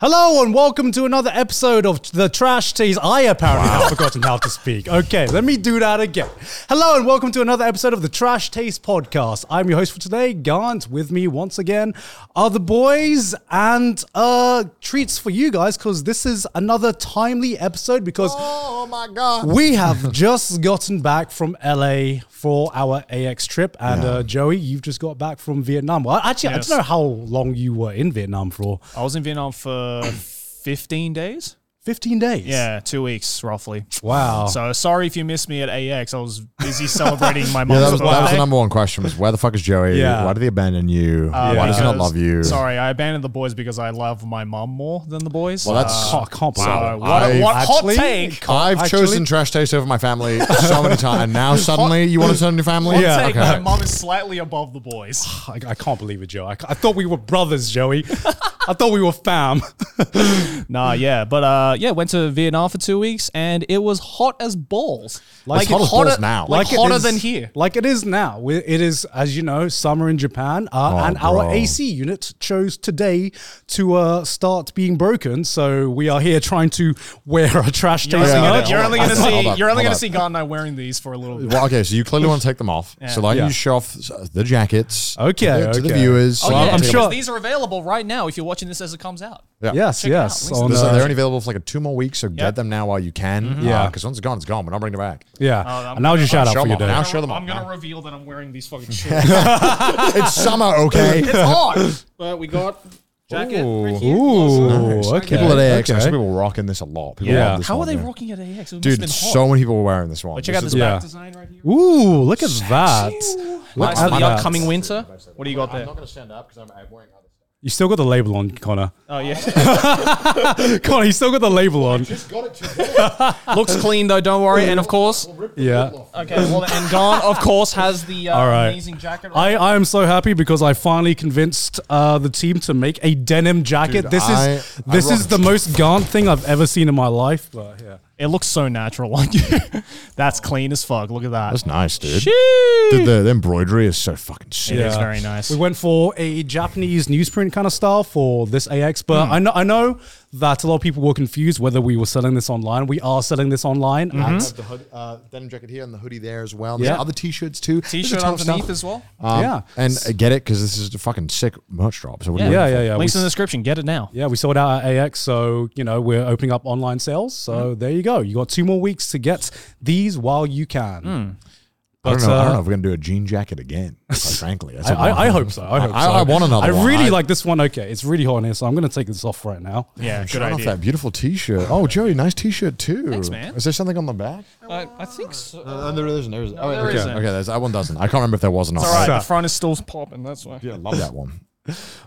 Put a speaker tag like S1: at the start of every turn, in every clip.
S1: Hello and welcome to another episode of the Trash Tease. I apparently have forgotten how to speak. Okay, let me do that again. Hello and welcome to another episode of the Trash Tease podcast. I'm your host for today, Gant. With me once again are the boys and uh treats for you guys because this is another timely episode because
S2: Oh my god.
S1: we have just gotten back from LA for our AX trip, and uh, Joey, you've just got back from Vietnam. Well, actually, I
S3: Yes.
S1: don't know how long you were in Vietnam for.
S3: I was in Vietnam for 15 days.
S1: 15 days.
S3: Yeah, two weeks roughly.
S1: Wow.
S3: So sorry if you missed me at AX. I was busy celebrating my
S2: Yeah,
S3: mom's
S2: that was, that was the
S3: birthday.
S2: number one question was where the fuck is Joey?
S1: Yeah.
S2: Why did he abandon you?
S3: Uh,
S2: Why does he not
S3: because-
S2: love you?
S3: Sorry, I abandoned the boys because I love my mum more than the boys.
S2: Well, that's-
S1: Oh, I can't believe
S3: Uh,
S1: it.
S3: what,
S2: I-
S3: a, what hot
S1: Actually-
S3: take!
S2: I've
S1: Actually-
S2: chosen trash taste over my family so many times, and now suddenly you want to turn on your family?
S3: Hot Uh, take. My
S2: Okay.
S3: mum is slightly above the boys.
S1: I, I can't believe it, Joe. I, I thought we were brothers, Joey. I thought we were fam.
S3: Nah, yeah, but uh, yeah, went to Vietnam for two weeks and it was hot as balls.
S2: Like, hot as balls now.
S3: Like,
S1: it
S3: hotter
S1: is-
S3: than here.
S1: Like it is now. We- It is, as you know, summer in Japan. Uh,
S2: Oh,
S1: and
S2: bro.
S1: our AC unit chose today to uh, start being broken. So we are here trying to wear a trash tasting
S3: You're only
S2: Yeah,
S3: gonna,
S2: hold
S3: you're
S2: on,
S3: only
S2: hold
S3: gonna
S2: on, hold
S3: see
S2: on,
S3: you're only
S2: hold
S3: gonna
S2: on.
S3: see God and I wearing these for a little bit.
S2: Well, okay, so you clearly want to take them off. So, like,
S1: Yeah.
S2: you show off uh, the jackets
S1: Okay,
S2: to, the- to the
S1: okay.
S2: viewers.
S3: Oh,
S2: So
S3: yeah,
S2: I'll
S1: I'm
S2: take
S3: because
S2: them-
S1: sure-
S3: these are available right now if you're watching this as it comes out.
S2: Yeah.
S1: Yes,
S3: Check it out.
S1: yes.
S3: Links
S1: on,
S2: There's-
S1: uh,
S2: they're only available for like two more weeks, so
S3: Yep.
S2: get them now while you can.
S1: Yeah.
S2: because once it's gone, it's gone. We're not bringing it back.
S1: yeah.
S3: I'm
S1: and that was your shout
S3: gonna-
S1: out
S2: Show
S1: for your
S2: them off
S1: day.
S2: now. Show them
S3: I'm
S2: off
S3: gonna
S2: now.
S3: reveal that I'm wearing these fucking shorts.
S2: it's summer, okay?
S3: it's hot. But we got jacket. right here.
S1: Ooh,
S2: Nice.
S1: okay.
S2: People at AX,
S1: okay.
S2: actually, people rocking this a lot. People
S1: Yeah.
S2: love this
S3: How are
S2: one,
S3: they
S2: yeah.
S3: rocking at AX? It must have
S2: Dude,
S3: been hot.
S2: so many people were wearing this one.
S3: But check out
S2: is-
S3: this
S1: yeah.
S3: back design right here.
S1: Ooh, look at that. Look
S3: Nice for
S1: at
S3: the
S1: that.
S3: upcoming winter. What do you got there?
S2: going to stand up because I'm, I'm wearing other stuff.
S1: You still got the label on, Connor.
S3: Oh yeah,
S1: Connor, you still got the label on.
S2: Just got it today.
S3: looks clean though. Don't worry. And of course,
S1: Yeah.
S3: okay. Well, and Gon of course has the uh,
S1: All right.
S3: amazing jacket. Right
S1: I, I am so happy because I finally convinced uh, the team to make a denim jacket.
S2: Dude,
S1: this
S2: I-
S1: is
S2: I
S1: this
S2: rock
S1: is the most gaunt thing I've ever seen in my life. But yeah.
S3: It looks so natural on you. That's clean as fuck. Look at that.
S2: That's nice, dude.
S3: Sheesh.
S2: Dude, the, the embroidery is so fucking sick.
S3: It is
S1: Yeah.
S3: very nice.
S1: We went for a Japanese newsprint kind of style for this AX, but
S3: Hmm.
S1: I know I know that a lot of people were confused whether we were selling this online. We are selling this online.
S3: Mm-hmm.
S1: at-
S2: The hood, uh, denim jacket here and the hoodie there as well.
S1: Mm-hmm. Yeah.
S2: There's other t-shirts too. There's a
S3: T-shirt
S2: ton of stuff.
S3: underneath as well.
S2: Um,
S1: Yeah.
S2: and I get it because this is a fucking sick merch drop. So what do you
S1: yeah,
S2: want?
S1: yeah, yeah. We,
S3: Links in the
S1: s-
S3: description. Get it now.
S1: yeah, we sold out at AX, so you know we're opening up online sales. So
S3: Hmm.
S1: there you go. You got two more weeks to get these while you can.
S3: Hmm.
S2: I don't
S1: But,
S2: know. I
S1: uh,
S2: don't know if we're gonna do a jean jacket again. Quite frankly, That's
S1: I,
S2: what I'm
S1: I, I
S2: thinking.
S1: hope so. I hope
S2: I,
S1: so.
S2: I want another.
S1: I
S2: one.
S1: really like this one. Okay, it's really hot in here, so I'm gonna take this off right now.
S3: Yeah,
S2: Showing off that beautiful T-shirt. Oh, Joey, nice T-shirt too.
S3: Thanks, man.
S2: Is there something on the back?
S3: I, I think so.
S2: Uh, there isn't. There isn't. Oh, wait,
S3: there
S2: okay.
S3: isn't.
S2: Okay, there's, that one doesn't. I can't remember if there was or not.
S3: All right,
S1: So-
S3: the front is still popping. That's why.
S2: Yeah, love that one.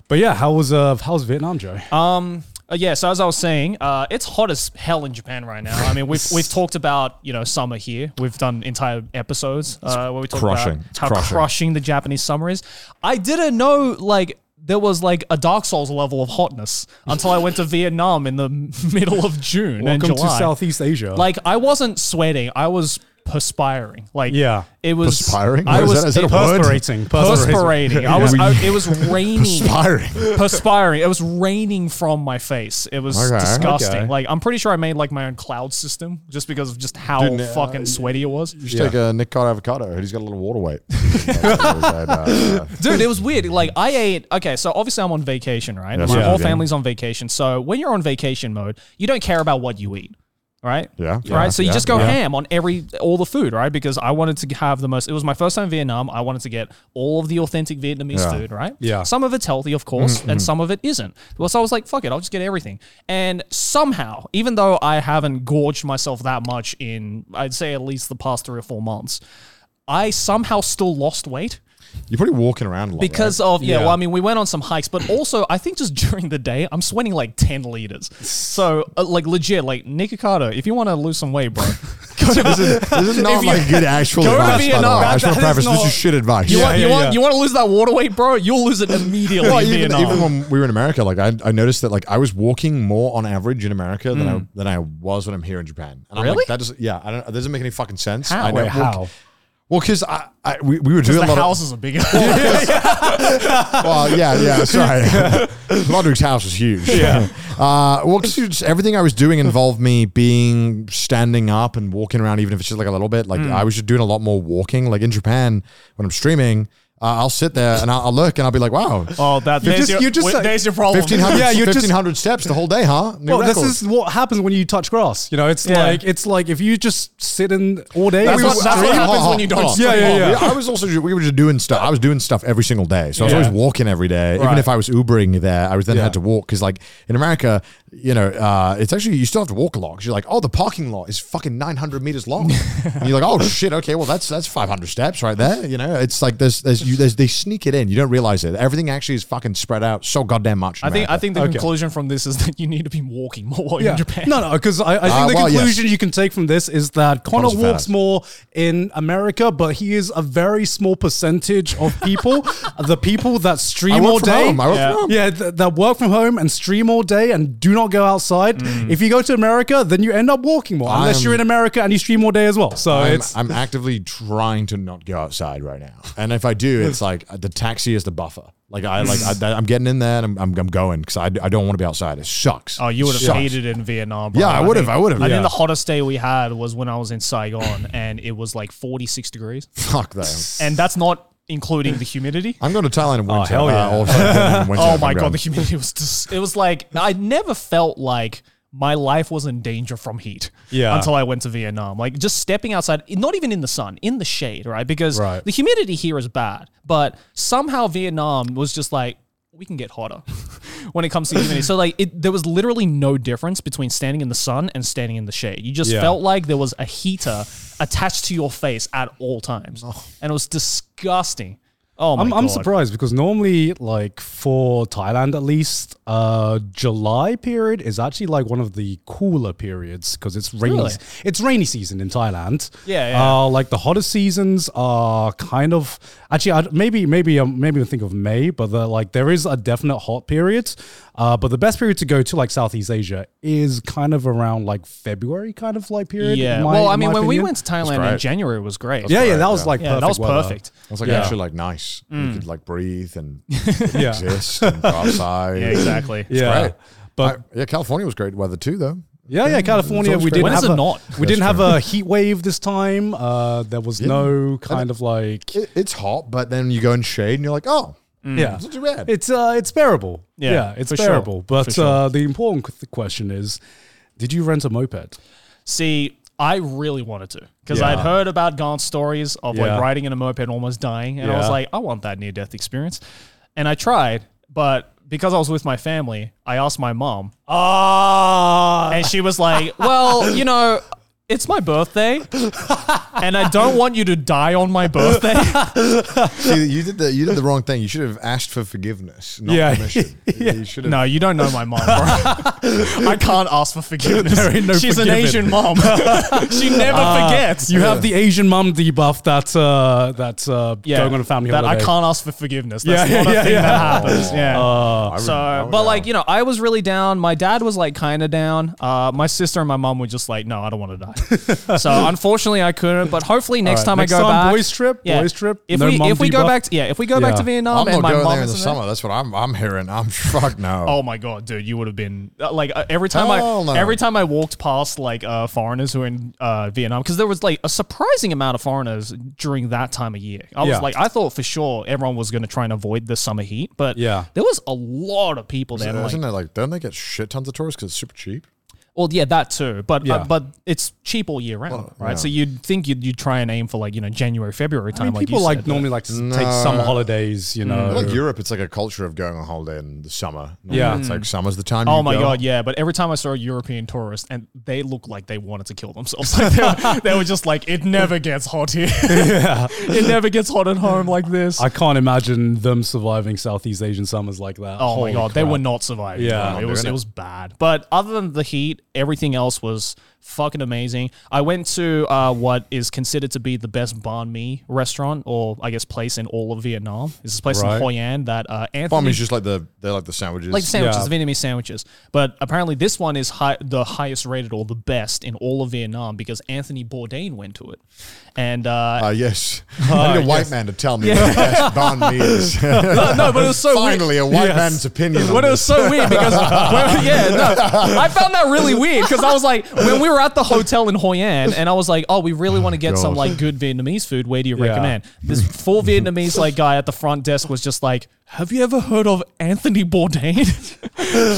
S1: But yeah, how was uh how was Vietnam, Joe?
S3: Um. uh, yeah. So as I was saying, uh, it's hot as hell in Japan right now. I mean, we've we've talked about you know summer here. We've done entire episodes uh, where we talk
S2: crushing.
S3: about
S2: It's
S3: how
S2: crushing.
S3: crushing. the Japanese summer is. I didn't know like there was like a Dark Souls level of hotness until I went to Vietnam in the middle of June and
S1: Welcome to
S3: July.
S1: Southeast Asia.
S3: Like I wasn't sweating. I was perspiring. Like
S1: Yeah.
S3: it was
S2: Perspiring?
S3: I
S2: What Oh, is
S3: was
S2: that? Is that a
S3: it-
S2: word?
S1: perspirating,
S3: perspirating. I was. I, it was raining.
S2: Inspiring.
S3: perspiring. It was raining from my face. It was
S2: Okay,
S3: disgusting.
S2: okay.
S3: Like I'm pretty sure I made like my own cloud system just because of just how
S2: Dude, uh,
S3: fucking sweaty it was.
S2: Just take a Nick Carter avocado. He's got a little water weight. uh, yeah,
S3: Dude, it was weird. Like I ate. Okay, so obviously I'm on vacation, right?
S2: That's
S3: my
S2: right.
S3: whole
S2: Yeah.
S3: family's on vacation. So when you're on vacation mode, you don't care about what you eat. Right.
S2: Yeah.
S3: Right. So you
S2: Yeah.
S3: just go
S2: Yeah.
S3: ham on every all the food, right? Because I wanted to have the most. It was my first time in Vietnam. I wanted to get all of the authentic Vietnamese
S2: Yeah. Mm-hmm.
S3: food, right?
S1: Yeah.
S3: Some of it's healthy, of course, and some of it isn't. Well, so I was like, fuck it, I'll just get everything. And somehow, even though I haven't gorged myself that much in, I'd say at least the past three or four months, I somehow still lost weight.
S2: You're probably walking around a lot
S3: because
S2: right?
S3: of yeah, Well, I mean, we went on some hikes, but also I think just during the day, I'm sweating like ten liters. So uh, like legit, like Nick Ricardo, if you want to lose some weight, bro, go to
S2: this is, this is not
S3: If you-
S2: like good actual
S3: Go to
S2: advice. By the
S3: Vietnam.
S2: way. I just
S3: That
S2: want to
S3: is
S2: preface this
S3: not-
S2: is shit advice.
S3: You
S1: Yeah,
S3: want
S1: yeah,
S3: you want
S1: yeah.
S3: you want to lose that water weight, bro? You'll lose it immediately.
S2: Well,
S3: in
S2: even,
S3: Vietnam.
S2: even when we were in America, like I, I noticed that like I was walking more on average in America than I than I was when I'm here in Japan. And I'm
S3: Hmm. Really?
S2: like, that doesn't yeah, I don't that doesn't make any fucking sense.
S3: How?
S2: I know.
S3: Wait,
S2: well,
S1: how?
S2: Well, because I, I we, we were doing
S3: the
S2: a lot
S3: houses are bigger.
S2: of well, yeah, yeah, sorry. Ludwig's house is huge. Yeah. Uh, well, because everything I was doing involved me being standing up and walking around, even if it's just like a little bit. Like
S1: Mm.
S2: I was just doing a lot more walking. Like in Japan, when I'm streaming, uh, I'll sit there and I'll, I'll look and I'll be like, wow,
S3: oh, that
S1: You
S3: there's
S1: just-
S3: your
S1: you just
S3: wait,
S1: say-
S3: there's your problem.
S2: 1500,
S1: Oh. Yeah, you're just-
S2: 1500 steps the whole day, huh? New
S1: Well, this
S2: record.
S1: is what happens when you touch grass. You know, it's
S3: Yeah.
S1: like it's like if you just sit in all day.
S3: That's
S1: you-
S3: what- that's what
S2: Hold on,
S3: happens
S2: hold
S3: when you
S2: on,
S3: don't
S2: hold on.
S3: stream.
S1: Yeah, yeah,
S2: We-
S1: yeah.
S2: I was also ju- we were just doing stuff. I was doing stuff every single day, so I was
S1: Yeah.
S2: always walking every day.
S1: Right.
S2: Even if I was Ubering there, I was then
S1: Yeah.
S2: had to walk because, like in America, you know, uh, it's actually you still have to walk a lot 'cause you're like, oh, the parking lot is fucking 900 meters long. and you're like, oh shit, okay, well that's that's 500 steps right there. You know, it's like there's there's you there's they sneak it in. You don't realize it. Everything actually is fucking spread out so goddamn much. in
S3: I think I
S2: America.
S3: think the
S1: Okay.
S3: conclusion from this is that you need to be walking more while you're
S1: yeah.
S3: in Japan.
S1: No, no, because I, I think
S2: Ah,
S1: the
S2: well, yes.
S1: conclusion you can take from this is that Connor
S2: Connor's a
S1: walks
S2: fat ass.
S1: more in America, but he is a very small percentage of people. the people that
S2: I
S1: stream
S2: work
S1: all
S2: from
S1: day.
S2: home. I work
S3: Yeah.
S2: from home.
S1: Yeah, th- that work from home and stream all day and do not go outside.
S3: Mm.
S1: If you go to America, then you end up walking more, unless
S2: I'm-
S1: you're in America and you stream all day as well. So
S2: I'm,
S1: it's
S2: I'm actively trying to not go outside right now, and if I do, it's like uh, the taxi is the buffer. Like I like I, I'm getting in there and I'm I'm, I'm going because I, I don't want to be outside. It sucks.
S3: Oh, you would have
S2: Sucks.
S3: hated it in Vietnam. Bro.
S2: Yeah, I would've,
S3: think-
S2: I would've,
S3: I
S2: yeah.
S3: think the hottest day we had was when I was in Saigon, and it was like 46 degrees,
S2: Fuck that.
S3: and that's not including the humidity.
S2: I'm going to Thailand in winter. Uh,
S1: hell yeah.
S2: or Vietnam in winter
S3: Oh
S2: if
S3: my
S2: I'm
S3: god,
S2: going.
S3: the humidity was just. It was like I never felt like my life was in danger from heat.
S1: Yeah.
S3: Until I went to Vietnam, like just stepping outside, not even in the sun, in the shade, right? Because
S1: Right.
S3: the humidity here is bad, but somehow Vietnam was just like. We can get hotter when it comes to humidity. So, like, it, there was literally no difference between standing in the sun and standing in the shade. You just
S1: Yeah.
S3: felt like there was a heater attached to your face at all times, and it was disgusting. Oh my
S1: Oh. I'm,
S3: god!
S1: I'm surprised because normally, like for Thailand at least, uh, July period is actually like one of the cooler periods because it's rainy.
S3: Really?
S1: It's rainy season in Thailand.
S3: Yeah, yeah.
S1: Uh, like the hottest seasons are kind of actually I'd, maybe maybe um, maybe we think of May, but the, like there is a definite hot period. Uh, but the best period to go to like Southeast Asia is kind of around like February, kind of like period. in
S3: Yeah.
S1: my-
S3: well,
S1: in
S3: I mean,
S1: my
S3: when we
S1: opinion.
S3: went to Thailand in
S2: great.
S3: January, it was great.
S1: yeah, yeah,
S2: Right,
S1: that was
S2: yeah.
S1: like
S3: Yeah, that
S1: perfect
S3: was
S1: weather.
S3: perfect.
S2: I was like actually like nice.
S3: Mm.
S2: You could like breathe and
S1: Yeah.
S2: exist and go outside.
S3: Yeah, exactly.
S1: Yeah.
S2: Right.
S1: But
S2: But yeah, California was great weather too, though.
S1: Yeah, yeah, California.
S2: always
S1: We
S2: great.
S1: didn't
S3: When
S1: have
S3: is it
S1: a,
S3: not?
S1: We didn't have a heat wave this time. Uh, there was no kind of like
S2: It, it's hot, but then you go in shade and you're like, oh,
S3: Mm.
S1: Mm. yeah.
S2: it's not too bad.
S1: It's uh, it's bearable. Yeah,
S3: Yeah,
S1: it's
S3: for sure.
S1: bearable. But
S3: For sure.
S1: uh, the important qu- question is, did you rent a moped?
S3: See, I really wanted to because
S1: Yeah.
S3: I'd heard about Gaunt's stories of
S1: Yeah.
S3: like riding in a moped and almost dying, and I
S1: Yeah.
S3: was like, I want that near death experience, and I tried, but because I was with my family, I asked my mom,
S1: Ah,
S3: and she was like, Well, you know. It's my birthday, and I don't want you to die on my birthday.
S2: See, you did the you did the wrong thing. You should have asked for forgiveness, not
S1: Yeah.
S2: permission. You should have.
S3: no, you don't know my mom, bro. I can't ask for forgiveness.
S1: There ain't no
S3: She's an
S1: forgiving.
S3: Asian mom. Uh, she never forgets.
S1: you have the Asian mum debuff that uh, that uh, going on a family
S3: that
S1: holiday.
S3: I can't ask for forgiveness. That's
S1: Yeah,
S3: not
S1: yeah,
S3: a thing
S1: yeah. Uh,
S3: that happens. Yeah.
S2: I would- I
S3: so,
S2: would
S3: Uh, but
S2: have.
S3: like you know, I was really down. My dad was like kind of down. Uh, my sister and my mom were just like, "No, I don't want to die." so unfortunately, I couldn't. But hopefully next
S1: right,
S3: time
S1: next
S3: I go
S1: time,
S3: back,
S1: boys trip,
S3: yeah,
S1: boys trip,
S3: If
S1: no
S3: we
S1: mum
S3: if we go
S1: debuff.
S3: back to yeah, if we go back
S1: Yeah.
S3: to Vietnam
S2: I'm not
S3: and my
S2: going
S3: mom
S2: there in the
S3: isn't
S2: summer. That's what I'm. I'm hearing. I'm fuck no.
S3: Oh my god, dude! You would have been uh, like uh, every time
S2: Hell
S3: I
S2: no.
S3: every time I walked past like uh, foreigners who were in uh, Vietnam because there was like a surprising amount of foreigners during that time of year. I
S1: Yeah.
S3: was like, I thought for sure everyone was going to try and avoid the summer heat, but
S1: Yeah.
S3: there was a lot of people there. and,
S2: Isn't
S3: like,
S2: it like? Don't they get shit tons of tourists because it's super cheap?
S3: Well, yeah, that too. But
S1: Yeah.
S3: uh, but it's cheap all year round, right?
S2: yeah.
S3: So you'd think you'd, you'd try and aim for like you know January, February
S1: I
S3: time.
S1: mean,
S3: like you
S1: people like
S3: said, but-
S1: normally like to s- take summer holidays, you know.
S2: like Europe, it's like a culture of going on holiday in the summer. Normally
S1: Uh, Yeah.
S2: it's like summer's the time.
S3: Oh
S2: you
S3: my
S2: go.
S3: god, yeah! But every time I saw a European tourist, and they looked like they wanted to kill themselves. Like they, were, they were just like, "It never gets hot here. it never gets hot at home like this."
S1: I can't imagine them surviving Southeast Asian summers like that.
S3: oh
S1: Holy
S3: my god, they
S1: crap.
S3: were not surviving.
S1: Yeah.
S3: Yeah, it was
S2: doing
S3: it
S2: it.
S3: was bad. But other than the heat, everything else was fucking amazing. I went to uh, what is considered to be the best banh mi restaurant, or I guess place in all of Vietnam. It's this place
S1: Right.
S3: in Hoi An that uh, Anthony
S2: Bomb is just like the they're like the sandwiches.
S3: like sandwiches,
S1: Yeah.
S3: Vietnamese sandwiches. But apparently, this one is high, the highest rated or the best in all of Vietnam because Anthony Bourdain went to it, and uh,
S2: Ah, yes. I need a white man to tell me what the best banh mi is.
S3: no, but it was so weird.
S2: Uh, Finally, a white
S1: Yes.
S2: man's opinion.
S3: But
S2: on
S3: it was
S2: this.
S3: so weird because well, yeah, no, I found that really weird because I was like, when we were at the hotel in Hoi An, and I was like, oh, we really want to get some
S2: God.
S3: like good Vietnamese food. Where do you
S1: Yeah.
S3: recommend? This full Vietnamese like guy at the front desk was just like, have you ever heard of Anthony Bourdain?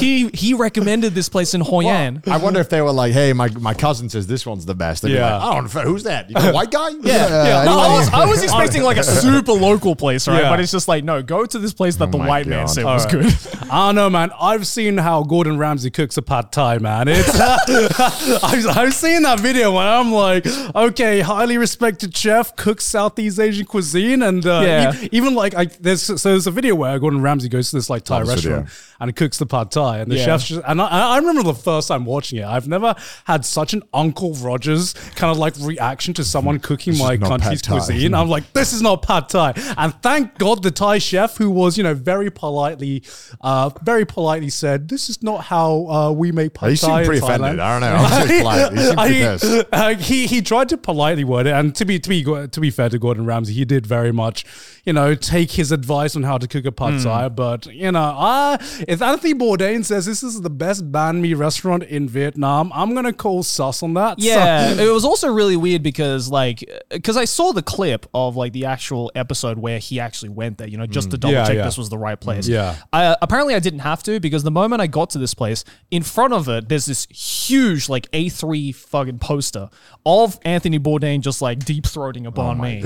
S3: he he recommended this place in Hoi An.
S2: I wonder if they were like, "Hey, my, my cousin says this one's the best." They'd
S1: Yeah.
S2: be like, "I don't know who's that? You know, white guy?" Yeah,
S3: Yeah, no, I
S2: anyway.
S3: was, I was expecting like a super local place, right?
S1: Yeah.
S3: But it's just like, no, go to this place that the
S2: Oh my
S3: white man
S2: God.
S3: said was good.
S1: I don't know, man. I've seen how Gordon Ramsay cooks a pad thai, man. It's I've, I've seen that video, and I'm like, okay, highly respected chef cooks Southeast Asian cuisine, and uh,
S3: Yeah.
S1: e- even like I, there's so there's a video where Gordon Ramsay goes to this like Thai
S2: Love this
S1: restaurant
S2: video.
S1: and cooks the pad thai, and the
S3: Yeah.
S1: chef's just, and I, I remember the first time watching it. I've never had such an Uncle Rogers kind of like reaction to someone cooking
S2: This is
S1: my
S2: not pad
S1: country's
S2: thai.
S1: cuisine. I'm like, this is not pad thai. And thank God the Thai chef, who was, you know, very politely, uh, very politely said, this is not how uh, we make pad
S2: He
S1: thai.
S2: seemed pretty
S1: in
S2: offended.
S1: Thailand."
S2: I don't know. I was just polite. He seemed pretty pissed.
S1: I, uh, he he tried to politely word it, and to be to be go- to be fair to Gordon Ramsay, he did very much, you know, take his advice on how to cook a pad
S2: Hmm.
S1: thai. But you know, I, if Anthony Bourdain says this is the best banh mi restaurant in Vietnam, I'm gonna call sus on that. So-
S3: Yeah, it was also really weird because like because I saw the clip of like the actual episode where he actually went there, you know, just to double
S1: Mm. Yeah,
S3: check
S1: yeah.
S3: this was the right place.
S1: Yeah.
S3: I, uh, apparently, I didn't have to because the moment I got to this place, in front of it, there's this huge like A3 fucking poster of Anthony Bourdain just like deep throating
S1: Oh
S3: a banh me,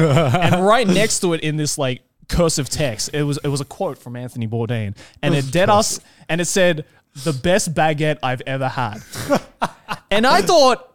S3: and right next to it in this like cursive text, it was it was a quote from Anthony Bourdain, and it did us, and it said. The best baguette I've ever had. And I thought,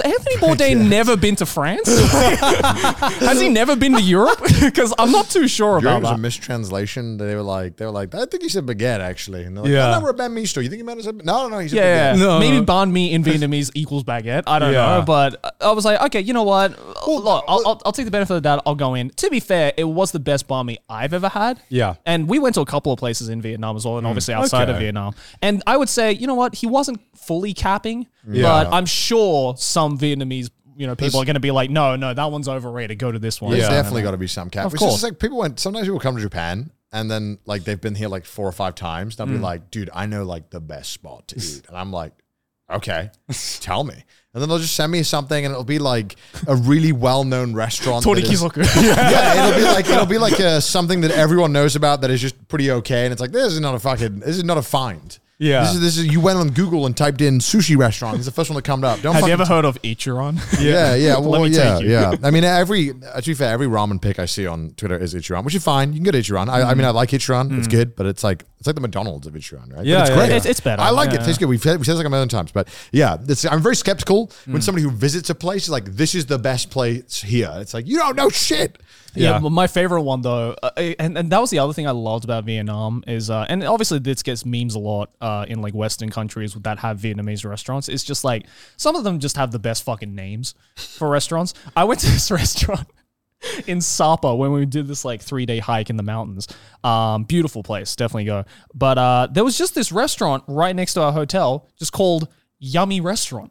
S3: Anthony Bourdain never been to France? has he never been to Europe? Because I'm not too sure
S2: Europe
S3: about
S2: was a
S3: that.
S2: mistranslation. They were like, they were like, I think he said baguette actually. And they're like,
S1: Yeah.
S2: yeah. no, we're a banh mi store. You think he meant to say? No, no, no. He said
S3: Yeah,
S2: baguette.
S3: yeah.
S1: No.
S3: maybe banh mi in Vietnamese equals baguette. I don't
S1: Yeah.
S3: know, but I was like, okay, you know what? Look, I'll, I'll, I'll take the benefit of that. I'll go in. To be fair, it was the best banh mi I've ever had.
S1: Yeah. Mm.
S3: and we went to a couple of places in Vietnam as well, and obviously outside of
S1: okay.
S3: Vietnam. And I would say, you know what? He wasn't fully capping, but I'm sure some Vietnamese. You know, people are going to be like, no, no, that one's overrated. Go to this one.
S2: There's
S1: Yeah.
S2: definitely got to be some cap. Of
S3: course.
S2: Just like people went. Sometimes people come to Japan and then like they've been here like four or five times. They'll be like, dude, I know like the best spot to eat, and I'm like, okay, tell me. And then they'll just send me something, and it'll be like a really well-known restaurant. that is- yeah, it'll be like it'll be like uh, something that everyone knows about that is just pretty okay, and it's like this is not a fucking this is not a find.
S1: Yeah.
S2: this is this is you went on Google and typed in sushi restaurant. It's the first one that come up. Don't
S3: Have
S2: fucking
S3: you ever heard of Ichiran?
S2: yeah, yeah. Well,
S3: me
S2: yeah,
S3: take you.
S2: yeah. I mean, every uh, to be fair, every ramen pick I see on Twitter is Ichiran, which is fine. You can get Ichiran. I, I mean,
S3: Mm.
S2: I like Ichiran. It's good, but it's like it's like the McDonald's of Ichiran, right? But
S1: Yeah,
S2: it's
S1: yeah,
S2: great.
S1: yeah.
S3: It's- it's better.
S2: I like
S3: Yeah.
S2: it. Tastes good. We've said, we said this like a million times, but yeah, it's, I'm very skeptical
S3: Mm.
S2: when somebody who visits a place is like, "This is the best place here." It's like you don't know shit.
S3: Yeah,
S1: Yeah.
S3: but my favorite one though, uh, and, and that was the other thing I loved about Vietnam is, uh, and obviously this gets memes a lot uh, in like Western countries that have Vietnamese restaurants. It's just like some of them just have the best fucking names for restaurants. I went to this restaurant in Sapa when we did this like three day hike in the mountains. Um, beautiful place, definitely go. But uh, there was just this restaurant right next to our hotel, just called Yummy Restaurant,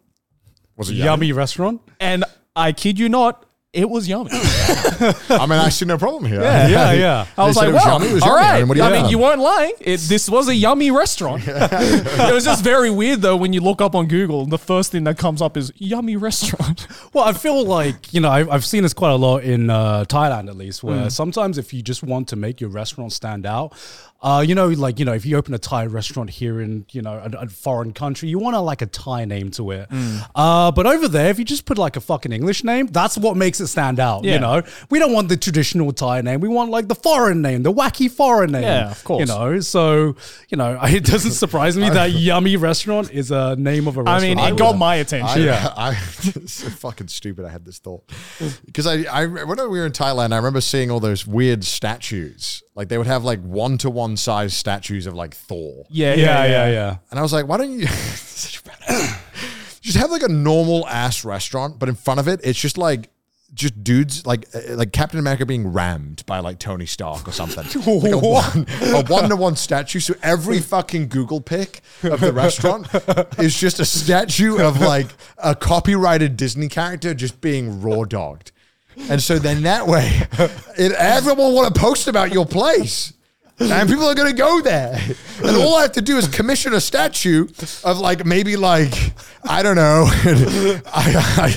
S2: Was it yummy?
S1: Yummy restaurant.
S3: and I kid you not, it was yummy.
S2: I mean, I see no problem here.
S1: Yeah, yeah.
S3: I was like,
S2: They said it was
S3: wow,
S2: yummy, it was
S3: all
S2: yummy. I
S3: right. I
S2: mean,
S3: mean,
S2: what do
S3: you,
S2: you want?
S3: weren't lying. It, this was a yummy restaurant. it was just very weird, though, when you look up on Google, the first thing that comes up is yummy restaurant.
S1: Well, I feel like, you know, I've, I've seen this
S3: Mm.
S1: quite a lot in uh, Thailand, at least, where sometimes if you just want to make your restaurant stand out, Uh, you know, like you know, if you open a Thai restaurant here in you know a, a foreign country, you want to like a Thai name to it.
S3: Mm.
S1: Uh, but over there, if you just put like a fucking English name, that's what makes it stand out.
S3: Yeah.
S1: You know, we don't want the traditional Thai name. We want like the foreign name, the wacky foreign name.
S3: Yeah, of course.
S1: You know, so you know, it doesn't surprise me that Yummy Restaurant is a name of a
S3: I
S1: restaurant.
S3: mean,
S1: I
S3: it got
S1: would-
S3: my
S2: I,
S3: attention.
S2: yeah, I, it's so fucking stupid. I had this thought because I, I, when we were in Thailand, I remember seeing all those weird statues. Like they would have like one to one size statues of like Thor.
S3: Yeah,
S1: Yeah, yeah, yeah.
S2: And I was like, why don't you such a bad idea. just have like a normal ass restaurant, but in front of it, it's just like just dudes like uh, like Captain America being rammed by like Tony Stark or something. like a one a one to one statue. So every fucking Google pic of the restaurant is just a statue of like a copyrighted Disney character just being raw dogged. And so then that way, it, everyone will want to post about your place. And people are going to go there. And all I have to do is commission a statue of like maybe like, I don't know. I, I,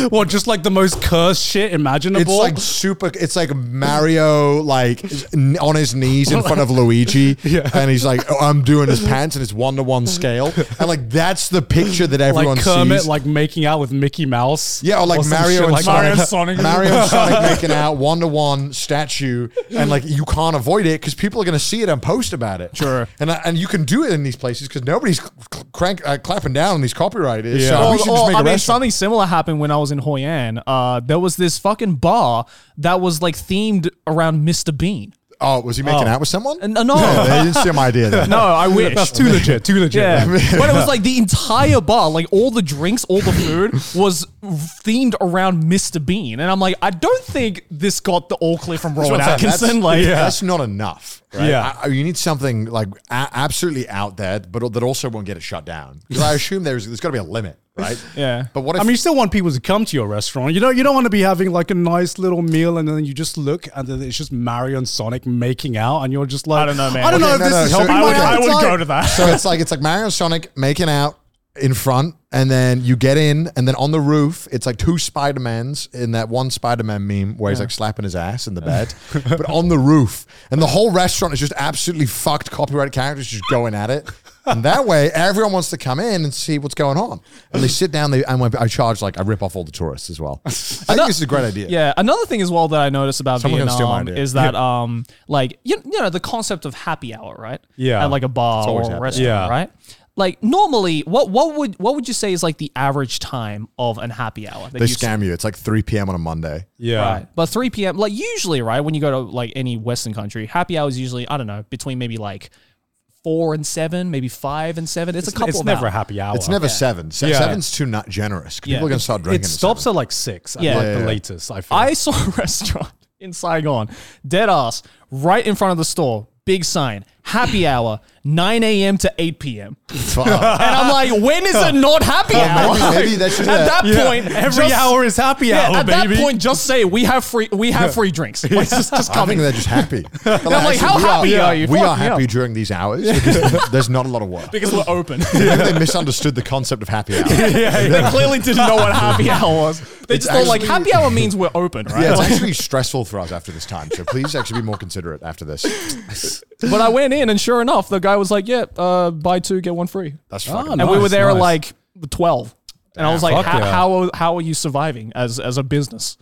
S2: I,
S1: What, just like the most cursed shit imaginable?
S2: it's like super, it's like Mario like n- on his knees in front of Luigi. And he's like, oh, I'm doing his pants and it's one to one scale. And like that's the picture that everyone
S1: like Kermit,
S2: sees.
S1: like making out with Mickey Mouse.
S2: Yeah, or like
S1: some
S2: Mario
S1: shit
S2: and
S1: like
S2: Sonic.
S1: that.
S3: Sonic.
S2: Mario and Sonic making out one to one statue, and like you can't avoid it because people are going to see it and post about it.
S3: Sure.
S2: and uh, and you can do it in these places because nobody's cl- cl- crank, uh, clapping down on these copyright is. So
S3: Or-
S2: we should just
S3: or,
S2: make
S3: I
S2: a
S3: mean,
S2: restaurant.
S3: something similar happened when I was in Hoi An. Uh, there was this fucking bar that was like themed around Mr. Bean.
S2: oh, was he making out with someone?
S3: And, uh, no,
S2: Yeah, they didn't see my idea. There.
S3: no, I wish.
S1: That's too legit. Too legit.
S3: Yeah, but it was like the entire bar, like all the drinks, all the food was themed around Mr. Bean, and I'm like, I don't think this got the all clear from Rowan
S2: That's what I'm saying.
S3: Atkinson.
S2: That's-
S3: Like,
S2: that's not enough. Right?
S1: Yeah.
S2: I- I- you need something like a- absolutely out there, but that also won't get it shut down. Because I assume there's there's got to be a limit, right?
S3: Yeah.
S2: But what if
S1: I mean, you still want people to come to your restaurant. You don't. You don't want to be having like a nice little meal, and then you just look, and then it's just Mario and Sonic making out, and you're just like,
S3: I don't know, man.
S1: I don't
S3: Okay,
S1: know if
S2: no,
S1: this
S2: no,
S1: is
S2: so-
S1: helping
S2: I
S1: my
S2: would- I
S3: would
S1: appetite.
S3: go to that.
S2: so it's like it's like Mario and Sonic making out in front, and then you get in, and then on the roof, it's like two Spider Mans in that one Spider Man meme where he's like slapping his ass in the bed, but on the roof, and the whole restaurant is just absolutely fucked. Copyright characters just going at it. And that way, everyone wants to come in and see what's going on. And they sit down. They and when I charge like I rip off all the tourists as well. I think this is a great idea.
S3: Yeah, another thing as well that I noticed about
S2: Someone can steal my
S3: Vietnam
S2: idea.
S3: is that um like you, you know the concept of happy hour, right?
S1: Yeah.
S3: At like a bar or
S2: always
S3: a
S2: happy
S3: restaurant,
S1: hour. Yeah.
S3: right? Like normally what what would what would you say is like the average time of an happy hour? that
S2: They
S3: you
S2: scam you. It's like 3 p.m. on a Monday.
S1: Yeah.
S3: Right. But 3 p.m., like usually, right, when you go to like any Western country, happy hour is usually, I don't know, between maybe like four and seven, maybe five and seven. It's, a couple
S1: It's
S3: of
S1: never a
S3: hours.
S1: happy hour.
S2: It's never seven. Se-
S1: Yeah.
S2: Seven's too not generous. People are gonna start drinking.
S1: It
S2: at
S1: stops at like six. Yeah.
S3: Yeah.
S1: Like
S3: Yeah,
S1: the
S2: yeah.
S1: latest. I feel.
S3: I saw a restaurant in Saigon, dead ass, right in front of the store, big sign, happy hour, 9 a.m. to 8 p.m.
S2: seven. Fuck.
S3: And I'm like, when is it not happy hour?
S2: Oh, maybe- maybe they should-
S3: At
S2: yeah.
S3: that
S1: Yeah.
S3: point,
S1: every
S3: just-
S1: hour is happy
S3: Yeah,
S1: hour,
S3: at
S1: baby.
S3: that point, just say we have free we have free drinks. Like, just, just
S2: I
S3: come
S2: think
S3: in.
S2: they're just happy. They're
S3: I'm like, how
S2: "Actually,
S3: happy are you?
S2: We
S3: Fuck
S2: are
S3: me
S2: happy
S3: up."
S2: during these hours because there's not a lot of work.
S3: because we're open.
S2: I think they misunderstood the concept of happy hour. yeah,
S3: they clearly didn't know what happy hour was. They
S2: It's
S3: just thought like
S2: actually-
S3: happy hour means we're open, right?
S2: it's
S3: Like,
S2: actually stressful for us after this time. So please actually be more considerate after this.
S3: but I went in and sure enough, the guy was like, "Yeah, uh, buy two get one free,"
S2: That's
S1: Oh,
S2: fine.
S3: and we
S1: nice,
S3: were there at
S1: nice.
S3: like twelve. And I was like,
S1: fuck
S3: "How-
S1: yeah.
S3: "How how are you surviving as as a business?"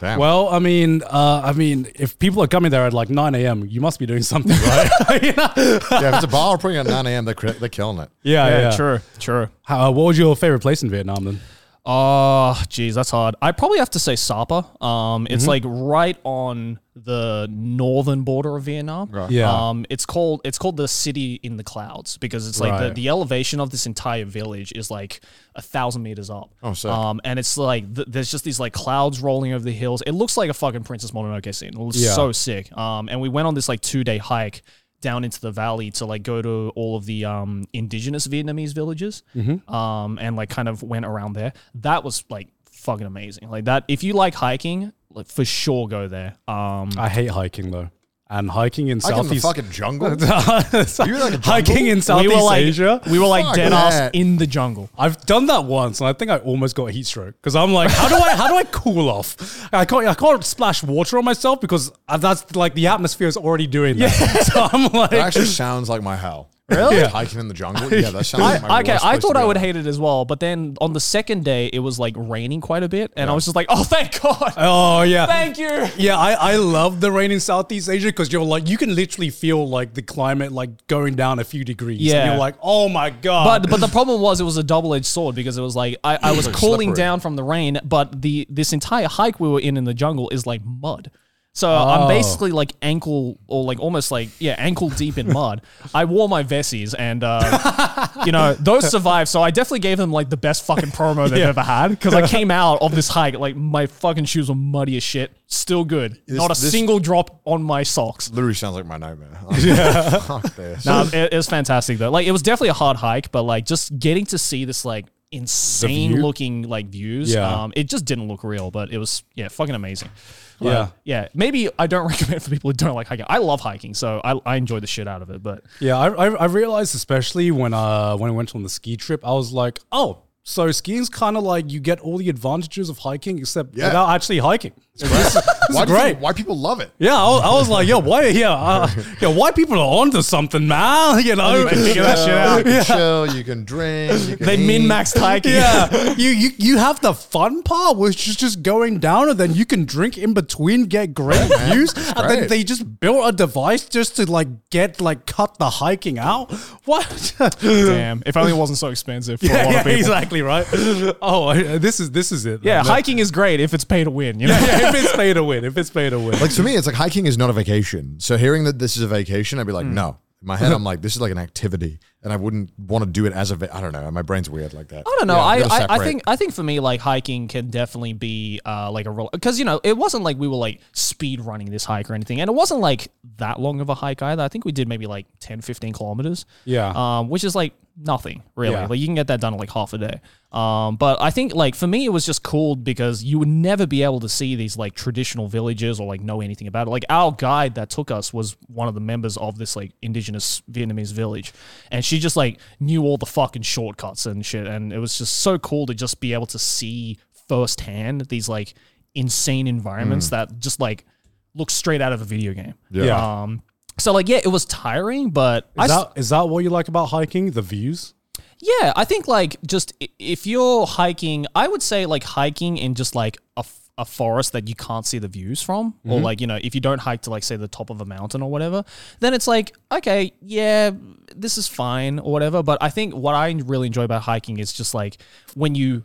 S2: Damn.
S1: Well, I mean, uh, I mean, if people are coming there at like 9 a.m., you must be doing something, right? You know?
S2: yeah, if it's a bar putting at 9 a.m., they're, cri- they're killing it.
S1: Yeah, yeah,
S3: true, true.
S1: How, uh, what was your favorite place in Vietnam then?
S3: Oh, geez, that's hard. I probably have to say Sapa. Um, it's like right on the northern border of Vietnam.
S1: Yeah.
S3: Um, it's called it's called the city in the clouds because it's like
S1: Right.
S3: the, the elevation of this entire village is like a thousand meters up.
S2: Oh, sick.
S3: Um, and it's like th- there's just these like clouds rolling over the hills. It looks like a fucking Princess Mononoke scene. It looks
S1: Yeah.
S3: so sick. Um, and we went on this like two day hike down into the valley to like go to all of the um indigenous Vietnamese villages.
S2: Mm-hmm.
S3: Um, and like kind of went around there. That was like fucking amazing. Like that. If you like hiking, like for sure go there. Um,
S1: I hate hiking though. and hiking in
S2: Like in the
S1: Southeast
S2: fucking jungle. You were like a
S1: hiking
S2: jungle?
S1: in Southeast
S3: we were like,
S1: Asia.
S3: We were like
S2: Fuck
S3: dead ass
S2: that.
S3: in the jungle.
S1: I've done that once, and I think I almost got a heat stroke because I'm like, how do I how do I cool off? I can't I can't splash water on myself because uh, that's like the atmosphere is already doing that. So I'm like,
S2: That actually sounds like my hell.
S3: Really?
S2: Yeah. Hiking in the jungle. Yeah, that sounds like my
S3: I, okay,
S2: worst
S3: I
S2: place to
S3: thought I
S2: go.
S3: would hate it as well, but then on the second day it was like raining quite a bit, and I was just like, "Oh, thank God,
S1: oh yeah,
S3: thank you."
S1: Yeah, I, I love the rain in Southeast Asia because you're like you can literally feel like the climate like going down a few degrees.
S3: Yeah.
S1: and you're like, oh my god.
S3: But but the problem was it was a double edged sword because it was like I, I was
S2: Like
S3: cooling
S2: slippery.
S3: down from the rain, but the this entire hike we were in in the jungle is like mud. So
S2: Oh.
S3: I'm basically like ankle or like almost like yeah ankle deep in mud. I wore my vesties and uh, you know those survived. So I definitely gave them like the best fucking promo they've ever had because I came out of this hike like my fucking shoes were muddy as shit. Still good, not a
S2: this-
S3: single drop on my socks.
S2: Literally sounds like my nightmare. yeah. Fuck this.
S3: No, it, it was fantastic though. Like it was definitely a hard hike, but like just getting to see this like insane looking like views.
S1: Yeah.
S3: Um, it just didn't look real, but it was yeah, fucking amazing. Like,
S1: Yeah.
S3: yeah. Maybe I don't recommend for people who don't like hiking. I love hiking, so I, I enjoy the shit out of it. But
S1: yeah, I, I I realized especially when uh when I went on the ski trip, I was like, oh, so skiing's kind of like you get all the advantages of hiking except
S2: Yeah.
S1: without actually hiking.
S2: why, do you
S1: great.
S2: think- why people love it?
S1: Yeah, I was, I was like, yo, why, yeah, uh, yo, why people are onto something, man? You know,
S2: You can chill, you can drink. You can
S3: they
S2: eat.
S3: min maxed hiking.
S1: Yeah, you, you you have the fun part, which is just going down, and then you can drink in between, get great views, and then
S2: great.
S1: they just built a device just to like get like cut the hiking out. What? yeah,
S3: Damn. If only it wasn't so expensive for a lot
S1: yeah
S3: of people.
S1: exactly right. Oh, I- this is this is it.
S3: Yeah,
S1: then.
S3: hiking is great if it's pay to win. You know?
S1: yeah, if it's pay to win, if it's pay to win.
S2: Like, to me, it's like hiking is not a vacation. So hearing that this is a vacation, I'd be like, no. In my head, I'm like, this is like an activity, and I wouldn't want to do it as a. Va- I don't know. My brain's weird like that.
S3: I don't know.
S2: Yeah, you
S3: I,
S2: gotta
S3: I, I
S2: separate.
S3: think I think for me, like hiking can definitely be uh, like a because you know it wasn't like we were like speed running this hike or anything, and it wasn't like that long of a hike either. I think we did maybe like 10, 15 kilometers.
S1: Yeah.
S3: Um, which is like nothing really.
S1: Yeah.
S3: Like you can get that done in like half a day. Um, but I think like for me it was just cool because you would never be able to see these like traditional villages or like know anything about it. Like our guide that took us was one of the members of this like indigenous Vietnamese village, and she just like knew all the fucking shortcuts and shit. And it was just so cool to just be able to see firsthand these like insane environments that just like look straight out of a video game.
S1: Mm. Yeah.
S3: Um, so like yeah, it was tiring, but
S1: Uh,
S3: I
S1: Is
S3: s-
S1: that is that what you like about hiking? The views.
S3: yeah, I think like just i- if you're hiking, I would say like hiking in just like a, f- a forest that you can't see the views from, or like, you know, if you don't hike to like say the top of a mountain or whatever, then it's like, okay, yeah, this is fine or whatever. But I think what I really enjoy about hiking is just like when you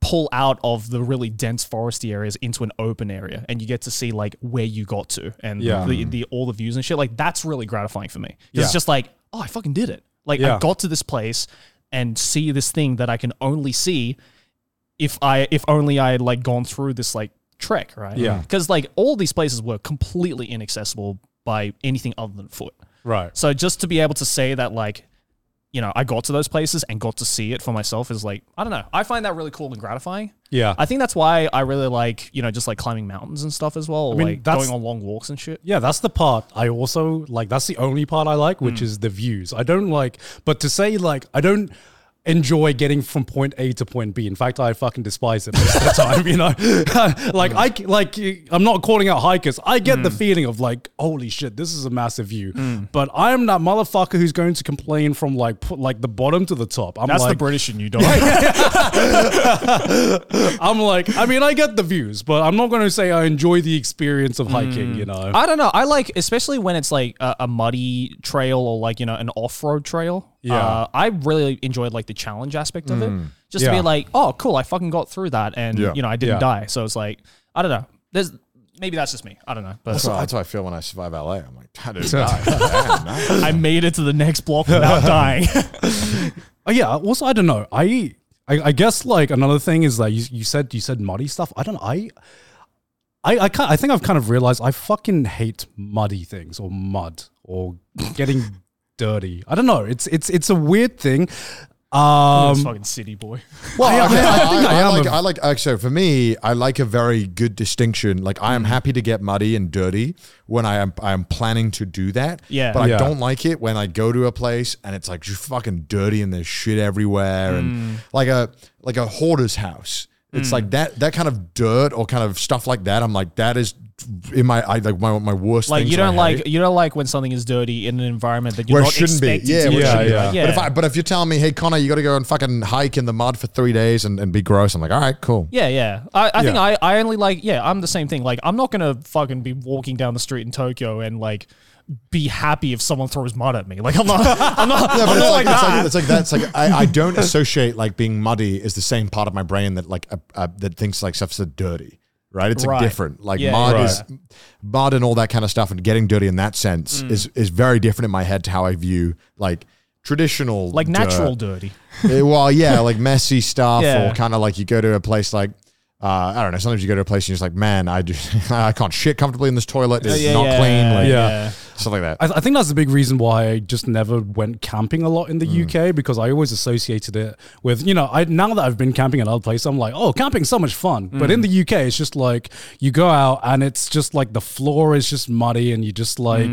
S3: pull out of the really dense foresty areas into an open area and you get to see like where you got to and
S1: Yeah.
S3: the, the all the views and shit like that's really gratifying for me 'Cause
S1: Yeah.
S3: it's just like oh i fucking did it like
S1: Yeah.
S3: i got to this place and see this thing that i can only see if i if only i had like gone through this like trek right
S1: Yeah.
S3: because like all these places were completely inaccessible by anything other than foot
S1: Right.
S3: so just to be able to say that, like, you know, I got to those places and got to see it for myself is like, I don't know. I find that really cool and gratifying.
S1: Yeah.
S3: I think that's why I really like, you know, just like climbing mountains and stuff as well, or
S1: mean,
S3: like
S1: that's-
S3: going on long walks and shit.
S1: Yeah, that's the part I also like. That's the only part I like,
S3: Hmm.
S1: which is the views. I don't like, but to say like, I don't enjoy getting from point A to point B. In fact, I fucking despise it most of the time. You know, like
S3: Hmm.
S1: I c- like I'm not calling out hikers. I get the feeling of like, holy shit, this is a massive view.
S3: Hmm.
S1: But I am that motherfucker who's going to complain from like put, like the bottom to the top. I'm
S3: That's
S1: like,
S3: the British in you, dog.
S1: I'm like, I mean, I get the views, but I'm not going to say I enjoy the experience of
S3: Hmm.
S1: hiking. You know,
S3: I don't know. I like, especially when it's like a, a muddy trail or like you know an off-road trail.
S1: Yeah.
S3: uh, I really enjoyed like the challenge aspect of it. Just to
S1: Yeah.
S3: be like, oh, cool, I fucking got through that, and
S2: Yeah.
S3: you know I didn't
S1: Yeah.
S3: die. So it's like, I don't know. There's maybe that's just me. I don't know, but
S2: That's, how, that's how I feel when I survive LA. I'm like, I didn't die. Damn, nice.
S3: I made it to the next block without dying.
S1: Oh yeah. Also, I don't know. I, I I guess like another thing is like you, you said you said muddy stuff. I don't. I I I, can I think I've kind of realized I fucking hate muddy things or mud or getting dirty. I don't know. It's it's it's a weird thing.
S3: Um, fucking city boy.
S2: Well, I,
S1: I- I
S2: think
S1: think
S2: I,
S1: I am
S2: like,
S1: a-
S2: I like, like, so for me, I like a very good distinction. Like, I am happy to get muddy and dirty when I am, I am planning to do that.
S3: Yeah.
S2: But
S1: Yeah.
S2: I don't like it when I go to a place and it's like just fucking dirty and there's shit everywhere and like a, like a hoarder's house. It's like that, that kind of dirt or kind of stuff like that. I'm like, that is in my, I like my, my worst
S3: Like
S2: things
S3: you
S2: that I
S3: don't
S2: hate.
S3: like you don't like when something is dirty in an environment that you're
S2: Where it
S3: not
S2: shouldn't be.
S3: expected
S2: Yeah,
S3: to.
S1: it
S2: where
S3: be.
S1: shouldn't be. Yeah,
S3: Like,
S1: yeah.
S2: But if I, but if you're telling me, hey Connor, you got to go and fucking hike in the mud for three days and, and be gross, I'm like, all right, cool.
S3: Yeah, yeah. I, I think
S1: Yeah.
S3: I, I only like yeah, I'm the same thing. Like I'm not gonna fucking be walking down the street in Tokyo and like be happy if someone throws mud at me. Like I'm not I'm not,
S2: Yeah, but
S3: I'm
S2: it's
S3: not
S2: like,
S3: like,
S2: it's
S3: that.
S2: like it's like that's like I, I don't associate like being muddy is the same part of my brain that like uh, uh, that thinks like stuff's so dirty, right? It's
S3: Right.
S2: like different. Like
S3: Yeah,
S2: mud
S3: yeah,
S2: is mud and all that kind of stuff, and getting dirty in that
S3: Mm.
S2: sense is is very different in my head to how I view like traditional
S3: like
S2: dirt.
S3: natural dirty.
S2: Eh, well, yeah, like messy stuff,
S3: Yeah.
S2: or kind of like you go to a place like. Uh, I don't know. Sometimes you go to a place and you're just like, man, I just, I can't shit comfortably in this toilet. It's
S3: Oh, yeah,
S2: not
S3: yeah,
S2: clean. Like,
S1: yeah.
S2: Stuff like that.
S1: I, I think that's the big reason why I just never went camping a lot in the UK because I always associated it with you know I now that I've been camping in other places I'm like oh camping's so much fun but in the UK it's just like you go out and it's just like the floor is just muddy and you just like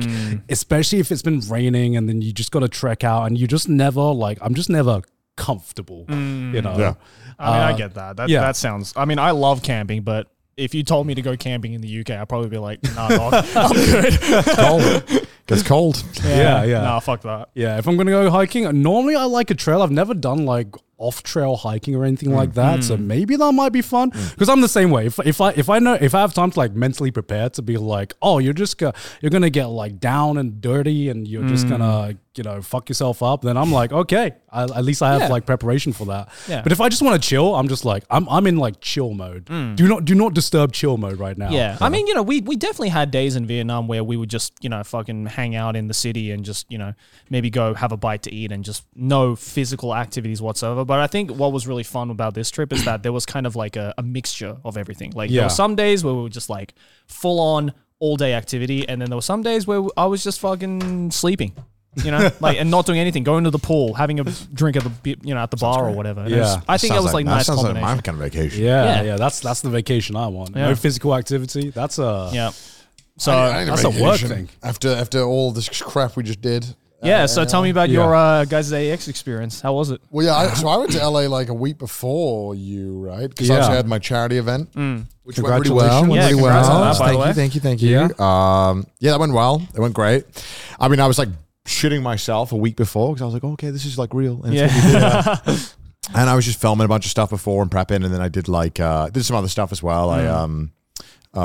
S1: especially if it's been raining and then you just got to trek out and you just never like I'm just never comfortable you know
S2: Yeah.
S3: I
S2: Uh,
S3: mean I get that. That
S1: yeah.
S3: that sounds I mean I love camping, but if you told me to go camping in the UK, I'd probably be like, nah, dog, I'm good.
S2: cold. Gets cold.
S1: Yeah, yeah.
S3: Nah, fuck that.
S1: Yeah, if I'm gonna go hiking, normally I like a trail. I've never done like off trail hiking or
S3: Mm.
S1: anything like that, so maybe that might be fun. Because I'm the same way. If, if I if I know if I have time to like mentally prepare to be like, oh, you're just gonna you're gonna get like down and dirty, and you're just
S3: Mm.
S1: gonna you know fuck yourself up, then I'm like, okay, I, at least I have
S3: Yeah.
S1: like preparation for that.
S3: Yeah.
S1: But if I just want to chill, I'm just like I'm I'm in like chill mode. Do not do not disturb chill mode right now.
S3: Mm. Yeah. I mean, you know, we, we definitely had days in Vietnam where we would just, you know, fucking hang out in the city and just, you know, maybe go have a bite to eat and just no physical activities whatsoever. But I think what was really fun about this trip is that there was kind of like a, a mixture of everything. Like there
S1: Yeah.
S3: were some days where we were just like full on all day activity. And then there were some days where I was just fucking sleeping. you know, like and not doing anything, going to the pool, having a drink at the bi- you know at the bar or whatever. And it was-
S1: Yeah.
S3: I think that
S2: Sounds
S3: was like, nice
S2: sounds
S3: combination.
S2: like my kind of vacation.
S1: Yeah, yeah,
S3: Yeah.
S1: That's that's the vacation I want.
S3: Yeah.
S1: No physical activity. That's a
S3: yeah. So
S2: I need
S1: that's a work
S2: vacation.
S1: thing.
S2: After after all this crap we just did.
S3: Yeah, so tell me about
S1: Yeah.
S3: your uh, guys' AX experience. How was it?
S2: Well, yeah. I, so I went to LA like a week before you, right? Because
S1: Yeah.
S2: I actually had my charity event, which went really
S1: Congratulations.
S2: well. Went
S3: Mm. Yeah,
S2: really
S3: congrats
S2: well.
S3: on that, by
S2: thank
S3: the
S2: you,
S3: way.
S2: thank you, thank you. Um, yeah, that went well. It went great. I mean, I was like shitting myself a week before because I was like, "Oh, okay, this is like real. And it's gonna be and I was just filming a bunch of stuff before and prepping, and then I did like uh, did some other stuff as well.
S1: Hmm.
S2: I um uh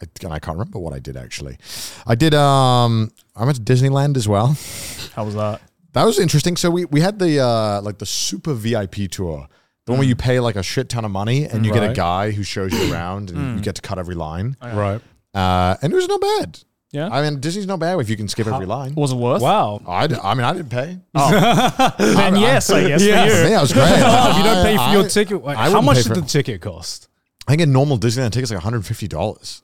S2: I, and I can't remember what I did actually. I did um I went to Disneyland as well.
S3: How was that?
S2: That was interesting. So we we had the uh like the super VIP tour. The one where you pay like a shit ton of money and you get
S1: Hmm.
S2: a
S1: Right. Hmm. Oh,
S2: guy who shows you around and you get to cut every line.
S1: Right.
S2: Uh, and it was not bad.
S3: Yeah.
S2: I mean, Disney's not bad if you can skip every line.
S3: Was it worth?
S1: Wow.
S2: I, d- I mean, I didn't pay.
S1: Oh,
S3: Then yes, I guess
S1: Yeah.
S3: for you.
S2: Yeah, it was great.
S1: if you don't pay for
S2: I-
S3: Uh,
S1: your
S2: I-
S1: ticket, like,
S2: I
S1: how
S2: wouldn't
S1: much
S2: pay
S1: did
S2: for
S1: the
S2: it.
S1: ticket cost?
S2: I think a normal Disneyland ticket's like $150.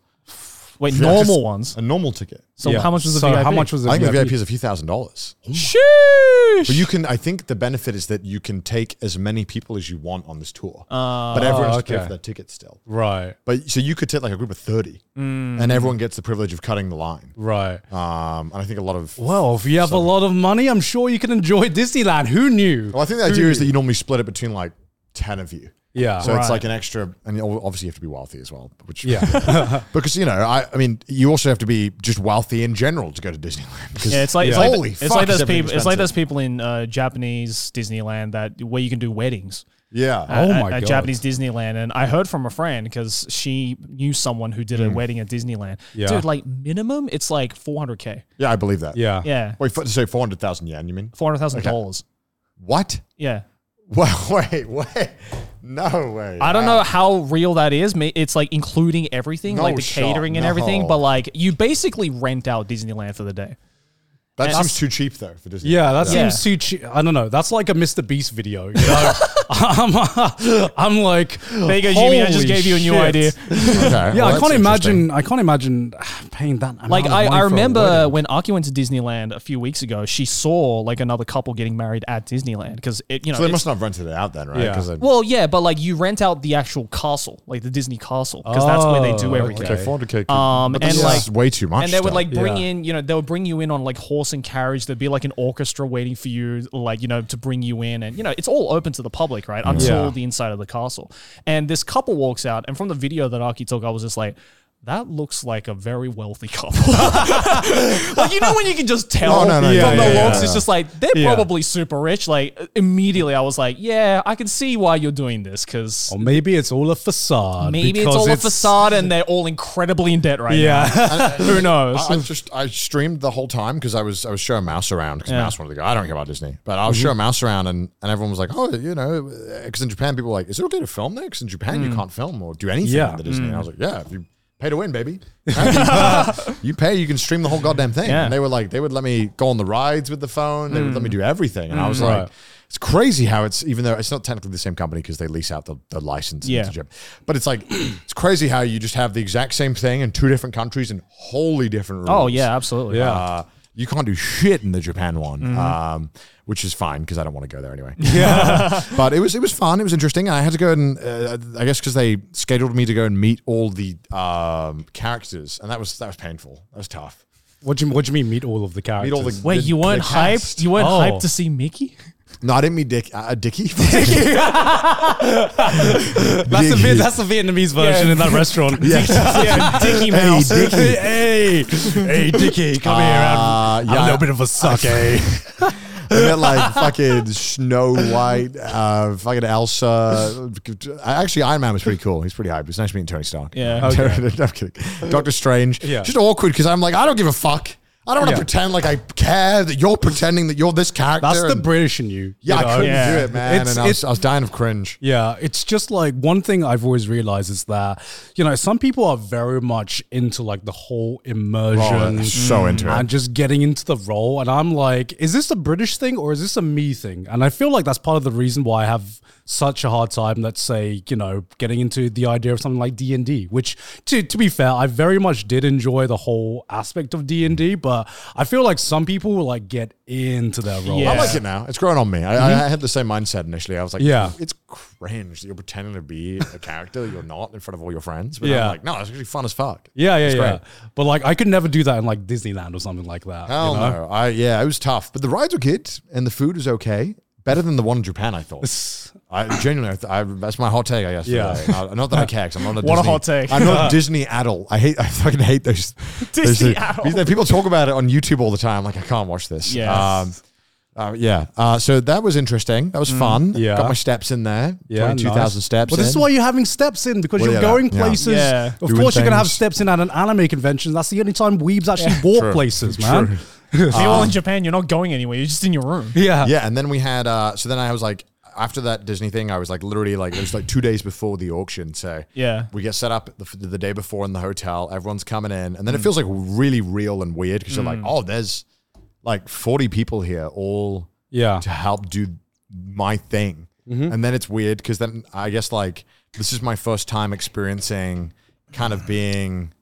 S3: Wait,
S2: Yeah.
S3: normal
S2: Just
S3: ones.
S2: A normal ticket.
S3: So
S1: Yeah.
S3: how much was the
S1: so
S3: VIP?
S1: How much was the
S2: I think
S1: VIP?
S2: the VIP is a few thousand dollars.
S3: Sheesh.
S2: But you can. I think the benefit is that you can take as many people as you want on this tour.
S3: Ah,
S2: but everyone has to pay
S1: okay.
S2: for their ticket still.
S1: Right.
S2: But so you could take like a group of thirty,
S3: Mm.
S2: and everyone gets the privilege of cutting the line.
S1: Right.
S2: Um, and I think a lot of.
S1: Well, if you have a lot of money, I'm sure you can enjoy Disneyland. Who knew?
S2: Well, I think the idea is that you normally split it between like ten of you.
S1: Yeah.
S2: So
S3: Right.
S2: it's like an extra, and you- obviously you have to be wealthy as well. Which
S1: Yeah.
S2: because you know, I, I mean, you also have to be just wealthy in general to go to Disneyland. because-
S3: Yeah, it's like it's
S1: Yeah.
S3: like,
S2: Holy
S3: it's
S2: fuck,
S3: like
S2: is
S3: those
S2: everything
S3: people. It's like
S2: expensive.
S3: those people in uh, Japanese Disneyland that where you can do weddings.
S2: yeah.
S1: Oh
S3: at-
S1: my
S3: at
S1: God.
S3: Japanese Disneyland, and I heard from a friend because she knew someone who did a wedding at Disneyland.
S1: Yeah.
S3: Dude, like minimum, it's like four hundred k.
S2: yeah, I believe that.
S1: yeah.
S3: Yeah,
S2: Wait, f- so four hundred thousand yen? You mean
S3: four hundred thousand dollars.
S2: what?
S3: Yeah.
S2: Well, wait, wait. No way.
S3: I don't know how real that is. Ma- It's like including everything,
S2: No
S3: like the
S2: shot,
S3: catering and everything.
S2: no.
S3: But like you basically rent out Disneyland for the day.
S2: That
S3: And-
S2: seems too cheap, though, for Disney.
S1: Yeah, that
S3: Yeah.
S1: seems too cheap. I don't know. That's like a Mr. Beast video. You know? I'm, I'm like,
S3: There you go, Jimmy. I just gave you a new idea.
S2: Okay,
S1: Yeah,
S2: well,
S1: I
S2: that's
S1: can't
S2: interesting.
S1: imagine. I can't imagine paying that amount
S3: Like
S1: of
S3: I,
S1: money
S3: I
S1: for a
S3: remember
S1: wedding?
S3: when Aki went to Disneyland a few weeks ago, she saw like another couple getting married at Disneyland because it you know
S2: So they
S3: it's-
S2: must not have rented it out then, right?
S1: Yeah.
S2: 'Cause they-
S3: well yeah, but like you rent out the actual castle, like the Disney castle, because that's where they do
S1: Oh,
S3: everything.
S2: okay, 400k.
S3: Um,
S2: but this
S3: and,
S2: is
S3: like-
S2: way too much.
S3: And they would
S2: still.
S3: like bring
S1: Yeah.
S3: in, you know, they would bring you in on like horse and carriage. There'd be like an orchestra waiting for you, like, you know, to bring you in. And, you know, it's all open to the public, right? Until
S1: Yeah.
S3: the inside of the castle. And this couple walks out. And from the video that Aki took, I was just like, that looks like a very wealthy couple. like, you know, when you can just tell
S2: Oh, no, no,
S1: yeah,
S3: from
S1: yeah,
S3: the
S1: yeah,
S3: looks,
S2: yeah.
S3: it's just like, they're
S1: Yeah.
S3: probably super rich. Like, immediately I was like, yeah, I can see why you're doing this because.
S1: or maybe it's all a facade.
S3: Maybe it's
S1: Oh because
S3: all a facade and they're all incredibly in debt right now.
S1: Yeah.
S3: Who knows?
S2: I, I just I streamed the whole time because I was I was showing Mouse around because Mouse wanted to go. I don't care about Disney, but
S3: Mm-hmm.
S2: I was showing Mouse around and, and everyone was like, oh, you know, because in Japan people were like, is it okay to film there? Because in Japan
S3: Mm.
S2: you can't film or do anything
S1: Yeah.
S2: in the Disney. And I was like, yeah, if you pay to win, baby, Right? You- you pay, you can stream the whole goddamn thing.
S3: Yeah. Mm.
S2: And they were like, they would let me go on the rides with the phone. They would let me do everything, and I was like. It's crazy how it's even though it's not technically the same company because they lease out the, the license.
S3: Yeah.
S2: Yeah. But it's like, it's crazy how you just have the exact same thing in two different countries and wholly different rules.
S3: Oh yeah, absolutely.
S1: Yeah. Mm-hmm.
S2: Uh, you can't do shit in the Japan one, um, which is fine because I don't want to go there anyway. but it was it was fun. It was interesting. I had to go and uh, I guess because they scheduled me to go and meet all the um, characters, and that was that was painful. That was tough.
S1: what do you What do you mean? Meet all of the characters.
S2: Meet all the
S3: Wait,
S2: the-
S3: you weren't
S2: the cast.
S3: hyped? You weren't
S1: Oh.
S3: hyped to see Mickey?
S2: No, I didn't meet Dick. Uh, Dicky.
S1: that's, the, Vi-
S2: Dicky.
S1: that's the Vietnamese version in that restaurant. yeah, Dicky
S2: Hey,
S1: Mouse.
S2: Dicky.
S1: hey, hey, Dicky, come here.
S2: Uh,
S1: I'm, I'm
S2: yeah.
S1: a little bit of a suck, eh?
S2: I met like fucking Snow White, uh, fucking Elsa. Actually, Iron Man was pretty cool. He's pretty hype. It's nice meeting Tony Stark.
S3: Yeah.
S2: no, I'm kidding. Doctor Strange.
S1: Oh, Yeah.
S2: Just awkward because I'm like, I don't give a fuck. I don't want to
S1: Yeah.
S2: pretend like I care that you're pretending that you're this character.
S1: That's the
S2: and-
S1: British in you.
S2: yeah,
S1: you
S2: I
S1: know?
S2: couldn't
S3: Yeah.
S2: do it,
S1: Oh,
S2: man.
S1: It's-
S2: and I was,
S1: it's-
S2: I was dying of cringe.
S1: Yeah, it's just like one thing I've always realized is that you know some people are very much into like the whole immersion,
S2: Oh, so into it.
S1: and just getting into the role. And I'm like, is this a British thing or is this a me thing? And I feel like that's part of the reason why I have such a hard time. Let's say you know getting into the idea of something like D and D, which to to be fair, I very much did enjoy the whole aspect of D and D, but I feel like some people like get into their role.
S3: Yeah.
S2: I like it now. It's growing on me. I, I I had the same mindset initially. I was like,
S1: Mm-hmm. Yeah.
S2: it's cringe that you're pretending to be a character that you're not in front of all your friends. But
S1: Yeah.
S2: I'm like, no, it's actually fun as fuck.
S1: Yeah, yeah, yeah.
S2: great.
S1: But like, I could never do that in like Disneyland or something like that.
S2: Hell
S1: you know?
S2: no. I yeah, it was tough, but the rides were good and the food was okay. Better than the one in Japan, I thought. I genuinely, I th- I, that's my hot take, I guess.
S1: Yeah.
S2: Yeah. not that I care, 'cause I'm not a
S3: What a
S2: Disney-
S3: hot take.
S2: I'm not a Disney adult. I hate. I fucking hate those. those
S3: Disney
S2: things.
S3: adult.
S2: You know, People talk about it on YouTube all the time. Like I can't watch this.
S3: Yes.
S2: Um, uh, yeah. Uh, so that was interesting. That was fun.
S1: Mm, Yeah.
S2: Got my steps in there.
S1: Yeah,
S2: Twenty-two thousand
S1: nice.
S2: steps.
S1: Well, this is
S2: in.
S1: why you're having steps in because
S2: Well,
S1: you're
S2: yeah,
S1: going
S2: yeah.
S1: places.
S3: Yeah.
S1: Of
S2: Doing
S1: course, you're gonna have
S2: things.
S1: steps in at an anime convention. That's the only time weebs actually walk places, man.
S3: If you're all in Japan, you're not going anywhere. You're just in your room.
S1: Yeah.
S2: yeah and then we had uh so then i was like after that disney thing i was like literally like it was like two days before the auction so
S3: Yeah.
S2: we get set up the, the day before in the hotel everyone's coming in and then it feels like really real and weird because you're like oh there's like 40 people here all
S1: Yeah.
S2: to help do my thing and then it's weird because then i guess like this is my first time experiencing kind of being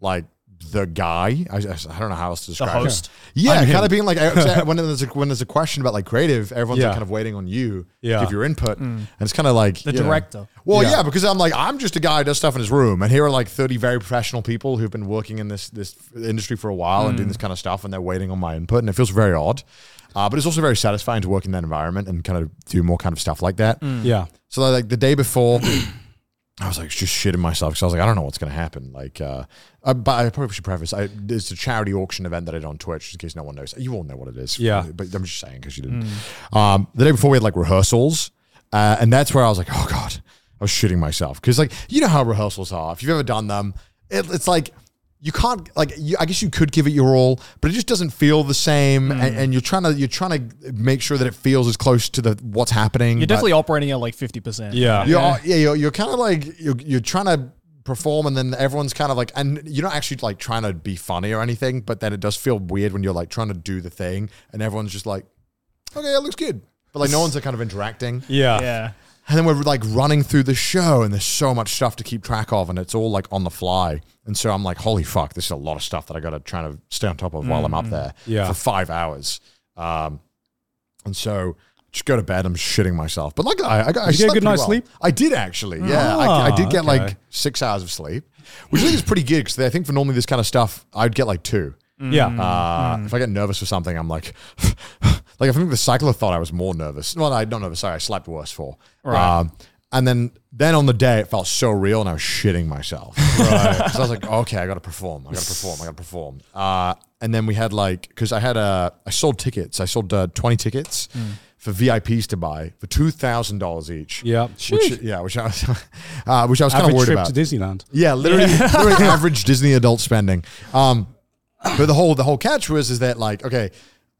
S2: like the guy. I, I I don't know how else to describe
S3: host?
S2: It. Yeah, kind of being like I- when there's a, when there's a question about like creative, everyone's
S1: Yeah.
S2: like kind of waiting on you
S1: Yeah.
S2: to give your input, and it's kind of like the
S3: director.
S2: Well, yeah. because I'm like I'm just a guy who does stuff in his room, and here are like 30 very professional people who've been working in this this industry for a while and doing this kind of stuff, and they're waiting on my input, and it feels very odd. Uh, but it's also very satisfying to work in that environment and kind of do more kind of stuff like that.
S1: Yeah.
S2: So like the day before, I was like just shitting myself because I was like, I don't know what's gonna happen. Like, uh, uh, but I probably should preface. I, it's a charity auction event that I did on Twitch, in case no one knows. You all know what it is,
S1: Yeah.
S2: But I'm just saying because you didn't. Um, the day before we had like rehearsals, uh, and that's where I was like, oh god, I was shitting myself because like you know how rehearsals are. If you've ever done them, it, it's like. You can't like. You, I guess you could give it your all, but it just doesn't feel the same. And, and you're trying to you're trying to make sure that it feels as close to the what's happening.
S3: You're
S2: but-
S3: definitely operating at like 50%.
S1: Yeah.
S2: you're, yeah. you're, you're kind of like you're, you're trying to perform and then everyone's kind of like and you're not actually like trying to be funny or anything but then it does feel weird when you're like trying to do the thing and everyone's just like okay it looks good but like no one's like, kind of interacting
S1: Yeah.
S3: Yeah.
S2: And then we're like running through the show, and there's so much stuff to keep track of, and it's all like on the fly. And so I'm like, holy fuck, this is a lot of stuff that I got to try to stay on top of while I'm up there
S1: Mm-hmm. Yeah.
S2: for five hours. Um, and so just go to bed. I'm shitting myself. But like, I, I, got- I
S1: Did you get a
S2: slept
S1: good
S2: pretty
S1: night's
S2: well.
S1: sleep?
S2: I did actually. Yeah, I, I did get
S1: Ah, okay.
S2: like six hours of sleep, which I think is pretty good because I think for normally this kind of stuff, I'd get like two.
S1: Yeah.
S2: Uh, If I get nervous for something, I'm like, like I think the cyclothon, I was more nervous. Well, I not nervous. Sorry, I slept worse for. Um, and then then on the day, it felt so real, and I was shitting myself. Right. so I was like, okay, I got to perform. I got to perform. I got to perform. Uh, and then we had like, because I had uh, I sold tickets. I sold uh, twenty tickets.
S1: Mm.
S2: For VIPs to buy for two thousand dollars each.
S1: Yeah.
S2: which, yeah, which I was, uh, which I was kind of
S1: Average
S2: worried
S1: trip
S2: about.
S1: to Disneyland.
S2: Yeah, literally, literally average Disney adult spending. Um, but the whole the whole catch was is that like okay,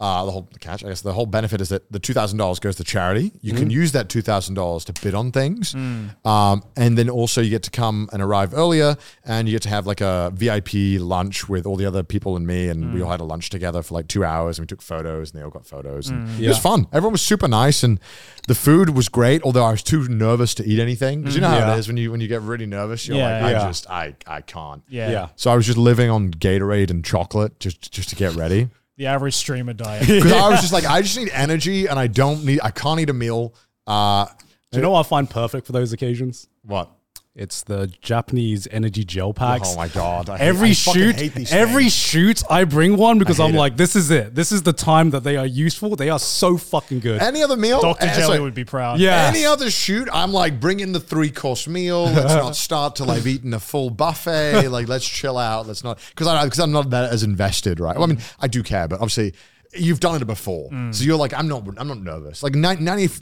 S2: uh, the whole catch I guess the whole benefit is that the two thousand dollars goes to charity. You can
S1: Mm-hmm.
S2: use that two thousand dollars to bid on things,
S1: Mm.
S2: um, and then also you get to come and arrive earlier, and you get to have like a VIP lunch with all the other people and me, and we
S1: Mm.
S2: all had a lunch together for like two hours, and we took photos, and they all got photos. And It
S1: Mm.
S2: was
S1: Yeah.
S2: fun. Everyone was super nice, and the food was great. Although I was too nervous to eat anything because you know how
S1: Mm. Yeah.
S2: it is when you when you get really nervous, you're
S3: Yeah,
S2: like,
S1: yeah.
S2: I just I I can't.
S3: Yeah.
S1: Yeah.
S2: So I was just living on Gatorade and chocolate just just to get ready.
S3: The average streamer diet.
S2: Because I was just like, I just need energy and I don't need I can't eat a meal. Uh
S1: Do you know what I find perfect for those occasions?
S2: what?
S1: It's the Japanese energy gel packs.
S2: Oh my god. I hate-
S1: Every
S2: I fucking hate these
S1: shoot, every
S2: things.
S1: shoot, I bring one because
S2: I
S1: I'm
S2: hate it.
S1: like, this is it. This is the time that they are useful. They are so fucking good.
S2: any other meal? Eh,
S3: Dr.
S2: And it's
S3: Jelly
S2: like,
S3: would be proud.
S1: Yeah.
S2: Any other shoot, I'm like, bring in the three course meal. Let's not start till I've eaten a full buffet. Like, let's chill out. Let's not because I because I'm not that as invested, right? Well, I mean, I do care, but obviously. You've done it before,
S3: Mm.
S2: so you're like, I'm not, I'm not nervous. Like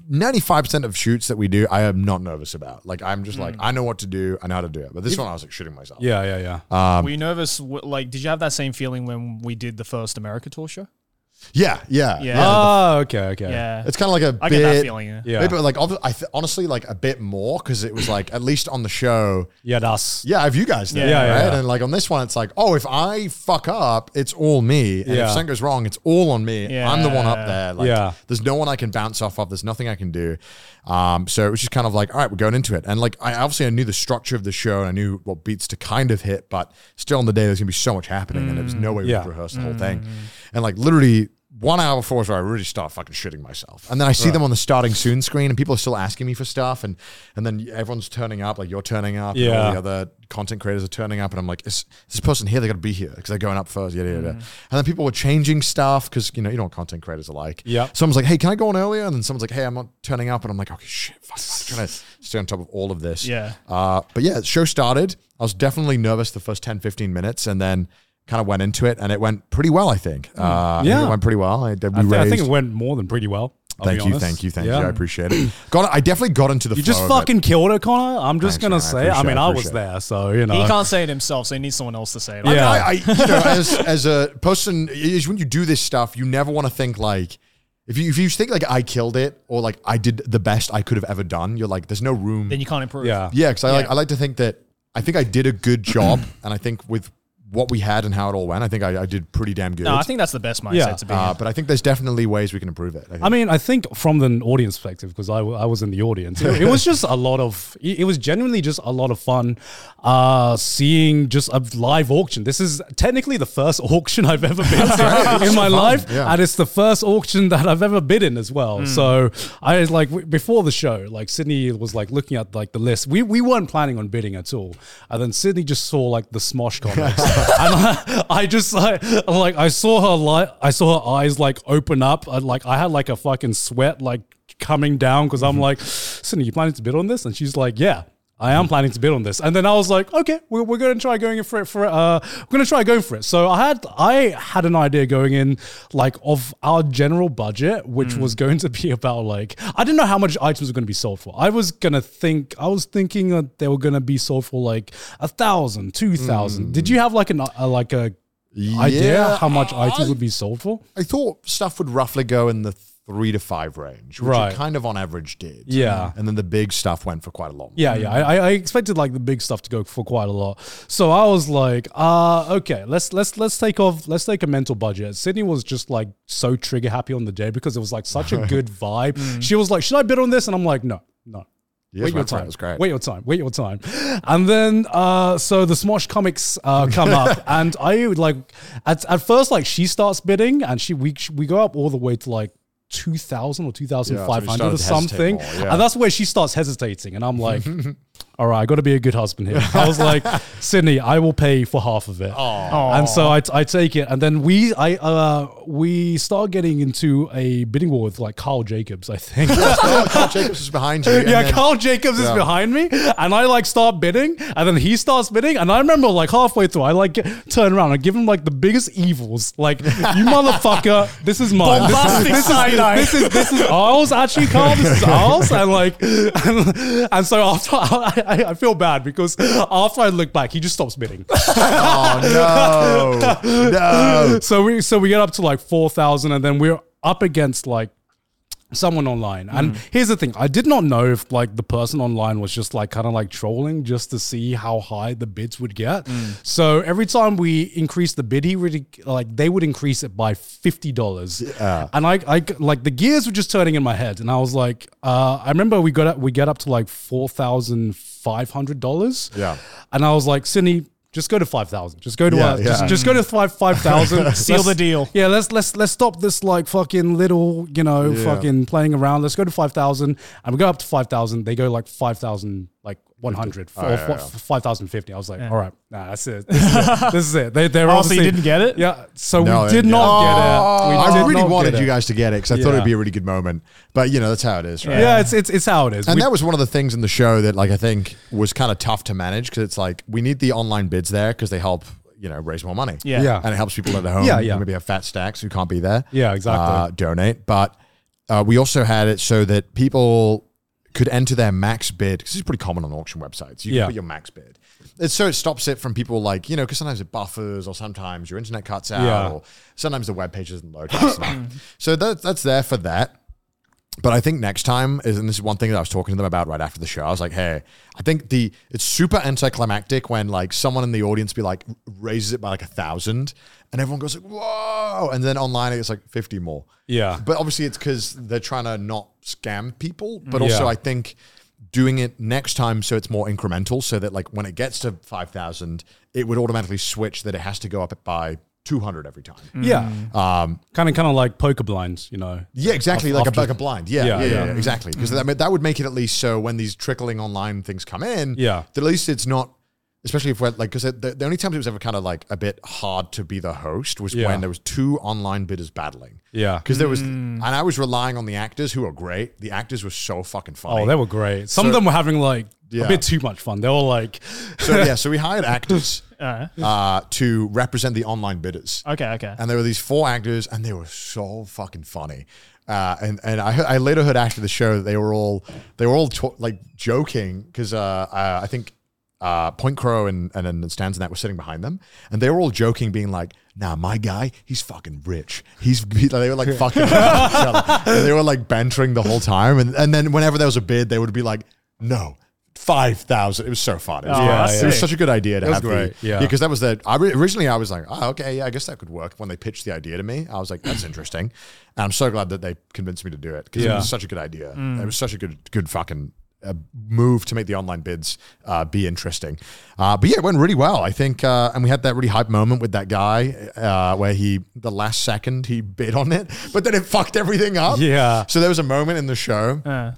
S2: 95 percent of shoots that we do, I am not nervous about. Like I'm just
S3: Mm.
S2: like, I know what to do, I know how to do it. But this one, I was like shooting myself.
S1: yeah, yeah, yeah.
S2: Um,
S3: Were you nervous? W- Like, did you have that same feeling when we did the first America Tour show?
S2: yeah, yeah.
S3: Yeah.
S1: oh, okay, okay.
S3: Yeah.
S2: It's kind of like a
S3: I
S2: bit,
S3: get that feeling. Yeah.
S1: Yeah.
S2: Maybe like obvi- I th- honestly like a bit more because it was like at least on the show,
S1: Yeah, that's.
S2: Yeah, I have you guys there,
S1: Yeah, yeah,
S2: right?
S1: yeah.
S2: And like on this one, it's like, oh, if I fuck up, it's all me. And
S1: Yeah.
S2: if something goes wrong, it's all on me. I'm the one up
S3: Yeah.
S2: there. Like,
S1: Yeah.
S2: there's no one I can bounce off of. There's nothing I can do. Um, so it was just kind of like, all right, we're going into it. And like, I obviously I knew the structure of the show and I knew what beats to kind of hit, but still on the day, there's gonna be so much happening, and there was no way
S1: Mm. Yeah.
S2: we could rehearse the whole thing. And like literally. One hour before is where I really start fucking shitting myself, and then I see them on the starting soon screen, and people are still asking me for stuff, and and then everyone's turning up, like you're turning up, and all
S1: Yeah.
S2: the other content creators are turning up, and I'm like, is this person here? They got to be here because they're going up first. Yeah, yeah, yeah.
S1: Mm.
S2: And then people were changing stuff because you know you know what content creators are like.
S1: Yeah.
S2: Someone's like, hey, can I go on earlier? And then someone's like, hey, I'm not turning up, and I'm like, okay, shit, fuck, fuck, trying to stay on top of all of this.
S3: Yeah.
S2: Uh, but yeah, the show started. I was definitely nervous the first 10, 15 minutes, and then kind of went into it, and it went pretty well, I think. Uh, I think
S1: Hmm. Yeah.
S2: it went pretty well. I, we
S1: I, thi- I
S2: raised-
S1: think it went more than pretty well. I'll
S2: Thank
S1: be
S2: you,
S1: honest.
S2: thank you, thank
S1: Yeah.
S2: you. I appreciate it. Got. I definitely got into the.
S1: You just
S2: flow of it.
S1: fucking killed it, Connor. I'm just
S2: Thanks,
S1: gonna
S2: man. I
S1: say. I,
S2: appreciate
S1: mean,
S2: it,
S1: I was
S2: appreciate it.
S1: there, so you know.
S3: He can't say it himself, so he needs someone else to say it.
S1: Yeah.
S2: I, I, you know, as as a person, is when you do this stuff, you never want to think like if you if you think like I killed it or like I did the best I could have ever done. You're like, there's no room.
S3: Then you can't improve.
S1: yeah.
S2: yeah, because I like I like to think that I think I did a good job, and I think with what we had and how it all went, I think I, I did pretty damn good.
S3: No, I think that's the best mindset
S1: Yeah.
S3: to be. in. Oh,
S2: uh, but I think there's definitely ways we can improve it. I think.
S1: I mean, I think from the audience perspective, because I, w- I was in the audience, it, it was just a lot of, it it was genuinely just a lot of fun uh, seeing just a live auction. This is technically the first auction I've ever been to in my life.
S2: yeah.
S1: And it's the first auction that I've ever bid in as well. So I was like, w- before the show, like Sydney was like looking at like the list. We, we weren't planning on bidding at all. And then Sydney just saw like the Smosh comics. and I, I just like, like, I saw her like, I saw her eyes like open up. I, like, I had like a fucking sweat like coming down because I'm like, Sydney, you planning to bid on this? And she's like, yeah. I am planning to bid on this. And then I was like, okay, we're, we're going to try going in for it for uh, we're going to try going for it. So I had I had an idea going in like of our general budget, which
S2: Mm.
S1: was going to be about like I didn't know how much items were going to be sold for. I was going to think I was thinking that they were going to be sold for like a thousand, two thousand. Did you have like an uh, like a idea
S2: Mm. Yeah,
S1: how much
S2: I-
S1: items would be sold for?
S2: I thought stuff would roughly go in the three to five range, which
S1: Right.
S2: it kind of on average did.
S1: Yeah.
S2: and then the big stuff went for quite a lot.
S1: Yeah, yeah. I, I- I expected like the big stuff to go for quite a lot. So I was like, uh, okay, let's let's let's take off let's take a mental budget. Sydney was just like so trigger happy on the day because it was like such a good vibe. She was like, Should I bid on this? And I'm like, No, no.
S2: Yes,
S1: wait
S2: my
S1: your
S2: friend,
S1: time.
S2: that's great.
S1: Wait your time. Wait your time. And then, uh, so the Smosh comics uh, come up, and I would like at, at first like she starts bidding, and she we we go up all the way to like. 2000 or 2500
S2: Yeah,
S1: or
S2: so she started to hesitate
S1: something
S2: more, yeah.
S1: and that's where she starts hesitating and i'm like all right i gotta be a good husband here i was like sydney i will pay for half of it and so I, I take it and then we i uh we start getting into a bidding war with like carl jacobs i think
S2: Oh, Carl Jacobs is behind you. and
S1: yeah,
S2: then-
S1: Carl Jacobs is
S2: Yeah.
S1: behind me, and I like start bidding, and then he starts bidding, and I remember like halfway through, I like get- turn around and give him like the biggest evils, like you motherfucker, this is mine, this is,
S3: Bombastic
S1: this,
S3: side
S1: is,
S3: eye.
S1: this is this is ours, actually, Carl, this is ours, and like, and, and so after I, I- I feel bad because after I look back, he just stops bidding.
S2: Oh no, no.
S1: so we so we get up to like four thousand, and then we're up against like someone online. And here's the thing: I did not know if like the person online was just like kind of like trolling just to see how high the bids would get. So every time we increased the bid, he really like they would increase it by fifty dollars. And I, I like the gears were just turning in my head, and I was like, uh, I remember we got up, we get up to like four thousand five hundred dollars.
S2: Yeah.
S1: and I was like, Sydney. Just go to five thousand. Just go to
S2: Yeah,
S1: uh, Just,
S2: yeah.
S1: just go to five five thousand.
S3: Seal the deal.
S1: Yeah, let's let's let's stop this like fucking little, you know,
S2: Yeah.
S1: fucking playing around. Let's go to five thousand, and we go up to five thousand. They go like five thousand, like one hundred, or
S2: Oh, yeah, yeah.
S1: five thousand fifty. I was like, all right, nah, that's it. This is it. This is it. They they're
S3: Oh, so you
S1: obviously-
S3: didn't get it?
S1: Yeah, so
S2: No,
S1: we
S2: I
S1: did
S2: didn't get
S1: not
S2: it.
S1: get it. We
S2: I
S1: did
S2: really
S1: not
S2: wanted
S1: get
S2: you
S1: it.
S2: guys to get it because I thought
S1: Yeah.
S2: it'd be a really good moment. But you know, that's how it is, right?
S1: Yeah, it's it's it's how it is.
S2: And
S1: We-
S2: that was one of the things in the show that, like, I think was kind of tough to manage because it's like we need the online bids there because they help, you know, raise more money.
S3: Yeah.
S1: Yeah.
S2: And it helps people at home.
S1: Yeah, yeah.
S2: who Maybe have fat stacks who can't be there.
S1: Yeah, exactly.
S2: Uh, donate. But uh, we also had it so that people could enter their max bid 'cause this is pretty common on auction websites. You
S1: Yeah.
S2: can put your max bid. It's so it stops it from people like, you know, because sometimes it buffers or sometimes your internet cuts out
S1: Yeah.
S2: or sometimes the web page doesn't load. fast enough. so that, that's there for that. But I think next time is, and this is one thing that I was talking to them about right after the show. I was like, "Hey, I think the it's super anticlimactic when like someone in the audience be like raises it by like a thousand, and everyone goes like, whoa, and then online it's like fifty more.
S1: Yeah.
S2: but obviously it's because they're trying to not scam people, but also
S1: Yeah.
S2: I think doing it next time so it's more incremental, so that like when it gets to five thousand, it would automatically switch that it has to go up by two hundred every time.
S1: yeah, kind of kind of like poker blinds, you know.
S2: Mm. Yeah, exactly. like, a, like a blind. Yeah,
S1: Yeah,
S2: yeah, yeah,
S1: yeah. Mm-hmm.
S2: yeah, exactly. Because that, ma- that would make it at least so when these trickling online things come in,
S1: Yeah.
S2: that at least it's not, especially if we're like, because the, the only times it was ever kind of like a bit hard to be the host was
S1: Yeah.
S2: when there was two online bidders battling.
S1: Yeah.
S2: Because there was, and I was relying on the actors who are great. The actors were so fucking funny.
S1: Oh, they were great. Some of them were having like a
S2: Yeah.
S1: bit too much fun. They were like,
S2: so yeah, so we hired actors
S3: Alright.
S2: uh, to represent the online bidders.
S3: Okay, okay.
S2: and there were these four actors, and they were so fucking funny. Uh, and and I, heard- I later heard after the show that they were all they were all to- like joking because uh, uh, I think uh, Point Crow and and then Stans and that were sitting behind them, and they were all joking, being like, "Nah, my guy, he's fucking rich. He's he- they were like fucking, each other. And they were like bantering the whole time, and and then whenever there was a bid, they would be like, "No." Five thousand. It was so fun. It was,
S3: Oh,
S1: Yeah,
S3: that's
S1: yeah.
S2: it was
S3: sick.
S2: such a good idea to
S1: was
S2: have.
S1: great,
S2: The,
S1: yeah.
S2: because that was the I re- originally I was like, oh, okay, yeah, I guess that could work. When they pitched the idea to me, I was like, that's interesting, and I'm so glad that they convinced me to do it because
S1: Yeah. Mm.
S2: it was such a good idea. It was such a good good fucking uh, move to make the online bids uh, be interesting. Uh, but yeah, it went really well, I think, uh, and we had that really hype moment with that guy uh, where he the last second he bid on it, but then it fucked everything up.
S1: Yeah.
S2: So there was a moment in the show
S3: Uh,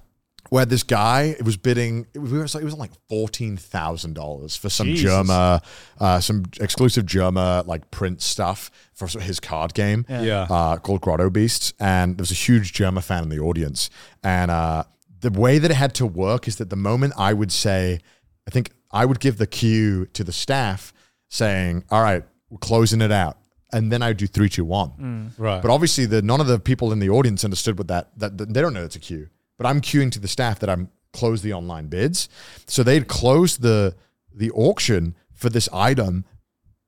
S2: where this guy was bidding it was, it was like- it was on like fourteen thousand dollars for some
S3: Jesus.
S2: Germa, uh, some exclusive Germa like print stuff for his card game,
S1: Yeah.
S2: uh, called Grotto Beasts, and there was a huge Germa fan in the audience, and uh, the way that it had to work is that the moment I would say, I think I would give the cue to the staff saying, "All right, we're closing it out," and then I would do three, two, one.
S1: right,
S2: But obviously, the none of the people in the audience understood what that that, that- they don't know it's a queue. But I'm queuing to the staff that I'm close the online bids. So they'd closed the the auction for this item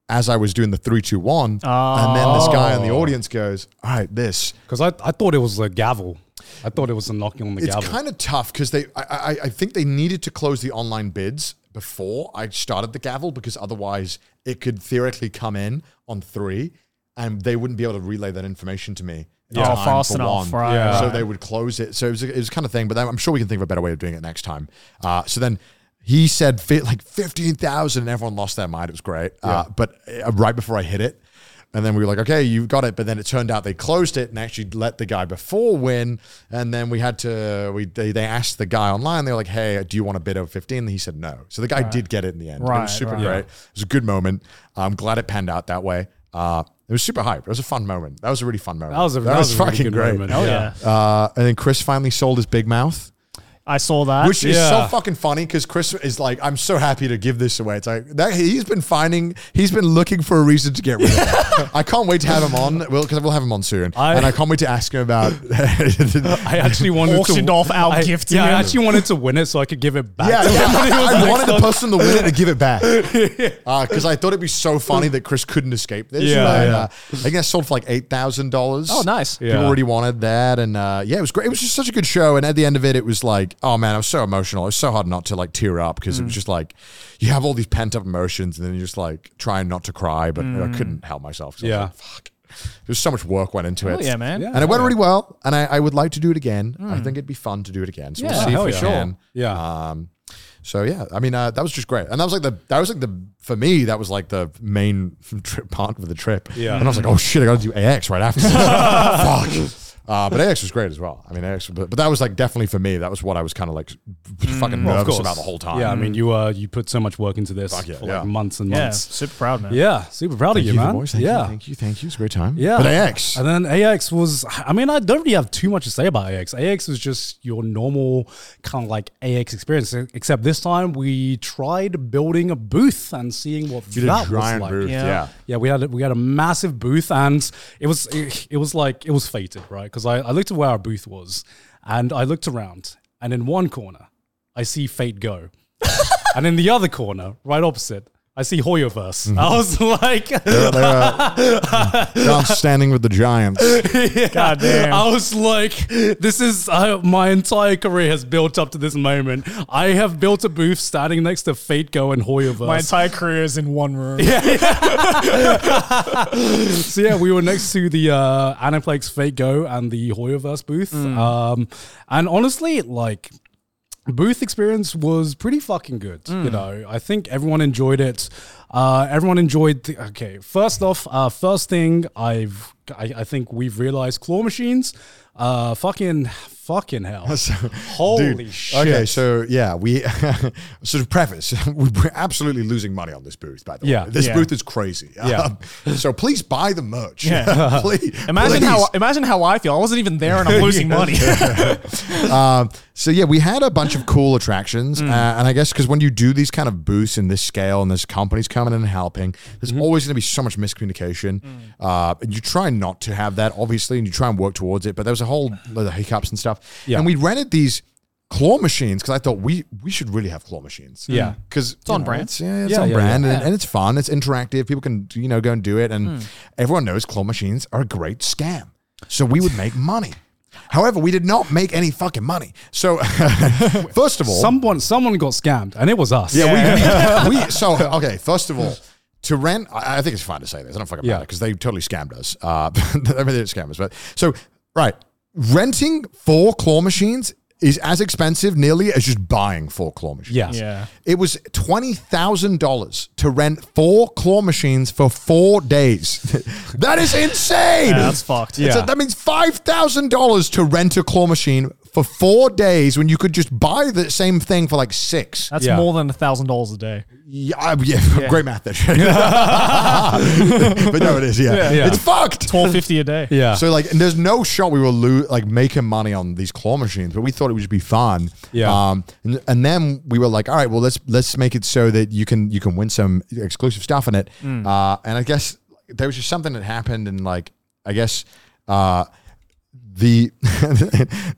S2: as I was doing the three two one, and then this guy in the
S3: Oh.
S2: audience goes, "All right, this."
S1: because I, I thought it was a gavel. I thought it was a knocking on the
S2: It's
S1: gavel.
S2: kind of tough because they I, I I think they needed to close the online bids before I started the gavel because otherwise it could theoretically come in on three and they wouldn't be able to relay that information to me
S3: oh,
S2: time
S3: fast
S2: for
S3: enough.
S2: one.
S3: Right.
S1: Yeah.
S2: So they would close it. So it was, it was kind of thing, but then I'm sure we can think of a better way of doing it next time. Uh, so then he said fi- like 15,000 and everyone lost their mind. It was great. Uh, but uh, right before I hit it, and then we were like, okay, you've got it. But then it turned out they closed it and actually let the guy before win. And then we had to, we they, they asked the guy online, they were like, hey, do you want a bid of 15? And he said no. So the guy did get it in the end. it
S3: Right,
S2: was super
S3: right.
S2: great. It was a good moment. I'm glad it panned out that way. Uh, it was super hype. It was a fun moment. That was a really fun moment.
S1: That was a, that was a really good moment.
S3: Oh, yeah.
S2: Uh, and then Chris finally sold his big mouth,
S3: I saw that.
S2: which is
S1: yeah.
S2: so fucking funny because Chris is like, I'm so happy to give this away. It's like that he's been finding, he's been looking for a reason to get rid of it. I can't wait to have him on. Well, because we'll have him on soon,
S1: I-
S2: and I can't wait to ask him about.
S1: I actually wanted
S3: Auctioned
S1: to
S3: off our
S1: I,
S3: gift to
S1: Yeah, I
S3: him.
S1: actually wanted to win it so I could give it back.
S2: Yeah,
S1: to
S2: yeah.
S1: somebody who was
S2: I
S1: next
S2: wanted the
S1: on.
S2: person to win it to give it back because I thought it'd be so funny that Chris couldn't escape this.
S1: Yeah,
S2: but,
S1: yeah.
S2: Uh, I think that sold for like eight thousand dollars.
S3: Oh, nice.
S2: People
S1: Yeah.
S2: already wanted that, and uh, yeah, it was great. It was just such a good show, and at the end of it, it was like, oh man, I was so emotional. It was so hard not to like tear up because it
S1: Mm.
S2: was just like you have all these pent up emotions, and then you're just like trying not to cry, but I couldn't help myself. So I was
S1: Mm. Yeah. Oh,
S2: like, fuck. There's so much work went into it.
S3: Hell yeah, man.
S2: And it went really well, and I, I would like to do it again. I think it'd be fun to do it again. So
S3: Yeah.
S2: we'll see
S1: Oh,
S2: if we
S1: Hmm. sure.
S2: can.
S1: Yeah.
S2: Um, so yeah, I mean uh, that was just great, and that was like the that was like the for me that was like the main trip part of the trip.
S1: Yeah.
S2: and I was like, oh shit, I got to do AX right after. this. Fuck. Uh, but AX was great as well. I mean, AX, but, but that was like definitely for me. That was what I was kind of like fucking
S1: Hmm. Well,
S2: nervous about the whole time.
S1: Yeah, I mean, you uh, you put so much work into this
S2: yeah,
S1: for
S2: yeah.
S1: like months and
S3: Mm. Yeah,
S1: months.
S3: super proud, man.
S1: Yeah, super proud
S2: thank
S1: of you,
S2: you,
S1: man.
S2: the boys. Thank
S1: yeah.
S2: you, thank you, thank you. It was a great time.
S1: Yeah.
S2: but AX.
S1: And then AX was, I mean, I don't really have too much to say about AX. AX was just your normal kind of like AX experience, except this time we tried building a booth and seeing what
S2: Did a
S1: that was
S2: giant
S1: like.
S2: booth,
S3: Yeah.
S2: yeah.
S1: Yeah, we had a, we had a massive booth, and it was it, was like it was fated, right? Because I, I looked at where our booth was, and I looked around, and in one corner, I see Fate Go, and in the other corner, right opposite, I see Hoyoverse. I
S2: Mm-hmm.
S1: was like,
S2: They're, they're, uh, they're on standing with the giants.
S3: God damn.
S1: I was like, this is uh, my entire career has built up to this moment. I have built a booth standing next to Fate Go and Hoyoverse.
S3: My entire career is in one room.
S1: so yeah, we were next to the uh, Aniplex Fake Go and the Hoyoverse booth. Um, and honestly, like booth experience was pretty fucking good. You know, I think everyone enjoyed it. Uh, everyone enjoyed. The, okay, first off, uh, first thing I've I, I think we've realized claw machines. Uh, fucking fucking hell. Holy
S2: Dude,
S1: shit.
S2: Okay, so yeah, we sort of preface we're absolutely losing money on this booth. By the way,
S1: Yeah,
S2: this
S3: yeah.
S2: booth is crazy.
S1: Yeah.
S2: Um, so please buy the merch.
S3: Yeah.
S2: please,
S3: Imagine
S2: Uh, please.
S3: how imagine how I feel. I wasn't even there and I'm losing money.
S2: Um, so yeah, we had a bunch of cool attractions,
S1: Mm.
S2: uh, and I guess because when you do these kind of booths in this scale, and there's companies coming in and helping, there's
S1: Mm-hmm.
S2: always going to be so much
S1: Mm.
S2: miscommunication. Uh, and you try not to have that, obviously, and you try and work towards it. But there was a whole lot of hiccups and stuff.
S1: Yeah.
S2: And we rented these claw machines because I thought we we should really have claw machines.
S1: Yeah.
S2: because it's
S3: on brand.
S2: It's, yeah, it's
S1: Yeah,
S2: on
S1: yeah, Hmm.
S2: brand, And, and it's fun. It's interactive. People can you know go and do it, and everyone knows claw machines are a great scam. So we would make money. However, we did not make any fucking money. So, first of all,
S1: Someone someone got scammed, and it was us.
S2: yeah, we, we, we so okay. First of all, to rent, I, I think it's fine to say this. I don't fucking
S1: Yeah.
S2: matter because they totally scammed us. Uh, I mean, they didn't scam us, but so right, renting four claw machines is as expensive nearly as just buying four claw machines.
S1: Yeah.
S3: Yeah.
S2: It was twenty thousand dollars to rent four claw machines for four days. that is insane.
S3: Yeah, that's fucked.
S2: It's a-
S1: Yeah.
S2: that means five thousand dollars to rent a claw machine for four days when you could just buy the same thing for like six.
S3: That's
S1: Yeah.
S3: more than a thousand dollars a day.
S2: Yeah, I- yeah, great math there. but no, it is. Yeah,
S1: yeah.
S2: it's fucked.
S3: Twelve fifty a day.
S1: Yeah.
S2: So like, and there's no shot we were lo- like making money on these claw machines, but we thought it would just be fun.
S1: Yeah.
S2: Um, and, and then we were like, all right, well let's let's make it so that you can you can win some exclusive stuff in it.
S1: Mm.
S2: Uh, and I guess there was just something that happened, and like I guess. Uh, the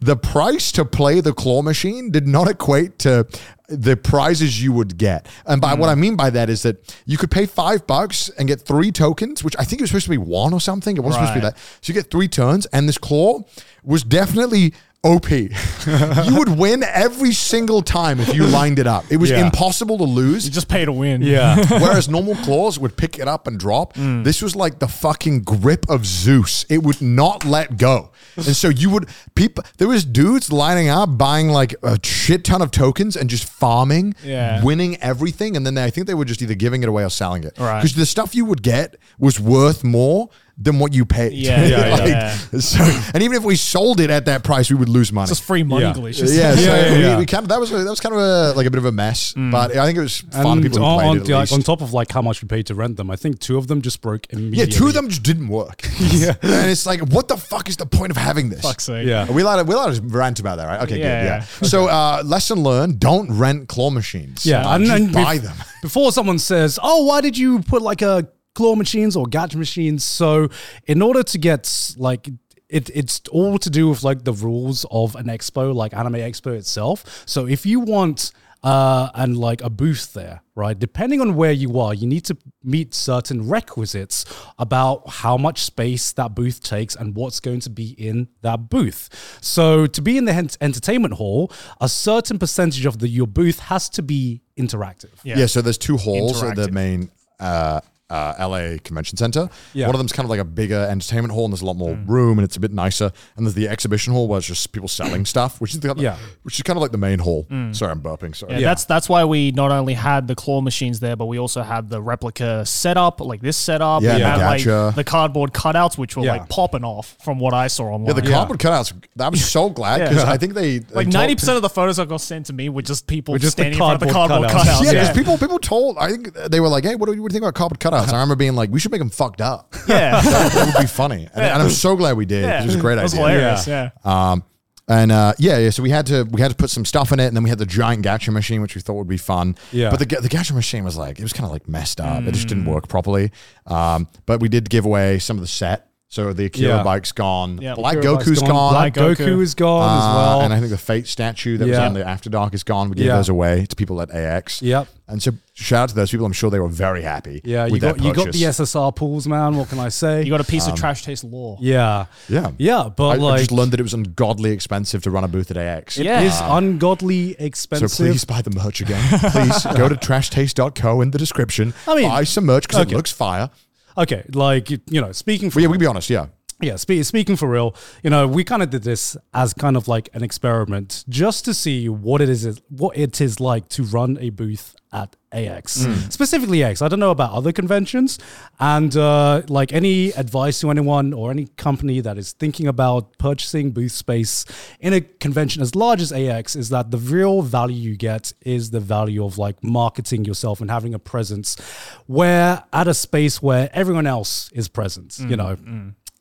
S2: the price to play the claw machine did not equate to the prizes you would get. And
S1: Mm.
S2: by what I mean by that is that you could pay five bucks and get three tokens, which I think it was supposed to be one or something. It wasn't supposed to be
S3: Right.
S2: that. So you get three turns, and this claw was definitely OP. you would win every single time if you lined it up. It was
S1: Yeah.
S2: impossible to
S3: You
S2: lose.
S3: just pay to win.
S1: Yeah.
S2: Whereas normal claws would pick it up and drop.
S3: Mm.
S2: This was like the fucking grip of Zeus. It would not let go. And so you would people there was dudes lining up buying like a shit ton of tokens and just farming,
S3: Yeah.
S2: winning everything. And then they, I think they were just either giving it away or selling it.
S3: Right.
S2: Because the stuff you would get was worth more than what you paid.
S3: Yeah, yeah, yeah.
S2: So, and even if we sold it at that price, we would lose money.
S3: It's just free money
S1: Yeah.
S3: glitch.
S2: Yeah, so
S1: Yeah, yeah,
S2: we,
S1: yeah.
S2: we kind of, that was that was kind of a like a bit of a mess,
S3: Mm.
S2: but I think it was fun.
S1: And
S2: people who
S1: on,
S2: played
S1: on-
S2: it at
S1: like,
S2: least.
S1: on top of like how much we paid to rent them, I think two of them just broke
S2: yeah,
S1: immediately.
S2: two of them just didn't work. yeah, and it's like, what the fuck is the point of having this?
S3: Fuck's sake.
S1: Yeah.
S2: Are we allowed to, we allowed to rant about that, right? Okay,
S3: Yeah,
S2: good. Yeah.
S3: yeah.
S2: So, uh, lesson learned: don't rent claw machines.
S1: Yeah,
S2: and
S1: and- and
S2: buy
S1: bef-
S2: them.
S1: Before someone says, "Oh, why did you put like a claw machines or gadget machines?" So, in order to get s- like it, it's all to do with like the rules of an expo, like Anime Expo itself. So, if you want uh and like a booth there, right? Depending on where you are, you need to meet certain requisites about how much space that booth takes and what's going to be in that booth. So, to be in the hen- entertainment hall, a certain percentage of the your booth has to be interactive.
S2: Yeah. so there's two halls at the
S3: Interactive.
S2: main uh, uh, LA Convention Center.
S1: Yeah.
S2: One of them's kind of like a bigger entertainment hall, and there's a lot more room, and it's a bit nicer. And there's the exhibition hall where it's just people selling stuff, which is the,
S1: Yeah.
S2: which is kind of like the main hall. Sorry, I'm burping. Sorry.
S3: Yeah, That's that's why we not only had the claw machines there, but we also had the replica setup, like this setup.
S2: Yeah,
S3: we
S2: the
S3: had
S2: gacha.
S3: like the cardboard cutouts, which were
S1: Yeah.
S3: like popping off from what I saw
S2: Yeah,
S3: online.
S2: the cardboard cutouts. I'm so glad because I think they
S3: like
S2: they told-
S3: ninety percent of the photos I got sent to me were just people
S1: just the
S3: standing in front of the
S1: cardboard
S3: cardboard
S1: cutouts.
S3: cutouts. Yeah,
S2: Yeah, because
S3: yeah.
S2: people people told. I think they were like, "Hey, what do you what do you think about cardboard cutouts?" And I remember being like, "We should make them fucked up. that would be funny." And, and I'm so glad we did. 'cause It was a great
S3: It was
S2: idea.
S3: hilarious. Yeah.
S2: Um, and uh, yeah, yeah. So we had to we had to put some stuff in it, and then we had the giant gacha machine, which we thought would be fun.
S1: Yeah.
S2: But the ga- the gacha machine was like it was kind of like messed up. It just didn't work properly. Um, but we did give away some of the set. So the Akira
S1: Yeah.
S2: bike's gone.
S3: Yeah,
S2: Black
S1: Goku's
S2: Goku's gone.
S1: Black
S3: Black
S1: Goku,
S3: Goku.
S1: is gone as
S2: Uh,
S1: well.
S2: And I think the Fate statue that was
S1: Yeah.
S2: on the After Dark is gone. We gave
S1: Yeah.
S2: those away to people at AX.
S1: Yep.
S2: And so shout out to those people. I'm sure they were very happy.
S1: yeah, you
S2: with
S1: got
S2: that
S1: you got
S2: purchase.
S1: the SSR pools, man. What can I say?
S3: You got a piece of trash taste law.
S1: yeah,
S2: Yeah.
S1: yeah, but
S2: I, I
S1: like
S2: just learned that it was ungodly expensive to run a booth at AX.
S3: Yeah.
S1: it's ungodly
S2: So
S1: expensive.
S2: please buy the merch again. Please go to trashtaste.co in the description.
S1: I mean-
S2: buy some merch because
S1: Okay.
S2: it looks fire.
S1: okay, like you you know, speaking for
S2: But yeah, we can be honest. Yeah.
S1: yeah, spe- speaking for real, you know, we kind of did this as kind of like an experiment just to see what it is what it is like to run a booth at AX. Specifically AX. I don't know about other conventions and uh, like any advice to anyone or any company that is thinking about purchasing booth space in a convention as large as AX is that the real value you get is the value of like marketing yourself and having a presence where at a space where everyone else is present, you know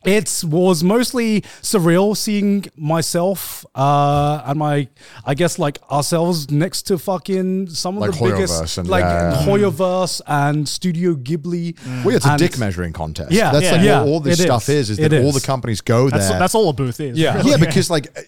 S1: it was mostly surreal seeing myself uh, and my, I guess, like ourselves next to fucking some of
S2: Like
S1: the biggest,
S2: Hoyoverse and-
S1: like
S2: yeah, yeah.
S1: Hoyoverse and Studio Ghibli.
S2: Well, yeah, it's a
S1: And-
S2: dick measuring contest.
S1: Yeah,
S2: That's
S1: yeah.
S2: like
S1: Yeah,
S2: all, all this
S1: it
S2: stuff
S1: is.
S2: is, is
S1: It
S2: that all
S1: is.
S2: the companies go
S3: That's
S2: there.
S3: that's all a booth is.
S1: Yeah.
S3: really.
S2: yeah, because like uh,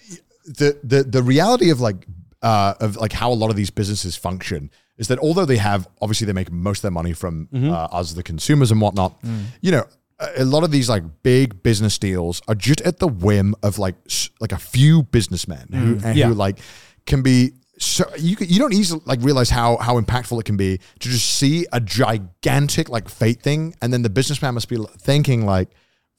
S2: the the the reality of like uh, of like how a lot of these businesses function is that although they have obviously they make most of their money from
S1: Mm-hmm.
S2: uh, us the consumers and whatnot,
S1: Mm.
S2: you know. a- A lot of these like big business deals are just at the whim of like s- like a few businessmen who and
S1: Mm. Yeah.
S2: who like can be so you c- you don't easily like realize how how impactful it can be to just see a gigantic like fate thing and then the businessman must be l- thinking like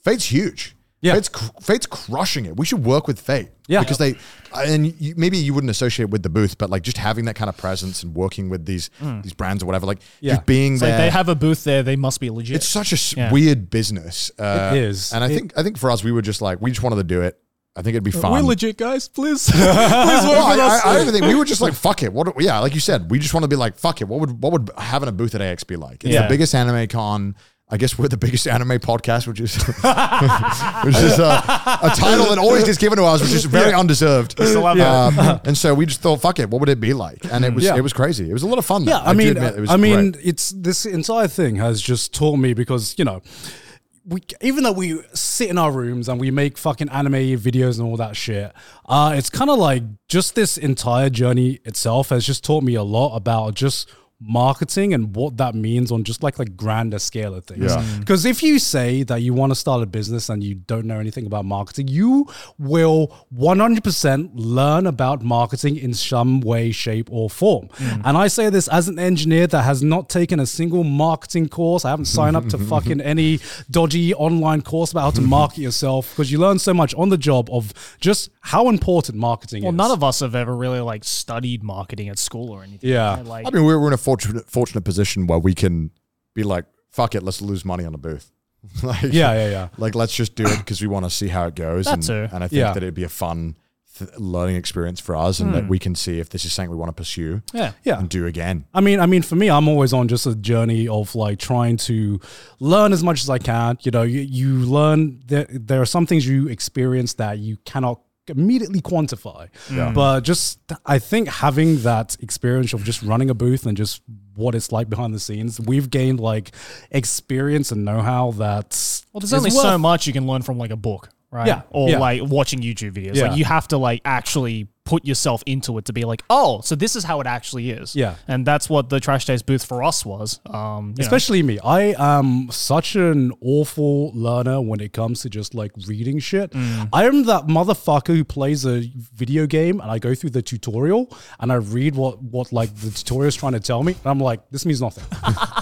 S2: fate's huge
S1: Yeah.
S2: fate's cr- fate's crushing it we should work with fate
S1: Yeah.
S2: because they and you, maybe you wouldn't associate with the booth but like just having that kind of presence and working with these these brands or whatever like
S1: Mm. Yeah.
S2: just being
S3: It's
S2: there
S3: like they have a booth there. They must be legit.
S2: it's such a s-
S3: Yeah.
S2: weird business uh,
S1: It is.
S2: and i
S1: It-
S2: think i think for us we were just like we just wanted to do it i think it'd be fun
S3: legit, guys. Please, please work with
S2: well, I, I, I don't even think we were just like fuck it. What? do- Yeah, like you said, we just want to be like fuck it. What would what would having a booth at AX be like? It's
S3: Yeah.
S2: the biggest anime con. I guess we're the biggest anime podcast, which is which is uh, a title that always gets given to us, which is very undeserved.
S3: Still love
S2: Um, and so we just thought, fuck it. What would it be like? And it was
S1: Yeah.
S2: it was crazy. It was a lot of fun. though.
S1: Yeah, I,
S2: do
S1: mean,
S2: admit it was
S1: I mean,
S2: great.
S1: it's this entire thing has just taught me because you know, we even though we sit in our rooms and we make fucking anime videos and all that shit, uh, it's kind of like just this entire journey itself has just taught me a lot about just marketing and what that means on just like like grander scale of things.
S2: Yeah.
S1: Because if you say that you want to start a business and you don't know anything about marketing, you will 100% learn about marketing in some way, shape, or form.
S3: Mm.
S1: And I say this as an engineer that has not taken a single marketing course. I haven't signed up to fucking any dodgy online course about how to market yourself because you learn so much on the job of just how important marketing
S3: Well,
S1: is.
S3: none of us have ever really like studied marketing at school or anything.
S1: Yeah.
S3: right? Like,
S2: I mean, we're, we're in a fortunate fortunate position where we can be like, fuck it, let's lose money on a booth. like,
S1: Yeah, yeah, yeah.
S2: Like, let's just do it because we want to see how it goes.
S3: That
S2: and,
S3: too.
S2: and I think
S1: Yeah. Hmm.
S2: that it'd be a fun th- learning experience for us and that we can see if this is something we want to pursue
S3: yeah.
S1: Yeah.
S2: and do again.
S1: I mean, I mean, for me, I'm always on just a journey of like trying to learn as much as I can. You know, you, you learn that there are some things you experience that you cannot immediately quantify. But just, I think having that experience of just running a booth and just what it's like behind the scenes, we've gained like experience and know how that's.
S3: Well, there's
S1: is
S3: only
S1: worth-
S3: so much you can learn from like a book, right?
S1: Yeah,
S3: Or
S1: yeah.
S3: like watching YouTube videos.
S1: Yeah.
S3: Like you have to like actually put yourself into it to be like, oh, so this is how it actually is.
S1: Yeah.
S3: And that's what the Trash Days booth for us was. Um, you know,
S1: Especially me. I am such an awful learner when it comes to just like reading shit.
S3: Mm.
S1: I am that motherfucker who plays a video game and I go through the tutorial and I read what what like the tutorial's trying to tell me. And I'm like, this means nothing.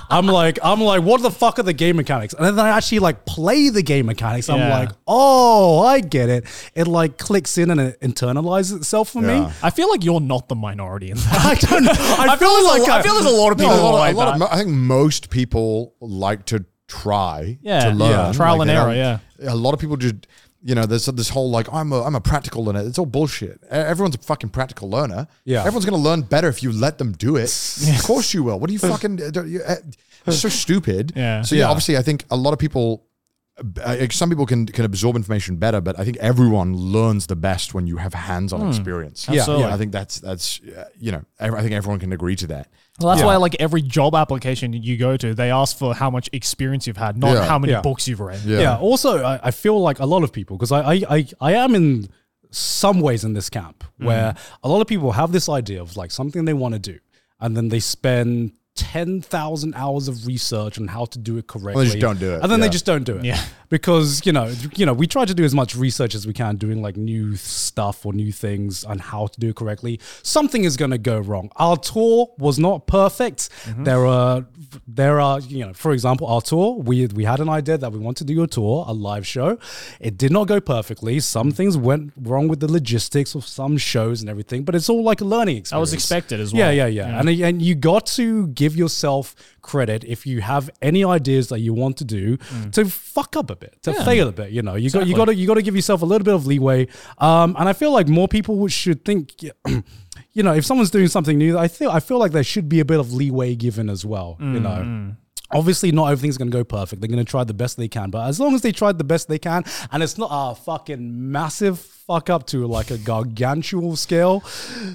S1: I'm like, I'm like, what the fuck are the game mechanics? And then I actually like play the game mechanics. I'm
S3: Yeah.
S1: like, oh, I get it. It like clicks in and it internalizes itself for me.
S2: Yeah.
S3: I feel like you're not the minority in that.
S1: I don't know. I, feel
S3: there's
S1: like
S3: a, I feel there's a lot of people
S2: a lot of-
S3: like
S2: a lot of
S3: that.
S2: mo- I think most people like to try
S3: Yeah,
S2: to learn.
S3: yeah. Trial
S2: Like,
S3: and
S2: they
S3: error,
S2: don't- A lot of people just, you know, there's this whole like, I'm a, I'm a practical learner. It's all bullshit. E- Everyone's a fucking practical learner.
S1: Yeah.
S2: Everyone's going to learn better if you let them do it. Of course you will. What do you fucking, don't you- eh, it's so stupid.
S3: Yeah.
S2: So yeah,
S1: Yeah.
S2: obviously I think a lot of people, uh, some people can, can absorb information better, but I think everyone learns the best when you have hands-on experience.
S1: Yeah,
S3: Hmm. Absolutely.
S2: I think that's that's uh, you know ev- I think everyone can agree to that.
S3: Well, that's
S1: Yeah.
S3: why like every job application you go to, they ask for how much experience you've had, not
S2: Yeah.
S3: how many
S1: Yeah.
S3: books you've read.
S1: Yeah. Also, I, I feel like a lot of people because I, I I I am in some ways in this camp where
S2: Mm.
S1: a lot of people have this idea of like something they want to do, and then they spend ten thousand hours of research on how to do it correctly.
S2: don't do it.
S1: and then they
S2: Yeah.
S1: just don't do it.
S3: Yeah.
S1: Because you know you know we try to do as much research as we can doing like new stuff or new things on how to do it correctly. Something is going to go wrong. Our tour was not perfect.
S3: Mm-hmm.
S1: There are there are you know for example our tour we we had an idea that we wanted to do a tour a live show. It did not go perfectly.
S3: Mm-hmm.
S1: Some things went wrong with the logistics of some shows and everything, but it's all like a learning experience.
S3: That was expected as well.
S1: Yeah, yeah, yeah. And uh, and you got to give yourself credit if you have any ideas that you want to do to fuck up a bit, to fail a bit. You know, you got you got to you got to give yourself a little bit of leeway. Um, and I feel like more people would- should think. You know, if someone's doing something new, I feel I feel like there should be a bit of leeway given as well. You know, obviously not everything's going to go perfect. They're going to try the best they can, but as long as they tried the best they can, and it's not a fucking massive fuck up to like a gargantual scale,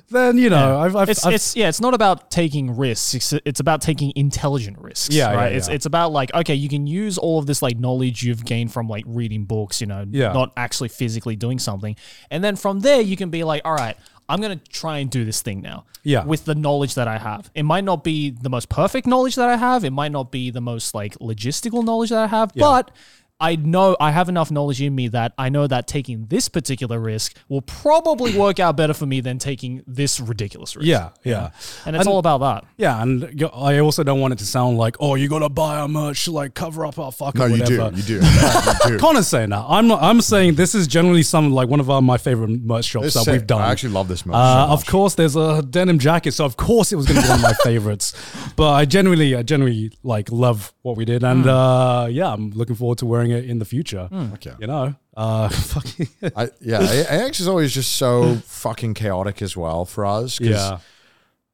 S1: then you know, I've, I've,
S3: it's
S1: I've
S3: it's yeah, it's not about taking risks. It's, it's about taking intelligent risks.
S1: Yeah, yeah,
S3: right. It's
S1: yeah.
S3: it's about like okay, you can use all of this like knowledge you've gained from like reading books, you know,
S1: Yeah.
S3: not actually physically doing something, and then from there you can be like, all right, I'm gonna try and do this thing now.
S1: Yeah.
S3: with the knowledge that I have, it might not be the most perfect knowledge that I have. It might not be the most like logistical knowledge that I have, but. I know I have enough knowledge in me that I know that taking this particular risk will probably work out better for me than taking this ridiculous risk.
S1: Yeah, yeah,
S3: And it's all about that.
S1: yeah. And y- I also don't want it to sound like, oh, you gotta buy our merch, to, like cover up our fucking
S2: No, you
S1: whatever.
S2: do. You do. Oh, you do.
S1: Connor's saying that. I'm not. I'm saying this is generally some like one of our my favorite merch shops
S2: It's
S1: that
S2: sick.
S1: we've done.
S2: I actually love this merch.
S1: Uh,
S2: so
S1: of
S2: much.
S1: course, there's a denim jacket, so of course it was going to be one of my favorites. But I genuinely, I genuinely like love what we did,
S2: Hmm.
S1: and uh, yeah, I'm looking forward to wearing it in the future.
S2: Okay.
S1: you know, uh, fucking
S2: I, yeah, A- AX is always just so fucking chaotic as well for us. 'cause
S1: yeah,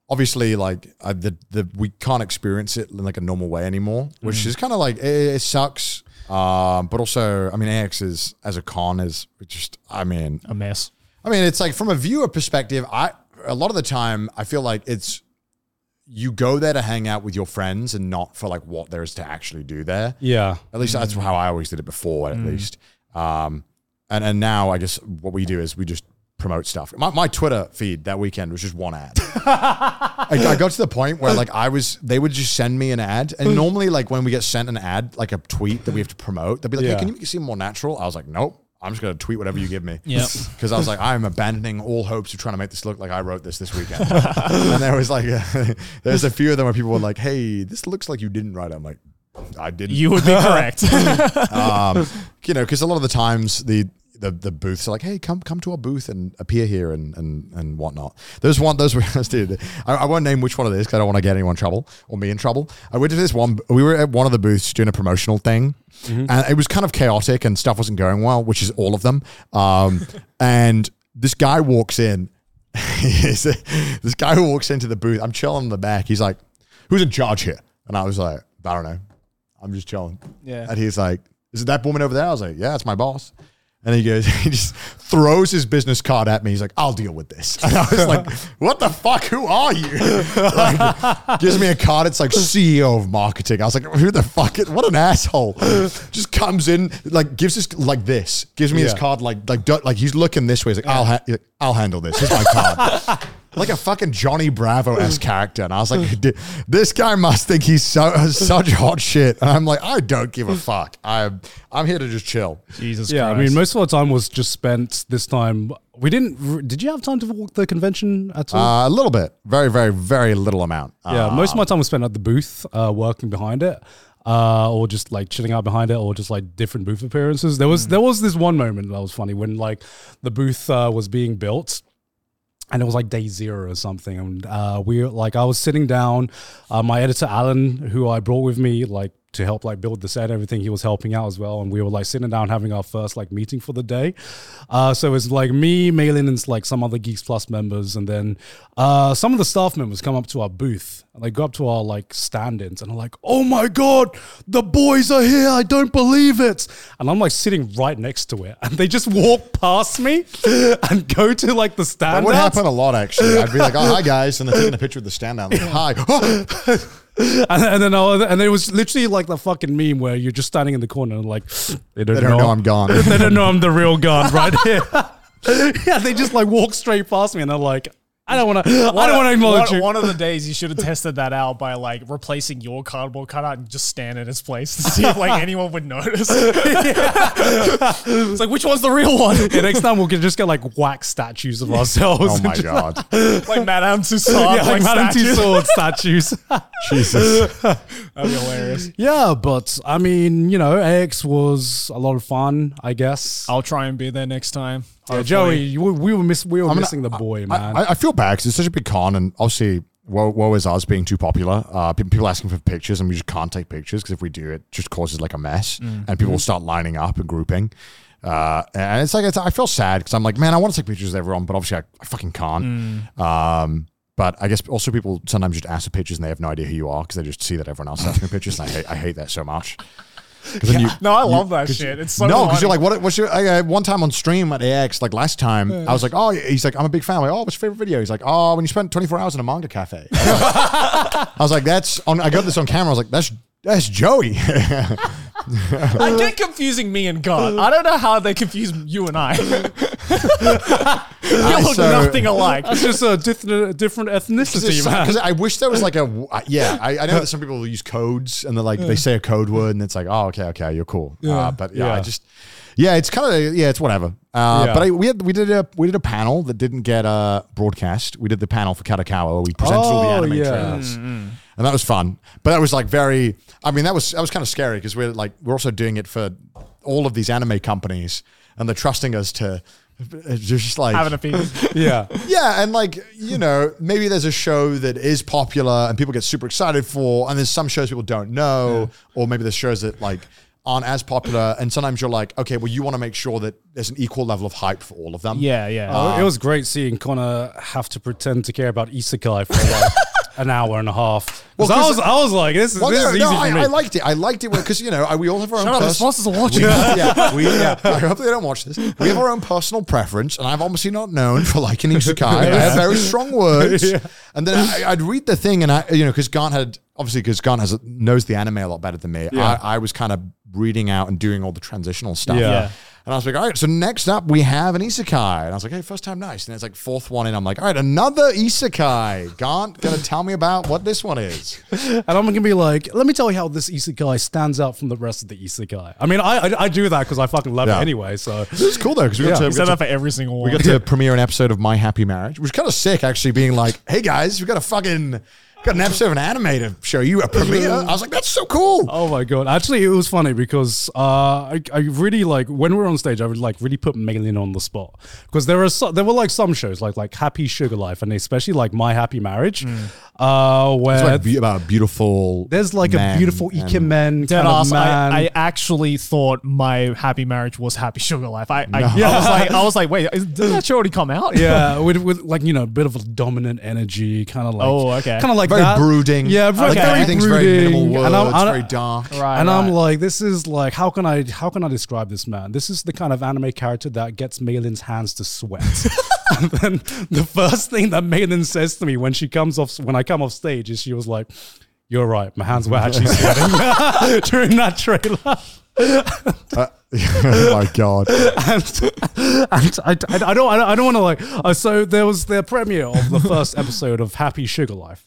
S2: Obviously, like I, the the we can't experience it in like a normal way anymore, which
S1: Mm.
S2: is kind of like it, it sucks. Um, but also, I mean, AX is as a con is just. I mean,
S3: A mess.
S2: I mean, it's like from a viewer perspective, I a lot of the time I feel like it's you go there to hang out with your friends and not for like what there is to actually do there.
S1: yeah,
S2: At least that's how I always did it before, at least. Um, and and now I guess what we do is we just promote stuff. My, my Twitter feed that weekend was just one ad. I, I got to the point where like I was, they would just send me an ad, and normally like when we get sent an ad, like a tweet that we have to promote, they'd be like,
S1: Yeah.
S2: "Hey, can you make it seem more natural?" I was like, "Nope." I'm just gonna tweet whatever you give me,
S3: Yep.
S2: Because I was like, I'm abandoning all hopes of trying to make this look like I wrote this this weekend. and there was like, a, there's a few of them where people were like, "Hey, this looks like you didn't write." it. I'm like, I didn't
S3: You would be correct.
S2: um, you know, because a lot of the times the, the the booths are like, "Hey, come come to our booth and appear here and and and whatnot." There's one, those were dude. I, I won't name which one of these because I don't want to get anyone in trouble or me in trouble. I went to this one. We were at one of the booths doing a promotional thing, and it was kind of chaotic and stuff wasn't going well, which is all of them. Um, and this guy walks in. He's- this guy who walks into the booth, I'm chilling in the back. He's like, "Who's in charge here?" And I was like, "I don't know. I'm just chilling."
S3: Yeah.
S2: And he's like, Is it that woman over there? I was like, Yeah, it's my boss. And he goes, he just throws his business card at me. He's like, I'll deal with this. And I was like, What the fuck? Who are you? Like, gives me a card. It's like CEO of marketing. I was like, Who the fuck? Is, what an asshole. Just comes in, like, gives this, like this, gives me his
S1: Yeah.
S2: card, like, like, du- like he's looking this way. He's like, I'll, ha- he's like, I'll handle this. Here's my card. Like a fucking Johnny Bravo esque character, and I was like, "Dude, "This guy must think he's so such hot shit." And I'm like, "I don't give a fuck. I'm I'm here to just chill."
S3: Jesus
S1: Yeah, I
S3: Christ.
S1: mean, most of our time was just spent this time. We didn't. r- Did you have time to walk the convention at
S3: Ah.
S1: all?
S2: Uh, a little bit, very, very, very little amount. Uh,
S1: yeah, most of my time was spent at the booth, uh, working behind it, uh, or just like chilling out behind it, or just like different booth appearances. There
S3: Hmm.
S1: was there was this one moment that was funny when like the booth uh, was being built. And it was like day zero or something, and uh, we like I was sitting down. Uh, my editor Alan, who I brought with me, like to help like build the set, and everything, he was helping out as well. And we were like sitting down having our first like meeting for the day. Uh, so it's like me, Malin, and like some other Geeks Plus members, and then uh, some of the staff members come up to our booth and they go up to our like stand-ins and are like, "Oh my god, the boys are here! I don't believe it!" And I'm like sitting right next to it, and they just walk past me and go to like the
S2: that
S1: stand.
S2: would happen a lot actually. I'd be like, "Oh hi guys," and they're taking a picture of the standout. Like, hi.
S1: and, and then I'll, and it was literally like the fucking meme where you're just standing in the corner and like they don't,
S2: they don't
S1: know,
S2: know I'm gone.
S1: they don't know I'm the real gun right here. yeah, they just like walk straight past me and they're like, I don't want to. I don't want to acknowledge
S3: one,
S1: you.
S3: One of the days you should have tested that out by like replacing your cardboard cutout and just stand in its place to see if like anyone would notice. It's like which one's the real one?
S1: yeah, next time we'll get, just get like wax statues of ourselves.
S2: oh
S1: and
S2: my
S1: just-
S2: god,
S3: Like Madame Tussauds,
S1: Yeah, like Madame
S3: statues.
S1: Tussauds statues.
S2: Jesus.
S3: That'd be hilarious.
S1: yeah, but I mean, you know, AX was a lot of fun, I guess.
S2: Oh,
S3: I'll try and be there next time.
S1: Yeah, Joey, you, were- we were miss, we were
S2: gonna-
S1: missing the boy, man.
S2: I, I feel bad because it's such a big con, and obviously, woe, woe is us being too popular. Uh, pe- people asking for pictures, and we just can't take pictures because if we do, it just causes like a mess,
S1: Mm.
S2: and people will start lining up and grouping. Uh, and it's like it's, I feel sad because I'm like, man, I want to take pictures with everyone, but obviously, I, I fucking can't.
S1: Mm.
S2: Um, but I guess also people sometimes just ask for pictures and they have no idea who you are because they just see that everyone else is asking for pictures, and I hate, I hate that so much. 'Cause then you-
S3: No, I love that shit. It's so
S2: no,
S3: funny.
S2: because you're like, what? What's your? I, I, one time on stream at AX, like last time, I was like, oh, he's like, I'm a big fan. I'm like, oh, what's your favorite video? He's like, oh, when you spent 24 hours in a manga cafe. I was like, I was like, that's on. I got this on camera. I was like, that's that's Joey.
S3: I get confusing me and God. I don't know how they confuse you and I. we look
S2: so-
S3: nothing alike.
S1: That's just a different, different ethnicity, man.
S2: Because I wish there was like a w- uh, yeah. I, I know that some people use codes and they're like they say a code word and it's like oh okay okay you're cool. Uh, but yeah, I
S1: Yeah.
S2: just yeah, it's kind of yeah, it's whatever. Uh,
S1: Yeah.
S2: But I, we had we did a we did a panel that didn't get uh, broadcast. We did the panel for Katakawa. where We presented all the
S1: Oh,
S2: anime
S1: yeah.
S2: trailers. And that was fun, but that was like very. I mean, that was that was kind of scary because we're like we're also doing it for all of these anime companies, and they're trusting us to it's just like
S3: Having a feed.
S1: yeah.
S2: yeah, and like, you know, maybe there's a show that is popular and people get super excited for, and there's some shows people don't know, or maybe there's shows that like aren't as popular, and sometimes you're like, okay, well, you want to make sure that there's an equal level of hype for all of them.
S3: Yeah, yeah.
S1: Oh,
S2: Uh,
S1: it was great seeing Connor have to pretend to care about isekai for like an hour and a half.
S2: Well,
S1: 'Cause I
S2: 'cause-
S1: was, I was like, this is,
S2: Well,
S1: this
S2: no,
S1: is easy
S2: no,
S1: for
S2: I,
S1: me.
S2: I liked it. I liked it because you know I, we all have our
S3: Shut
S2: own.
S3: up, the
S2: pers-
S3: sponsors are watching.
S2: We, yeah, we, yeah, I hope they don't watch this. We have our own personal preference, and I'm obviously not known for liking isekai. I have very strong words, and then I, I'd read the thing, and I, you know, because Gant had obviously because Gant has knows the anime a lot better than me. I, I was kind of reading out and doing all the transitional stuff.
S1: Yeah. Yeah.
S2: And I was like, all right, so next up we have an isekai. And I was like, hey, first time nice. And it's like fourth one in. I'm like, all right, another isekai. Gaunt gonna tell me about what this one is.
S1: And I'm gonna be like, let me tell you how this isekai stands out from the rest of the isekai. I mean, I I, I do that because I fucking love
S2: Yeah.
S1: it anyway. So
S2: This is cool though, because we, got to-
S3: He
S2: we
S3: said
S2: got
S3: that
S2: to
S3: for every single
S2: we
S3: one.
S2: got to premiere an episode of My Happy Marriage, which was kind of sick actually, being like, hey guys, we got a fucking got an episode of an anime to show you a premiere. I was like, that's so cool.
S1: Oh my god! Actually, it was funny because uh, I, I really like when we were on stage. I would like really put Megalyn on the spot because there are so, there were like some shows like like Happy Sugar Life and especially like My Happy Marriage,
S2: Mm.
S1: uh,
S2: It's
S1: where
S2: like be- about a beautiful.
S1: there's like a
S2: man
S1: beautiful
S2: and-
S1: ikemen
S3: Dead
S1: kind of
S3: ass,
S1: man.
S3: I, I actually thought my happy marriage was happy sugar life. I, I, I was like, I was like, wait, is, didn't that show already come out?
S1: yeah, with, with like you know a bit of a dominant energy, kind of like
S3: Oh, okay.
S1: kind of like
S2: Very
S1: that.
S2: brooding.
S1: Yeah, very,
S2: Like
S1: very
S2: everything's
S1: brooding.
S2: very minimal words,
S1: and I'm, I don't-
S2: very dark.
S3: Right,
S1: and I'm
S3: right.
S1: like, this is like, how can I how can I describe this man? This is the kind of anime character that gets Malin's hands to sweat. and then the first thing that Malin says to me when she comes off when I come off stage is she was like, "You're right, my hands were actually sweating during that trailer."
S2: Uh, oh my god!
S1: and, and I, I, I don't, I don't, I don't want to like. Uh, so there was the premiere of the first episode of Happy Sugar Life.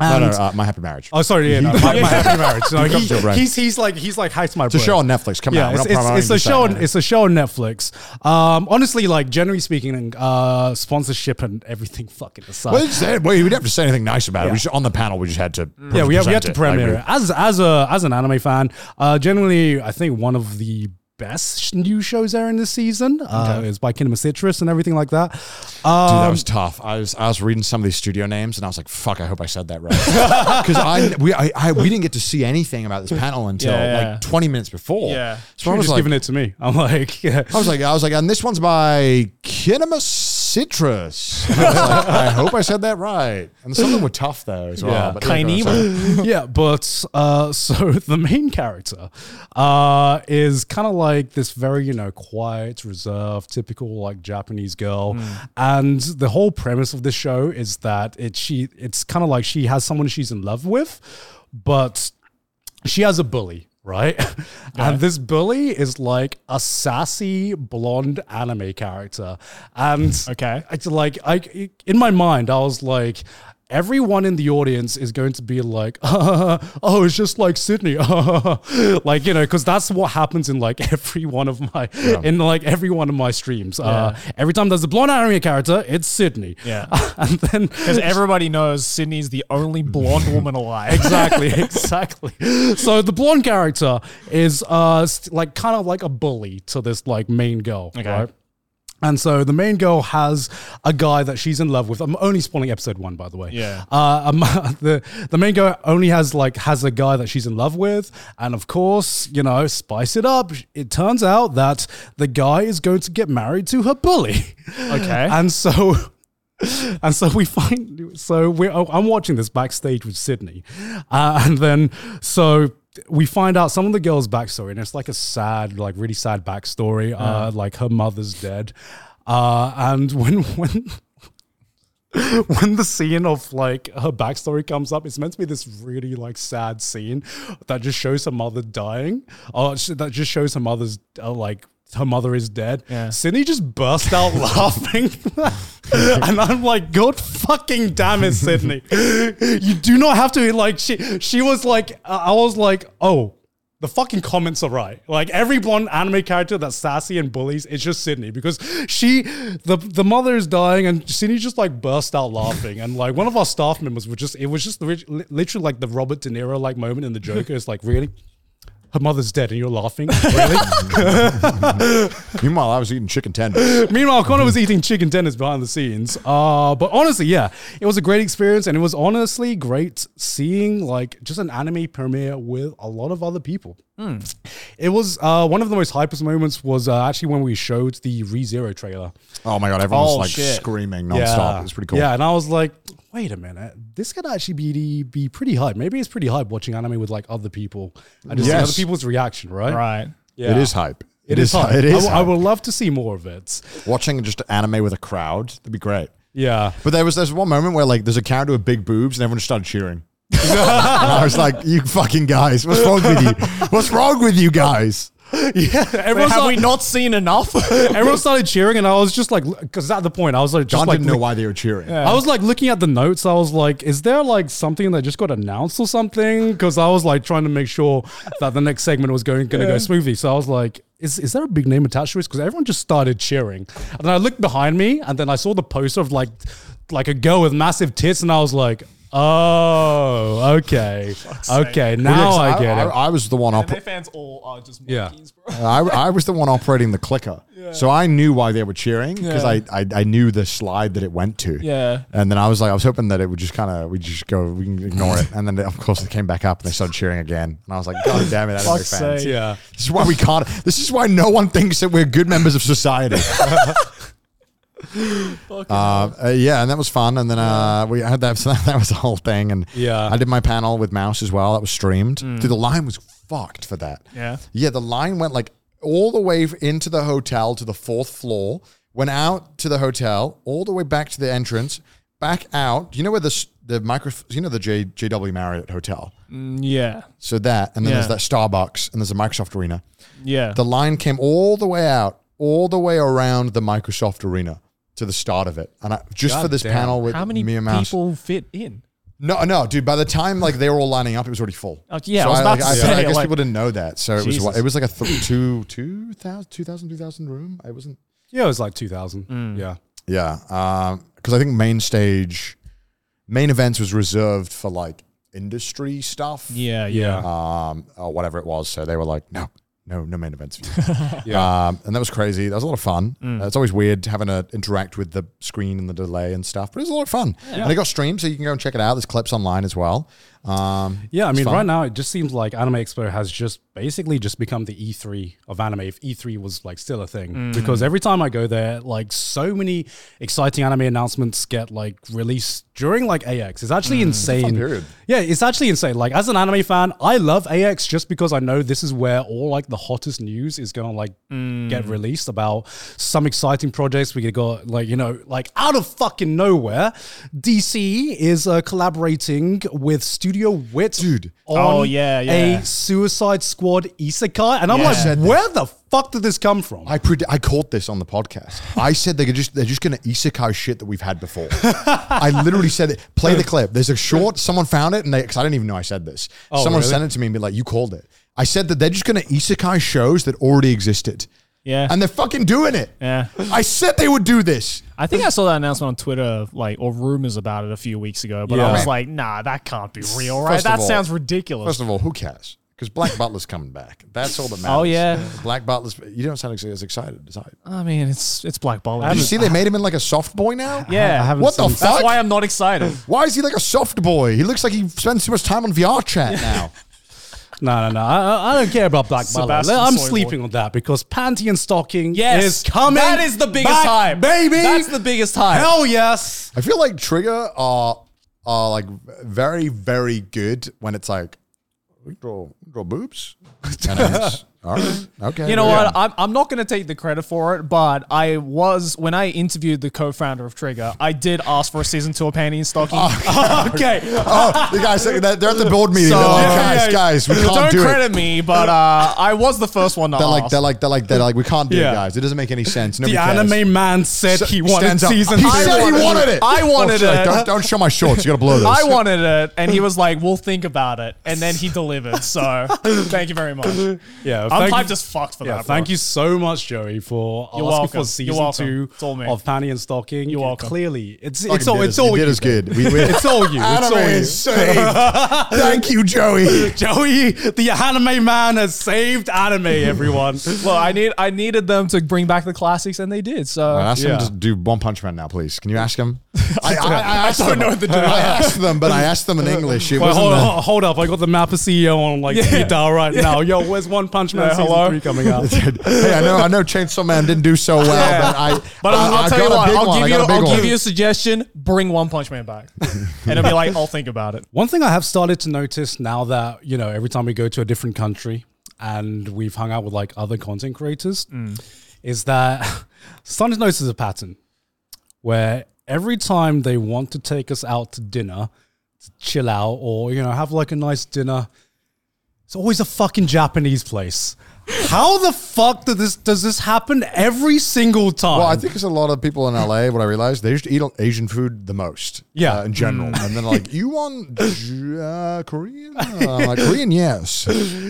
S2: no, no, uh, my happy marriage.
S1: Oh, sorry, yeah, no, my, my happy marriage. No, he-
S2: Your brain.
S1: he's he's like he's like heights my.
S2: it's a show on Netflix. Come
S1: Yeah,
S2: on,
S1: it's,
S2: we're not
S1: it's, it's a
S2: promoting this
S1: show.
S2: thing.
S1: On, it's a show on Netflix. Um, honestly, like generally speaking, uh, sponsorship and everything fucking aside.
S2: Well, it's, uh, well, we didn't have to say anything nice about it.
S1: Yeah.
S2: We just on the panel. We just had to.
S1: yeah, we have, we have to
S2: present it.
S1: premiere it.
S2: Like,
S1: as as a as an anime fan. Uh, generally, I think one of the best sh- new shows there in this season uh, is by Kinema Citrus and everything like that.
S2: Dude,
S1: Um,
S2: that was tough. I was I was reading some of these studio names and I was like, "Fuck! I hope I said that right." Because I we I, I we didn't get to see anything about this panel until
S3: Yeah, yeah.
S2: like 20 minutes before.
S3: Yeah.
S2: so I
S1: You're
S2: was
S1: just
S2: like,
S1: giving it to me. I'm like, yeah.
S2: I was like, I was like, and this one's by Kinema Citrus. And I, was like, I hope I said that right. And some of them were tough though as well.
S3: Oh,
S1: Yeah.
S2: but those were-
S3: Kinema.
S1: yeah, but uh, so the main character uh, is kind of like this very, you know, quiet, reserved, typical like Japanese girl,
S2: Hmm.
S1: and the whole premise of this show is that it she it's kind of like she has someone she's in love with, but she has a bully, right? And this bully is like a sassy blonde anime character. And
S3: Okay.
S1: it's like I in my mind I was like everyone in the audience is going to be like oh it's just like Sydney like you know cuz that's what happens in like every one of my in like every one of my streams uh, every time there's a blonde anime character it's Sydney
S3: Yeah.
S1: and then
S3: Because everybody knows Sydney's the only blonde woman alive.
S1: exactly, exactly. So the blonde character is uh st- like kind of like a bully to this like main girl,
S3: Okay.
S1: right? And so the main girl has a guy that she's in love with. I'm only spoiling episode one, by the way.
S3: Yeah.
S1: Uh, um, the the main girl only has like has a guy that she's in love with, and of course, you know, spice it up. It turns out that the guy is going to get married to her bully.
S3: Okay.
S1: And so, and so we find, so we're, oh, I'm watching this backstage with Sydney. Uh, and then, so we find out some of the girl's backstory, and it's like a sad, like really sad backstory. Uh, like her mother's dead. Uh, and when, when, when the scene of like her backstory comes up, it's meant to be this really like sad scene that just shows her mother dying, or sh- that just shows her mother's uh, like her mother is dead.
S3: Yeah.
S1: Sydney just burst out laughing, and I'm like, God fucking damn it, Sydney! you do not have to like she. She was like, uh, I was like, oh. The fucking comments are right. Like every blonde anime character that's sassy and bullies, it's just Sydney because she, the the mother is dying, and Sydney just like burst out laughing. And like one of our staff members was just, it was just lit- literally like the Robert De Niro like moment in the Joker. It's like really, her mother's dead, and you're laughing. Really?
S2: Meanwhile, I was eating chicken tenders.
S1: Meanwhile, Connor was eating chicken tenders behind the scenes. Uh, but honestly, yeah, it was a great experience, and it was honestly great seeing like just an anime premiere with a lot of other people.
S2: Hmm.
S1: It was uh, one of the most hypest moments was uh, actually when we showed the ReZero trailer.
S2: Oh my god, everyone was
S3: Oh,
S2: like
S3: shit.
S2: screaming nonstop. It's pretty cool.
S1: Yeah, and I was like, wait a minute, this could actually be be pretty hype. Maybe it's pretty hype watching anime with like other people and just seeing
S2: Yes.
S1: other people's reaction, right?
S3: right.
S1: Yeah.
S2: It is hype.
S1: It is hype.
S2: It is.
S1: I, w- I
S2: hype.
S1: would love to see more of it.
S2: Watching just anime with a crowd, that'd be great.
S1: Yeah.
S2: But there was there's one moment where like there's a character with big boobs and everyone just started cheering. and I was like, "You fucking guys, what's wrong with you? What's wrong with you guys?"
S1: yeah, everyone
S3: have we
S1: started,
S3: not seen enough?
S1: everyone started cheering, and I was just like, because at the point I was like, just
S2: John
S1: like
S2: didn't know why they were cheering. Uh,
S1: I was like looking at the notes. I was like, is there like something that just got announced or something? Because I was like trying to make sure that the next segment was going going to go smoothly. So I was like, is, is there a big name attached to this? Because everyone just started cheering. And then I looked behind me and then I saw the poster of like like a girl with massive tits and I was like, oh, okay. Okay, now
S2: Because
S1: I get
S2: I,
S1: it.
S2: I was the one up.
S3: fans all are just
S1: Yeah. monkeys,
S2: I, I was the one operating the clicker, so I knew why they were cheering because I, I I knew the slide that it went to.
S3: Yeah.
S2: and then I was like, I was hoping that it would just kind of we just go we can ignore it, and then of course they came back up and they started cheering again, and I was like, God damn it, that is
S3: Fuck's
S2: very fans.
S3: sake.
S1: yeah.
S2: This is why we can't. This is why no one thinks that we're good members of society. Uh, uh, yeah, and that was fun. And then uh, we had that. So that, that was the whole thing. And
S1: Yeah.
S2: I did my panel with Mouse as well. That was streamed. Dude, the line was fucked for that.
S3: Mm. Yeah.
S2: Yeah, the line went like all the way into the hotel to the fourth floor, went out to the hotel, all the way back to the entrance, back out. You know where the s- the micro? You know the J, JW Marriott Hotel.
S3: Yeah.
S2: So that, and then
S3: Yeah.
S2: there's that Starbucks, and there's a Microsoft Arena.
S3: Yeah.
S2: The line came all the way out, all the way around the Microsoft Arena to the start of it, and I, just for this
S1: Goddamn.
S2: panel with
S3: How many
S2: me and Mouse.
S3: people fit in?
S2: No, no, dude. By the time like they were all lining up, it was already full.
S3: Oh, yeah, I was about
S2: like,
S3: to
S2: I,
S3: say,
S2: I guess
S3: like-
S2: people didn't know that, so it was
S3: Jesus.
S2: was it was like a th- two, two thousand, two thousand, two thousand room. I wasn't.
S1: Yeah, it was like 2000.
S3: Mm.
S1: Yeah.
S2: Yeah, because I think main stage, main events was reserved for like industry stuff.
S3: Yeah.
S1: Yeah.
S2: um, or whatever it was. So they were like, no, no, no main events.
S1: Yeah.
S2: Um, and that was crazy. That was a lot of fun. Uh, it's always weird having to interact with the screen and the delay and stuff, but it was a lot of fun. And it got streamed, so you can go and check it out. There's clips online as well. Um,
S1: Yeah, I mean,
S2: fun.
S1: right now it just seems like Anime Expo has just basically just become the E3 of anime. If E3 was like still a thing,
S2: Mm-hmm.
S1: because every time I go there, like so many exciting anime announcements get like released during like AX. It's actually
S2: Mm.
S1: insane.
S2: period.
S1: Yeah, it's actually insane. Like as an anime fan, I love AX just because I know this is where all like the hottest news is gonna like get
S3: Mm.
S1: released about some exciting projects. We got like you know like out of fucking nowhere, DC is uh, collaborating with Studio Wit,
S2: Dude.
S1: on
S3: Oh, yeah, yeah.
S1: a Suicide Squad isekai, and I'm
S3: Yeah.
S1: like,
S3: Said
S1: where the fuck did this come from?
S2: I pred- I caught this on the podcast. I said they're just they're just gonna isekai shit that we've had before. I literally said it. Play the clip. There's a short. Someone found it and they because I didn't even know I said this.
S3: Oh,
S2: someone
S1: really?
S2: sent it to me and be like, "You called it." I said that they're just gonna isekai shows that already existed.
S3: Yeah.
S2: and they're fucking doing it.
S3: Yeah.
S2: I said they would do this.
S3: I think I saw that announcement on Twitter, like or rumors about it a few weeks ago, but
S1: Yeah.
S3: I was like, nah, that can't be real, right?
S2: First of
S3: That
S2: all-
S3: sounds ridiculous.
S2: First of all, who cares? Because Black Butler's coming back. That's all that matters.
S3: Oh, yeah.
S2: Black Butler's. You don't sound ex- as excited as I. Did
S3: I mean, it's it's Black Bollywood.
S2: you see they made him in like a soft boy now?
S3: yeah,
S1: I haven't
S2: What the
S1: seen-
S3: that's
S2: fuck?
S3: why I'm not excited.
S2: Why is he like a soft boy? He looks like he spends too much time on VR chat now.
S1: No, no, no. I, I- I don't care about Black Butler.
S3: Sebastian
S1: I'm
S3: Soyboy.
S1: sleeping on that because Panty and Stocking
S3: Yes,
S1: is coming.
S3: That is the biggest
S1: back,
S3: hype,
S1: baby.
S3: That's the biggest hype.
S1: Hell yes.
S2: I feel like Trigger are are like very very good when it's like we draw we draw boobs. And it's, all right, okay.
S3: You know
S2: yeah.
S3: what? I'm, I'm not going to take the credit for it, but I was, when I interviewed the co founder of Trigger, I did ask for a season two of Panty and Stocking.
S1: okay.
S2: Oh, the guys they're at the board meeting.
S3: So-
S2: they're like,
S3: Yeah,
S2: guys,
S3: yeah.
S2: guys, we can't
S3: Don't
S2: do it.
S3: credit me, but uh, I was the first one to
S2: They're
S3: ask.
S2: like, they're like, they're like, they're like, we can't do
S1: Yeah.
S2: it, guys. It doesn't make any sense. Nobody
S1: The
S2: cares.
S1: anime man said
S2: S-
S1: he wanted
S2: stands up.
S1: season
S2: He
S1: two.
S2: said he wanted it. Oh,
S3: I wanted
S2: shit,
S3: it.
S2: Don't, don't show my shorts. You gotta blow this.
S3: I wanted it, and he was like, "We'll think about it," and then he delivered. So, thank you very much.
S1: Yeah,
S3: I'm
S1: thank you-
S3: hyped as fuck for
S1: Yeah,
S3: that.
S1: thank
S3: bro.
S1: you so much, Joey, for asking
S3: You're welcome.
S1: for
S3: You're
S1: season
S3: welcome.
S1: two
S3: It's all me.
S1: of Panty and Stocking.
S3: You're
S1: Yeah,
S3: welcome.
S1: Clearly, it's
S2: Fucking
S1: it's all
S2: did
S1: it's
S2: us-
S1: all
S2: you
S1: you.
S2: did us
S1: babe.
S2: good. We, we,
S1: It's all you. It's all
S2: anime
S1: you.
S2: is saved. Thank you, Joey.
S1: Joey, the anime man, has saved anime. Everyone.
S3: Look, I need I needed them to bring back the classics, and they did. So,
S2: Well, ask
S1: Yeah.
S2: them to do One Punch Man now, please. Can you ask him? I, I, I, asked them. I asked them, but I asked them in English. It
S1: Wait,
S2: wasn't
S1: hold,
S2: the-
S1: hold- hold up. I got the Mappa CEO E on like guitar right now. Yo, where's One Punch Man
S3: Yeah,
S1: season
S3: hello?
S1: three coming out?
S2: hey, I know, I know, Chainsaw Man didn't do so well, but I.
S3: but I'll,
S2: I,
S3: I'll
S2: I
S3: tell
S2: got
S3: you
S2: a
S3: what,
S2: big
S3: I'll
S2: one. I
S3: give you
S2: got a big
S3: I'll
S2: one.
S3: give you a suggestion. Bring One Punch Man back, and it'll be like, "I'll think about it."
S1: One thing I have started to notice now that, you know, every time we go to a different country and we've hung out with like other content creators
S2: Mm.
S1: is that starting to notice a pattern where every time they want to take us out to dinner to chill out or, you know, have like a nice dinner, it's always a fucking Japanese place. How the fuck did this does this happen every single time?
S2: Well, I think it's a lot of people in LA. What I realized, they used to eat Asian food the most.
S1: Yeah.
S2: uh, in general. And then like, you want uh, Korean? Uh, I'm like Korean? Yes.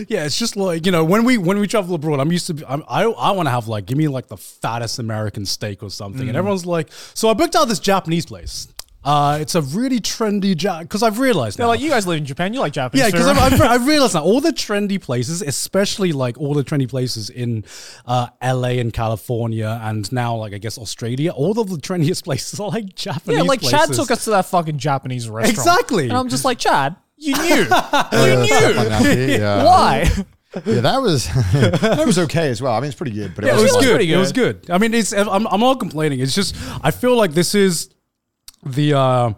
S1: yeah, it's just like you know when we when we travel abroad, I'm used to I'm, I I want to have like give me like the fattest American steak or something,
S3: Mm.
S1: and everyone's like, so I booked out this Japanese place. Uh, it's a really trendy Jap because I've realized
S3: They're
S1: now.
S3: like, you guys live in Japan. You like Japanese
S1: yeah,
S3: food,
S1: because
S3: right?"
S1: I've, I've, I've realized now all the trendy places, especially like all the trendy places in uh, LA and California, and now like I guess Australia, all of the trendiest places are like Japanese.
S3: yeah, like Chad
S1: places.
S3: took us to that fucking Japanese restaurant.
S1: Exactly.
S3: And I'm just like, Chad, you knew. you
S2: Uh, stuff
S3: knew.
S2: like that. yeah.
S3: Why?
S2: Yeah, that was that was okay as well. I mean, it's pretty good, but it
S1: Yeah, it was
S3: was
S1: good.
S3: pretty
S1: It was good. I mean, it's I'm, I'm not complaining. It's just I feel like this is the uh,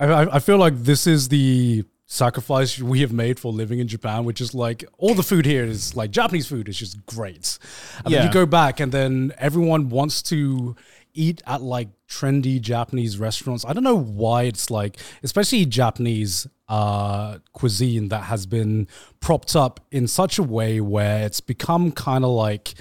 S1: I I I feel like this is the sacrifice we have made for living in Japan, which is like all the food here is like Japanese food is just great. And then
S3: Yeah.
S1: you go back, and then everyone wants to eat at like trendy Japanese restaurants. I don't know why it's like, especially Japanese uh, cuisine that has been propped up in such a way where it's become kind of like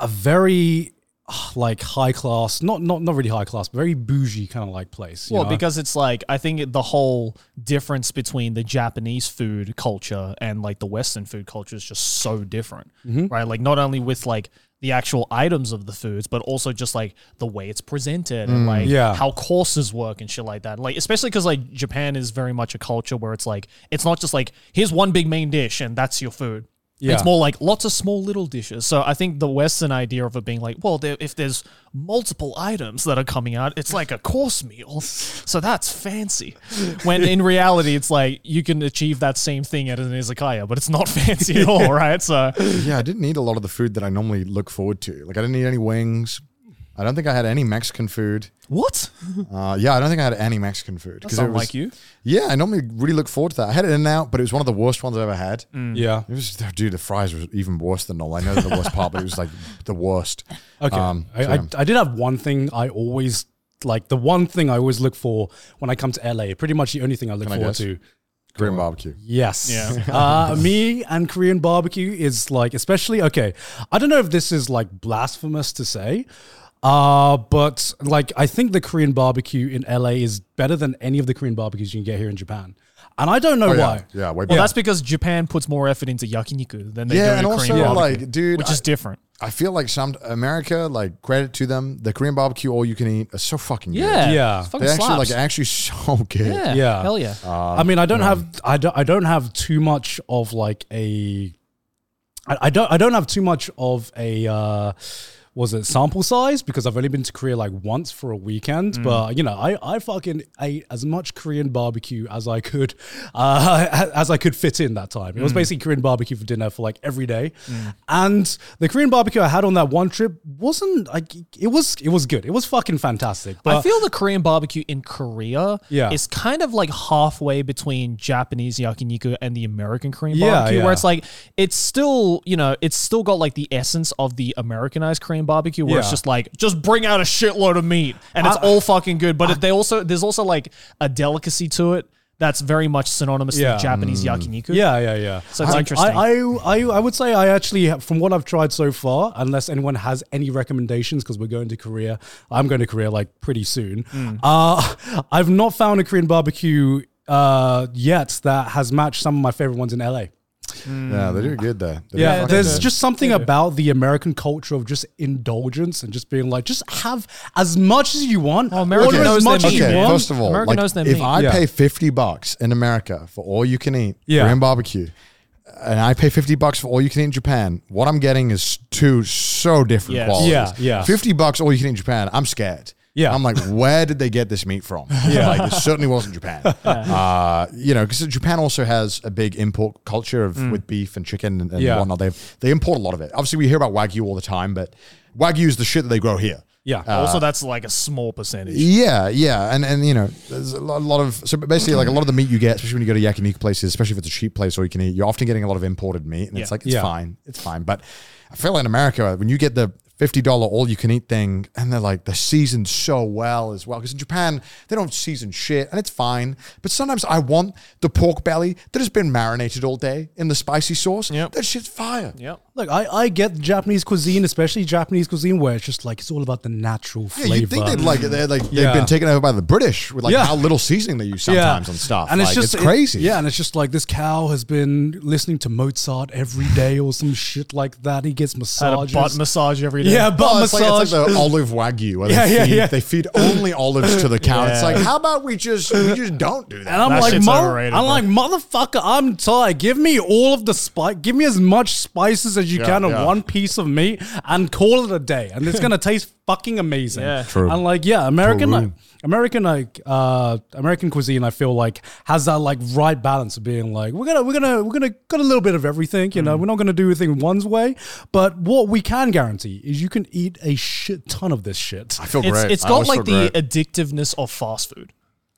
S1: a very ah, like high class, not not not really high class, but very bougie kind of like place. you
S3: Well,
S1: know?
S3: because it's like I think the whole difference between the Japanese food culture and like the Western food culture is just so different,
S1: Mm-hmm.
S3: right? Like not only with like the actual items of the foods, but also just like the way it's presented and like
S1: Mm, yeah.
S3: how courses work and shit like that. Like especially because like Japan is very much a culture where it's like it's not just like here's one big main dish and that's your food.
S1: Yeah.
S3: It's more like lots of small little dishes. So I think the Western idea of it being like, well, there, if there's multiple items that are coming out, it's like a course meal. So that's fancy. When in reality, it's like you can achieve that same thing at an izakaya, but it's not fancy at all, right? So
S2: Yeah, I didn't eat a lot of the food that I normally look forward to. Like, I didn't eat any wings. I don't think I had any Mexican food.
S3: what?
S2: Uh, yeah, I don't think I had any Mexican food.
S3: That
S2: because
S3: sounds like you.
S2: Yeah, I normally really look forward to that. I had it in and out, but it was one of the worst ones I've ever had.
S1: yeah,
S2: It was, oh, dude, the fries were even worse than normal. I know they're the worst part, but it was like the worst.
S1: Okay.
S2: Um,
S1: I,
S2: so,
S1: I, I did have one thing I always like the one thing I always look for when I come to LA, pretty much the only thing I look
S2: Can I
S1: forward to.
S2: guess?
S1: Oh,
S2: Korean barbecue.
S1: Yes.
S3: Yeah.
S1: uh, me and Korean barbecue is like, especially, okay, I don't know if this is like blasphemous to say, uh, but like, I think the Korean barbecue in LA is better than any of the Korean barbecues you can get here in Japan. And I don't know
S2: Oh,
S1: why.
S2: yeah. yeah, way
S3: Well,
S2: better.
S3: that's because Japan puts more effort into yakiniku than they
S2: Yeah,
S3: do
S2: and
S3: into
S2: also
S3: Korean barbecue,
S2: like, dude,
S3: which
S2: I,
S3: is different.
S2: I feel like some America, like credit to them, the Korean barbecue all you can eat is so fucking good.
S3: Yeah,
S1: Yeah.
S3: It fucking
S2: they actually
S3: slaps.
S2: like actually so good.
S3: yeah,
S1: Yeah.
S3: hell yeah.
S1: I mean, I don't have I don't I don't have too much of like a I, I don't I don't have too much of a uh, was it sample size because I've only been to Korea like once for a weekend,
S3: Mm.
S1: but you know I I fucking ate as much Korean barbecue as I could uh, as I could fit in that time. It
S3: Mm.
S1: was basically Korean barbecue for dinner for like every day, and the Korean barbecue I had on that one trip wasn't like it was it was good. It was fucking fantastic. But
S3: I feel the Korean barbecue in Korea
S1: Yeah.
S3: is kind of like halfway between Japanese yakiniku and the American Korean
S1: Yeah,
S3: barbecue,
S1: yeah.
S3: where it's like it's still you know it's still got like the essence of the Americanized Korean barbecue, where it's
S1: Yeah.
S3: just like just bring out a shitload of meat and it's
S1: I-
S3: all fucking good. But it, they also there's also like a delicacy to it that's very much synonymous
S1: Yeah. Mm.
S3: with Japanese yakiniku.
S1: Yeah, yeah, yeah.
S3: So it's
S1: I-
S3: interesting.
S1: I, I, I, I would say I actually, have- from what I've tried so far, unless anyone has any recommendations, because we're going to Korea, I'm going to Korea like pretty soon.
S3: Mm.
S1: Uh, I've not found a Korean barbecue uh, yet that has matched some of my favorite ones in LA.
S2: Yeah, they do good there. They do
S1: Yeah,
S2: fucking
S1: there's
S2: good.
S1: just something about the American culture of just indulgence and just being like, just have as much as you want,
S3: America
S1: order
S3: Oh, knows
S1: as
S3: their
S1: much as
S3: meat,
S1: you
S2: okay.
S3: man.
S1: want.
S2: First of all,
S3: America
S2: like,
S3: knows their
S2: if
S3: meat.
S2: I
S1: Yeah.
S2: pay fifty bucks in America for all you can eat
S1: Yeah.
S2: Korean barbecue, and I pay fifty bucks for all you can eat in Japan, what I'm getting is two so different
S3: Yes.
S2: qualities.
S1: Yeah, yeah.
S2: Fifty bucks all you can eat in Japan, I'm scared.
S1: Yeah.
S2: I'm like, where did they get this meat from? Yeah, like, it certainly wasn't Japan. Uh, you know, because Japan also has a big import culture of with beef and chicken and, and
S1: Mm. Yeah.
S2: whatnot. They they import a lot of it. Obviously, we hear about wagyu all the time, but wagyu is the shit that they grow here.
S1: Yeah.
S3: also, that's like a small percentage.
S2: Yeah, yeah, and and you know, there's a lot, lot of so basically like a lot of the meat you get, especially when you go to yakiniku places, especially if it's a cheap place or you can eat, you're often getting a lot of imported meat, and it's
S3: Yeah.
S2: like it's
S1: Yeah.
S2: fine, it's fine. But I feel like in America when you get the fifty dollar all you can eat thing, and they're like they're seasoned so well as well, because in Japan they don't season shit, and it's fine. But sometimes I want the pork belly that has been marinated all day in the spicy sauce.
S3: Yep.
S2: That shit's fire.
S3: Yep.
S1: Look, I, I get Japanese cuisine, especially Japanese cuisine, where it's just like it's all about the natural
S2: Yeah,
S1: flavor.
S2: you'd think they'd like it. They're like
S1: Yeah.
S2: they've been taken over by the British with like
S1: Yeah.
S2: how little seasoning they use sometimes on stuff.
S1: And
S2: like,
S1: it's just it-
S2: crazy.
S1: yeah, and it's just like this cow has been listening to Mozart every day or some shit like that. He gets
S3: I had a
S1: massages.
S3: butt massage every day.
S1: yeah, butt
S2: Oh, it's, like,
S1: massage.
S2: it's like the olive wagyu. Where
S1: Yeah,
S2: they
S1: yeah,
S2: feed,
S1: yeah.
S2: They feed only olives to the cow. It's like, how about we just we just don't do that?
S1: and I'm
S3: That
S1: like,
S3: shit's
S1: Mo-
S3: overrated,
S1: I'm
S3: bro.
S1: like, motherfucker, I'm tired. Give me all of the spice. Give me as much spices as you
S2: Yeah,
S1: can on
S2: yeah.
S1: one piece of meat, and call it a day. And it's gonna taste fucking amazing.
S3: Yeah.
S2: True.
S1: And like, yeah, American,
S2: True.
S1: like, American, like, uh, American cuisine. I feel like has that like right balance of being like, we're gonna, we're gonna, we're gonna got a little bit of everything. You
S2: Mm.
S1: know, we're not gonna do everything one's way. But what we can guarantee is you can eat a shit ton of this shit.
S2: I feel
S3: It's,
S2: great.
S3: it's
S2: I
S3: got
S2: always
S3: like
S2: feel
S3: the
S2: great.
S3: addictiveness of fast food,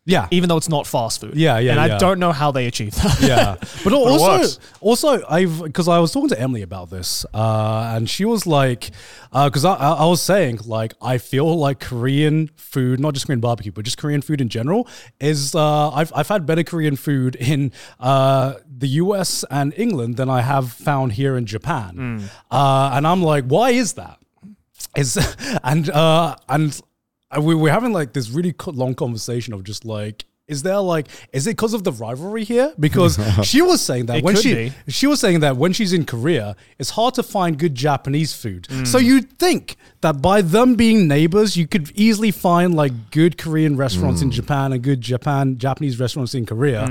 S1: Yeah.
S3: even though it's not fast food.
S1: Yeah, yeah,
S3: And
S1: yeah.
S3: I don't know how they achieve that.
S1: yeah but
S3: works.
S1: also also i've because i was talking to emily about this uh and she was like uh because I, I I was saying like i feel like korean food not just korean barbecue but just korean food in general is uh i've, I've had better korean food in uh the us and england than i have found here in japan uh and i'm like why is that is and uh and I- we we're having like this really co- long conversation of just like is there like is it because of the rivalry here because she was saying that
S3: It
S1: when
S3: could
S1: she
S3: be.
S1: she was saying that when she's in korea it's hard to find good japanese food
S3: Mm.
S1: so you'd think that by them being neighbors you could easily find like good korean restaurants
S3: Mm.
S1: in japan and good japan japanese restaurants in korea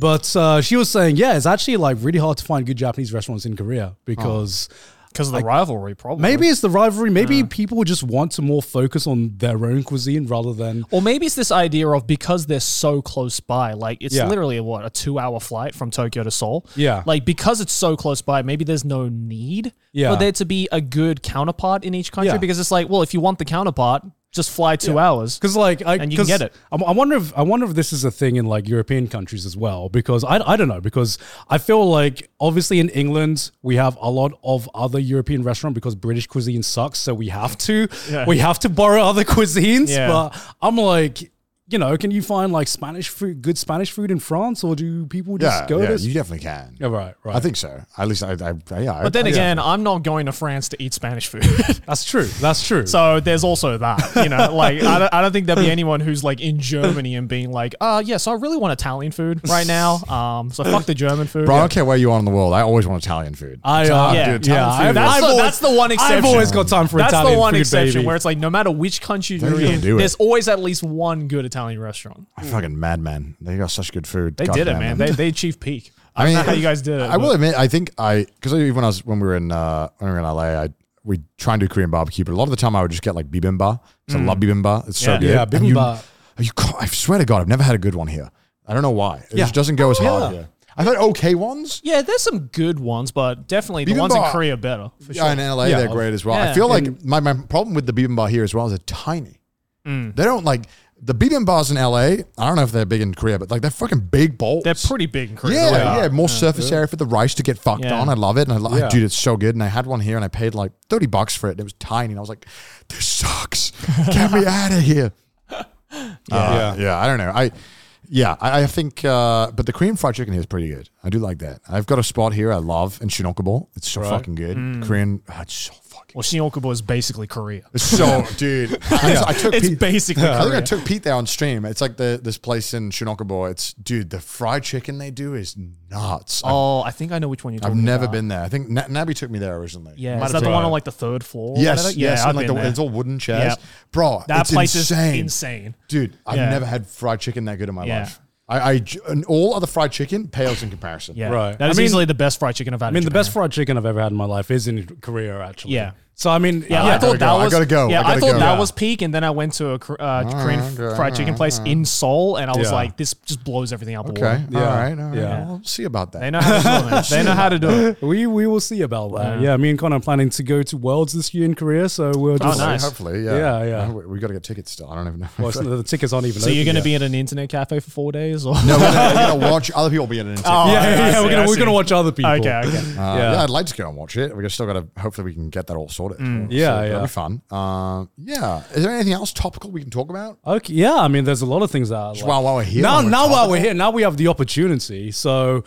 S1: but uh, she was saying yeah it's actually like really hard to find good japanese restaurants in korea because
S3: Oh. Because of the rivalry, probably.
S1: Maybe it's the rivalry. Maybe people just want to more focus on their own cuisine rather than.
S3: Or maybe it's this idea of because they're so close by, like it's
S1: Yeah.
S3: literally what a two-hour flight from Tokyo to Seoul.
S1: Yeah.
S3: like because it's so close by, maybe there's no need
S1: Yeah.
S3: for there to be a good counterpart in each country
S1: Yeah.
S3: because it's like, well, if you want the counterpart, just fly two hours.
S1: Because like I,
S3: And you can
S1: 'cause
S3: get it.
S1: I, I wonder if I wonder if this is a thing in like European countries as well. Because I, I don't know. Because I feel like obviously in England we have a lot of other European restaurant because British cuisine sucks, so we have to we have to borrow other cuisines.
S3: Yeah.
S1: But I'm like, you know, can you find like Spanish food, good Spanish food in France, or do people just
S2: yeah,
S1: go
S2: yeah,
S1: to?
S2: you definitely can.
S1: yeah, right, right.
S2: I think so. At least I, I I- yeah.
S3: But then again, I'm not going to France to eat Spanish food.
S1: that's true. That's true.
S3: so there's also that, you know, like I don't, I don't think there'll be anyone who's like in Germany and being like, uh, yeah, so I really want Italian food right now. Um, so fuck the German food.
S2: bro, I don't care where you are in the world. I always want Italian food.
S1: I uh,
S3: Yeah,
S1: dude,
S3: yeah,
S1: Italian food.
S3: I- that's
S1: I've
S3: the-
S1: always-
S3: that's the one
S1: I've
S3: exception.
S1: always got time for
S3: That's
S1: Italian
S3: the one
S1: food,
S3: exception
S1: baby.
S3: where it's like no matter which country
S2: They
S3: you're
S2: don't
S3: in,
S2: do it.
S3: there's always at least one good Italian restaurant.
S2: I fucking madman. They got such good food.
S3: They
S2: God
S3: did it,
S2: damn
S3: man.
S2: them.
S3: They they achieved peak. I, don't know how you guys did it.
S2: I
S3: but-
S2: will admit, I think I because even when I was when we were in uh, when we were in LA, I we try and do Korean barbecue, but a lot of the time I would just get like bibimbap. 'cause I love bibimbap. It's so
S3: Mm. Yeah.
S2: good.
S1: Yeah,
S2: And you-
S1: bibimbap.
S2: You, can't- I swear to God, I've never had a good one here. I don't know why. It
S1: Yeah.
S2: just doesn't go as hard
S1: Yeah.
S2: here. I've had okay ones.
S3: Yeah, there's some good ones, but definitely the ones in
S2: Bibimbap.
S3: Korea are better. For sure.
S2: Yeah, in LA
S1: Yeah.
S2: they're great as well. I
S3: Yeah.
S2: feel like my, my problem with the bibimbap here as well is they're tiny.
S3: Mm.
S2: They don't like the bibimbap in LA. I don't know if they're big in Korea, but like they're fucking big bowls.
S3: They're pretty big in Korea.
S2: Yeah,
S3: They
S2: yeah,
S3: are.
S2: more surface area for the rice to get fucked
S3: Yeah.
S2: on. I love it, and I like,
S1: Yeah.
S2: dude, it's so good. And I had one here, and I paid like thirty bucks for it. And it was tiny, and I was like, this sucks. Get me out of here.
S1: Yeah.
S2: Uh, yeah. I don't know. I, yeah, I, I think, uh, but the Korean fried chicken here is pretty good. I do like that. I've got a spot here I love in Shinokabo. It's so fucking good.
S3: Mm.
S2: Korean, ah, it's so fucking.
S3: Well, Shinjuku is basically Korea.
S2: It's so dude. I, I took
S3: It's
S2: Pete-
S3: basically
S2: I think I
S3: Korea.
S2: took Pete there on stream. It's like the this place in Shinokabo. It's dude, the fried chicken they do is nuts. I
S3: Oh, I think I know which one you're
S2: I've
S3: talking
S2: never
S3: about.
S2: been there. I think Na- Nabby took me there originally.
S3: Yeah,
S2: Might
S3: is
S2: have
S3: that the
S2: taken-
S3: one on like the third floor? or
S2: Yes,
S3: whatever?
S2: yeah, yes.
S3: I've
S2: and like
S3: been
S2: the,
S3: there.
S2: it's all wooden chairs,
S3: Yeah.
S2: bro.
S3: That
S2: it's
S3: place
S2: insane.
S3: is insane.
S2: dude. I've
S3: Yeah.
S2: never had fried chicken that good in my
S3: Yeah.
S2: life. I, I j- and all other fried chicken pales in comparison.
S3: Yeah,
S1: Right.
S3: That
S1: I
S3: is
S1: mean-
S3: easily the best fried chicken I've had.
S1: I mean, the best fried chicken I've ever had in my life is in Korea, actually.
S3: Yeah.
S1: So I mean,
S3: Yeah, I
S2: gotta
S3: thought that
S2: go, I
S3: was.
S2: gotta go,
S3: Yeah,
S2: I
S3: I,
S2: gotta
S3: thought
S2: go.
S3: that
S2: Yeah.
S3: was peak, and then I went to a Kor- uh, Korean fried chicken place in Seoul, and I was
S1: Yeah.
S3: like, this just blows everything out the water.
S2: Okay. All right. All right.
S1: Yeah.
S2: We'll see about that.
S3: They know how to do it. man. They know how to do it.
S1: we we will see about that. Yeah. me and Connor are planning to go to Worlds this year in Korea, so we're just.
S3: Oh, nice.
S2: Hopefully. Yeah. Oh,
S1: Yeah, yeah.
S2: We, we got to get tickets still. I don't even know.
S1: Well, it's- the tickets aren't even.
S3: So you're
S1: open
S3: going to
S1: yet.
S3: be in an internet cafe for four days, or
S2: no, we're gonna, we're gonna watch other people be in an interview.
S3: Oh,
S1: Yeah,
S3: I- I
S1: yeah,
S3: see,
S1: we're gonna
S3: I
S1: we're
S3: see.
S1: gonna watch other people.
S3: Okay, okay.
S2: Uh,
S1: Yeah.
S2: yeah. I'd like to go and watch it. We just still got to. Hopefully, we can get that all sorted.
S3: Mm.
S1: Yeah,
S2: so
S1: yeah.
S2: that'll be fun. Uh, yeah. Is there anything else topical we can talk about?
S1: Okay, yeah. I mean, there's a lot of things that. Are, like,
S2: while- while we're here,
S1: Now,
S2: while we're
S1: now while we're
S2: talking.
S1: here, now we have the opportunity. So,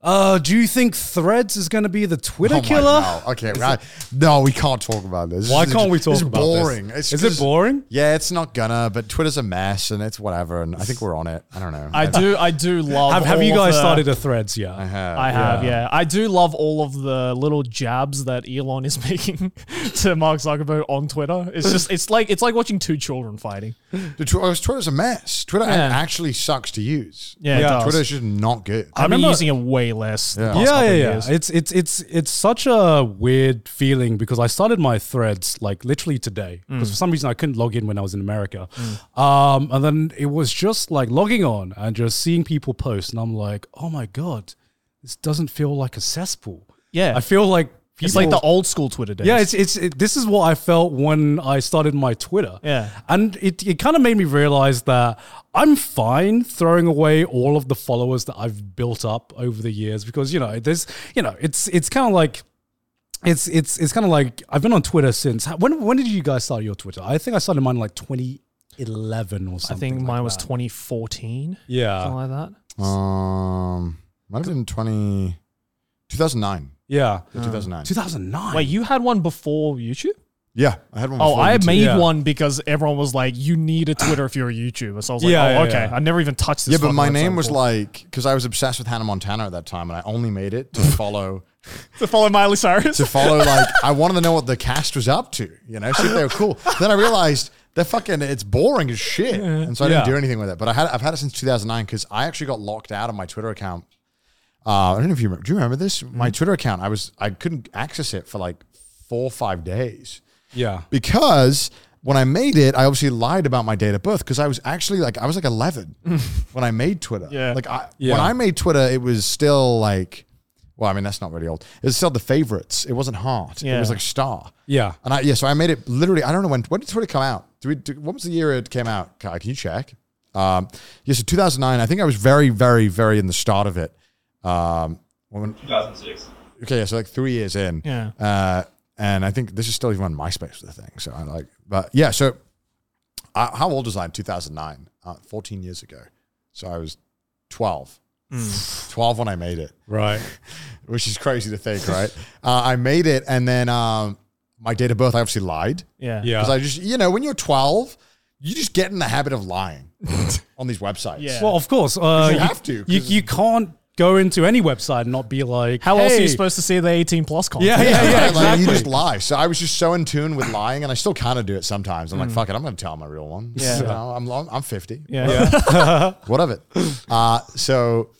S1: Uh, do you think Threads is going to be the Twitter
S2: Oh my-
S1: killer?
S2: no. Okay, right. no, we can't talk about this.
S1: Why
S2: This is-
S1: can't we
S2: this
S1: talk
S2: is
S1: about this?
S2: boring. It's
S1: Is it
S2: 'cause-
S1: boring?
S2: Yeah, it's not gonna. But Twitter's a mess, and it's whatever. And I think we're on it. I don't know.
S3: I do, I do love.
S1: Have, have
S3: all
S1: you
S3: of
S1: guys
S3: the-
S1: started the Threads yet?
S2: I have.
S3: I have, yeah. I do love all of the little jabs that Elon is making to Mark Zuckerberg on Twitter. It's just, it's like, it's like watching two children fighting.
S2: The Tw- Twitter's a mess. Twitter a-
S3: Yeah.
S2: actually sucks to use.
S3: Yeah,
S1: Yeah.
S3: it does.
S2: Twitter's just not good.
S3: I've been
S1: remember-
S3: using it way less. the
S2: Yeah.
S3: past
S1: yeah,
S3: couple
S1: yeah,
S3: of
S1: yeah.
S3: years.
S1: It's it's it's it's such a weird feeling because I started my threads like literally today
S3: Mm.
S1: because for some reason I couldn't log in when I was in America, um, and then it was just like logging on and just seeing people post, and I'm like, oh my god, this doesn't feel like a cesspool.
S3: Yeah.
S1: I feel like people,
S3: It's like the old school Twitter days.
S1: yeah, it's it's it, this is what I felt when I started my Twitter.
S3: Yeah.
S1: and it it kind of made me realize that I'm fine throwing away all of the followers that I've built up over the years because you know there's you know it's it's kind of like. It's it's it's kind of like I've been on Twitter since when when did you guys start your Twitter? I think I started mine in like 2011 or
S3: I
S1: something.
S3: think
S1: like
S3: mine was
S1: that. Uh.
S3: 2014, something
S1: yeah
S3: like that.
S2: Um, might have been 20, 2009.
S1: yeah
S3: Oh.
S2: Yeah, 2009.
S1: 2009.
S3: Wait, you had one before YouTube?
S2: Yeah, I had one.
S3: Oh,
S2: before
S3: I
S2: YouTube.
S3: made
S1: Yeah.
S3: one because everyone was like, "You need a Twitter if you're a YouTuber." So I was like,
S1: Yeah,
S3: "Oh,
S1: yeah,
S3: okay."
S1: yeah.
S3: I never even touched this.
S2: Yeah, but
S3: fucking
S2: my
S3: website
S2: name was
S3: before.
S2: like because I was obsessed with Hannah Montana at that time, and I only made it to follow
S3: to follow Miley Cyrus.
S2: to follow. Like I wanted to know what the cast was up to, you know, see if they were cool. Then I realized they're fucking. It's boring as shit, and so I didn't
S1: Yeah.
S2: do anything with it. But I had I've had it since 2009 because I actually got locked out of my Twitter account. Uh, I don't know if you remember. Do you remember this? My Twitter account, I was I couldn't access it for like four or five days
S1: yeah
S2: because when I made it, I obviously lied about my date of birth because I was actually like I was like 11 when I made Twitter.
S3: Yeah.
S2: Like I,
S1: Yeah.
S2: when I made Twitter, it was still like, well, I mean that's not really old. It was still the favorites. It wasn't hard. It
S3: Yeah.
S2: was like Star.
S1: yeah
S2: And I yeah, so I made it literally. I don't know when. When did Twitter come out? Do we? Do, what was the year it came out? Kai, Can you check? Um, yeah, so 2009. I think I was very, very, very in the start of it. Um, when
S4: 2006.
S2: okay, yeah, so like three years in.
S3: Yeah.
S2: Uh, and I think this is still even on MySpace the thing. So I like, but yeah. So I, how old was I in 2009? Uh, 14 years ago. So I was 12.
S3: Hmm.
S2: 12 when I made it,
S1: right
S2: which is crazy to think, right? uh, I made it, and then um, my date of birth, I obviously lied
S3: yeah,
S1: yeah
S2: because I just, you know, when you're 12, you just get in the habit of lying on these websites.
S3: Yeah.
S1: Well, of course. Uh,
S2: you have to,
S1: You,
S2: 'cause-
S1: you can't go into any website and not be like,
S3: How else are
S1: "Hey."
S3: you supposed to see the 18 plus content?
S1: Yeah, yeah, yeah.
S2: Right? Like,
S1: exactly.
S2: you just lie. So I was just so in tune with lying, and I still kind of do it sometimes. I'm like, fuck it, I'm going to tell my real one.
S3: Hmm. Yeah.
S2: You know, I'm, long- I'm 50.
S3: yeah.
S2: What of it? Uh, so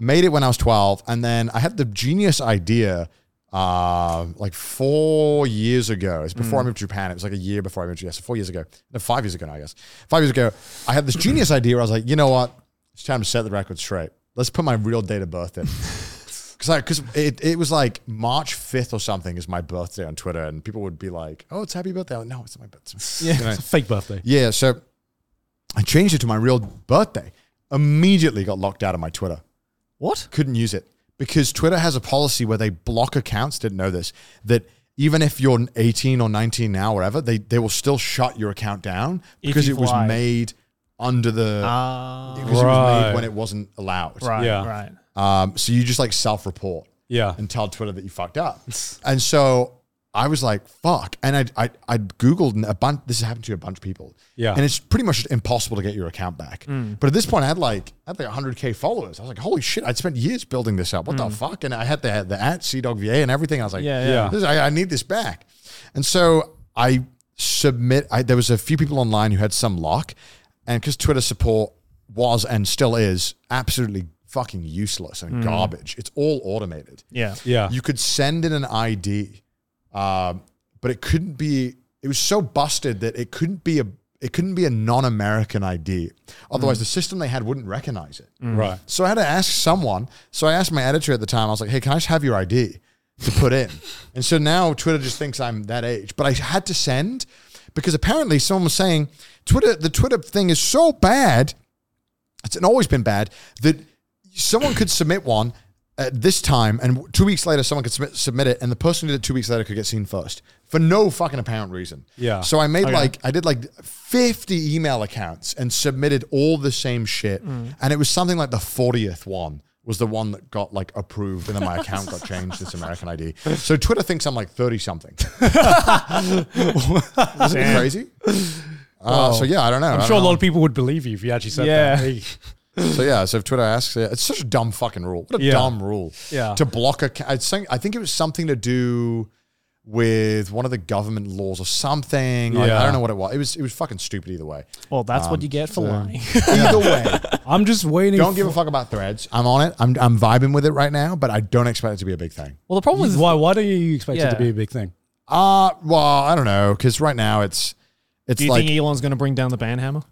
S2: I made it when I was 12. And then I had the genius idea uh, like four years ago. It's before I moved to Japan. It was like a year before I moved to Japan. So four years ago. No, five years ago now, I guess. Five years ago, I had this genius idea where I was like, you know what? It's time to set the record straight. Let's put my real date of birth in. Cause, I, cause it, it was like March 5th or something is my birthday on Twitter. And people would be like, oh, it's happy birthday. I'm like, no, it's not my birthday.
S1: Yeah, it's a fake birthday.
S2: Yeah, so I changed it to my real birthday. Immediately got locked out of my Twitter.
S3: What?
S2: Couldn't use it because Twitter has a policy where they block accounts. Didn't know this. That even if you're 18 or 19 now, whatever, they they will still shut your account down
S3: If
S2: because it
S3: you've
S2: was
S3: lied.
S2: made under the
S3: Ah,
S2: because it was
S1: Right.
S2: made when it wasn't allowed.
S3: right,
S1: Yeah.
S3: right.
S2: Um, so you just like self-report
S1: Yeah.
S2: and tell Twitter that you fucked up. and so I was like, fuck. And I I I googled and a bunch. This has happened to a bunch of people.
S1: Yeah. Mm.
S2: And it's pretty much impossible to get your account back. But at this point, I had like I had like 100k followers. I was like, holy shit! I'd spent years building this up. What the fuck? And I had the the at cdogva and everything. I was like,
S3: Yeah, yeah.
S1: Mm. Yeah.
S2: this- I, I need this back. And so I submit. I, there was a few people online who had some luck, and because Twitter support was and still is absolutely fucking useless
S1: Mm.
S2: and garbage. It's all automated.
S3: Yeah.
S1: Yeah.
S2: You could send in an ID, um, but it couldn't be. It was so busted that it couldn't be a. It couldn't be a non-American ID. Otherwise, the system they had wouldn't recognize it.
S1: Right.
S2: So I had to ask someone. So I asked my editor at the time. I was like, "Hey, can I just have your ID to put in?" and so now Twitter just thinks I'm that age. But I had to send because apparently someone was saying Twitter. The Twitter thing is so bad. It's always been bad that someone could submit one at this time, and w- two weeks later, someone could submit, submit it, and the person who did it two weeks later could get seen first for no fucking apparent reason.
S1: Yeah.
S2: So I made like I did like fifty
S1: Mm.
S2: email accounts and submitted all the same shit, and it was something like the fortieth one was the one that got like approved, and then my account got changed. It's American ID. So Twitter thinks I'm like thirty something. Isn't it crazy? Uh, so yeah, I don't know.
S1: I'm sure a lot of people would believe you if you actually said
S3: Yeah.
S1: that.
S2: So yeah, so if Twitter asks, yeah, it's such a dumb fucking rule. What a
S1: Yeah.
S2: dumb rule.
S1: Yeah.
S2: To block a, I think I think it was something to do with one of the government laws or something. Like, I
S1: Yeah.
S2: don't know what it was. It was it was fucking stupid either way.
S3: Well, that's
S2: Um,
S3: what you get for lying.
S2: Either way,
S1: I'm just waiting.
S2: don't give a fuck about threads. I'm on it. I'm I'm vibing with it right now, but I don't expect it to be a big thing.
S3: well, the problem is
S1: Why? Why do you expect it to
S3: Yeah.
S1: be a big thing?
S2: Uh well, I don't know because right now it's it's
S3: Do you
S2: like
S3: think Elon's going to bring down the ban hammer?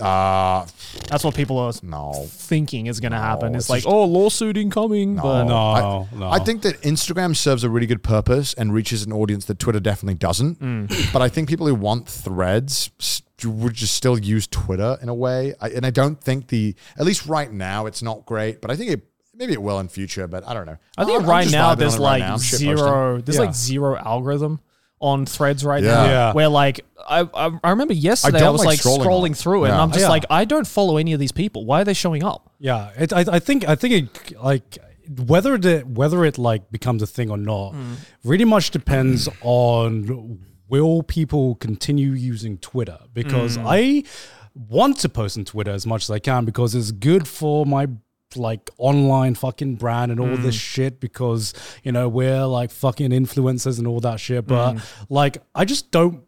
S2: uh
S3: That's what people are
S2: no.
S3: thinking is going to happen.
S2: it's
S3: It's, like,
S2: just-
S3: oh, lawsuit incoming. but
S1: No,
S2: I,
S1: no.
S2: I think that Instagram serves a really good purpose and reaches an audience that Twitter definitely doesn't.
S3: Mm.
S2: But I think people who want threads s- would just still use Twitter in a way. I, and I don't think the, at least right now, it's not great, but I think it, maybe it will in future, but I don't know.
S3: I think
S2: I'm- I'm
S3: right
S2: just vibing
S3: now
S2: on
S3: there's
S2: it
S3: like
S2: now. I'm shitposting.
S3: zero. There's
S1: Yeah.
S3: like zero algorithm on threads right
S2: Yeah.
S3: now.
S1: Yeah.
S3: Where like I, I I remember yesterday I,
S2: don't
S3: was
S2: like
S3: like
S2: scrolling
S3: scrolling,
S2: on it.
S3: through it, and
S2: Yeah.
S3: I'm just
S1: Yeah.
S3: like I don't follow any of these people. Why are they showing up?
S1: Yeah, it, I, I think I think it like whether the whether it like becomes a thing or not really much depends on will people continue using Twitter because I want to post on Twitter as much as I can because it's good for my like online fucking brand and all this shit because you know we're like fucking influencers and all that shit but like I just don't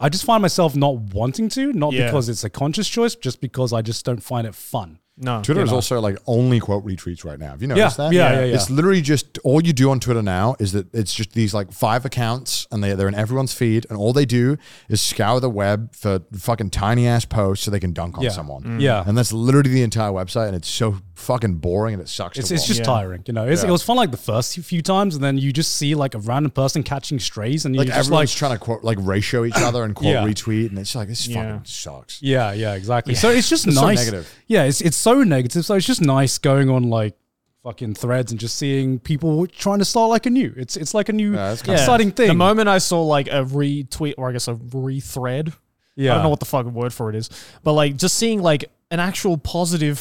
S1: I just find myself not wanting to not
S3: Yeah.
S1: because it's a conscious choice just because I just don't find it fun
S3: No.
S2: Twitter is also like only quote retweets right now. Have you noticed that?
S1: yeah, yeah, yeah.
S2: It's literally just all you do on Twitter now is that it's just these like five accounts and they, they're in everyone's feed and all they do is scour the web for fucking tiny ass posts so they can dunk on
S1: Yeah. Mm.
S2: someone.
S1: Yeah.
S2: And that's literally the entire website and it's so fucking boring and it sucks
S1: It's,
S2: to
S1: it's
S2: watch.
S1: just tiring, you know. It's, It was fun like the first few times, and then you just see like a random person catching strays, and you
S2: like
S1: just
S2: everyone's
S1: like,
S2: trying to quote like ratio each other and quote
S1: Yeah.
S2: retweet and it's like this
S3: Yeah.
S2: fucking sucks.
S1: yeah, yeah, exactly. So it's just
S2: It's so
S1: nice.
S2: negative.
S1: Yeah, it's it's so negative. So it's just nice going on like fucking threads and just seeing people trying to start like a new. It's it's like a new
S2: Yeah, that's kinda-
S1: exciting thing.
S3: The moment I saw like a retweet or I guess a rethread.
S1: yeah,
S3: I don't know what the fucking word for it is, but like just seeing like an actual positive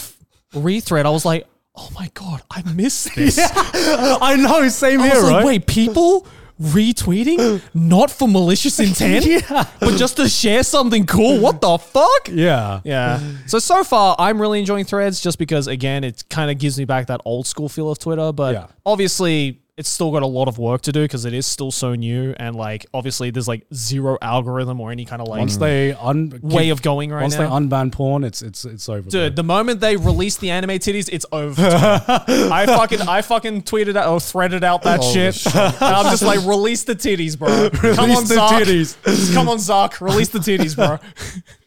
S3: rethread, I was like, oh my god, I missed this.
S1: I know. Same
S3: I
S1: here,
S3: was like,
S1: right?
S3: wait, people retweeting not for malicious intent, but just to share something cool. What the fuck?
S1: Yeah,
S2: Mm.
S3: Yeah. So so far, I'm really enjoying Threads just because again, it kind of gives me back that old school feel of Twitter. But
S1: Yeah.
S3: obviously, it's still got a lot of work to do because it is still so new, and like obviously, there's like zero algorithm or any kind of like
S1: Once they un
S3: way
S1: keep-
S3: of going right
S1: once
S3: now.
S1: they unban porn, it's it's it's over. bro.
S3: Dude, the moment they release the anime titties, it's over. for Twitter. I fucking, I fucking tweeted out or threaded out that
S2: Holy
S3: shit.
S2: shit.
S3: And I'm just like, release the titties, bro. Come
S1: Release
S3: on,
S1: the
S3: Zark.
S1: titties.
S3: Just Come on, Zark. Release the titties, bro.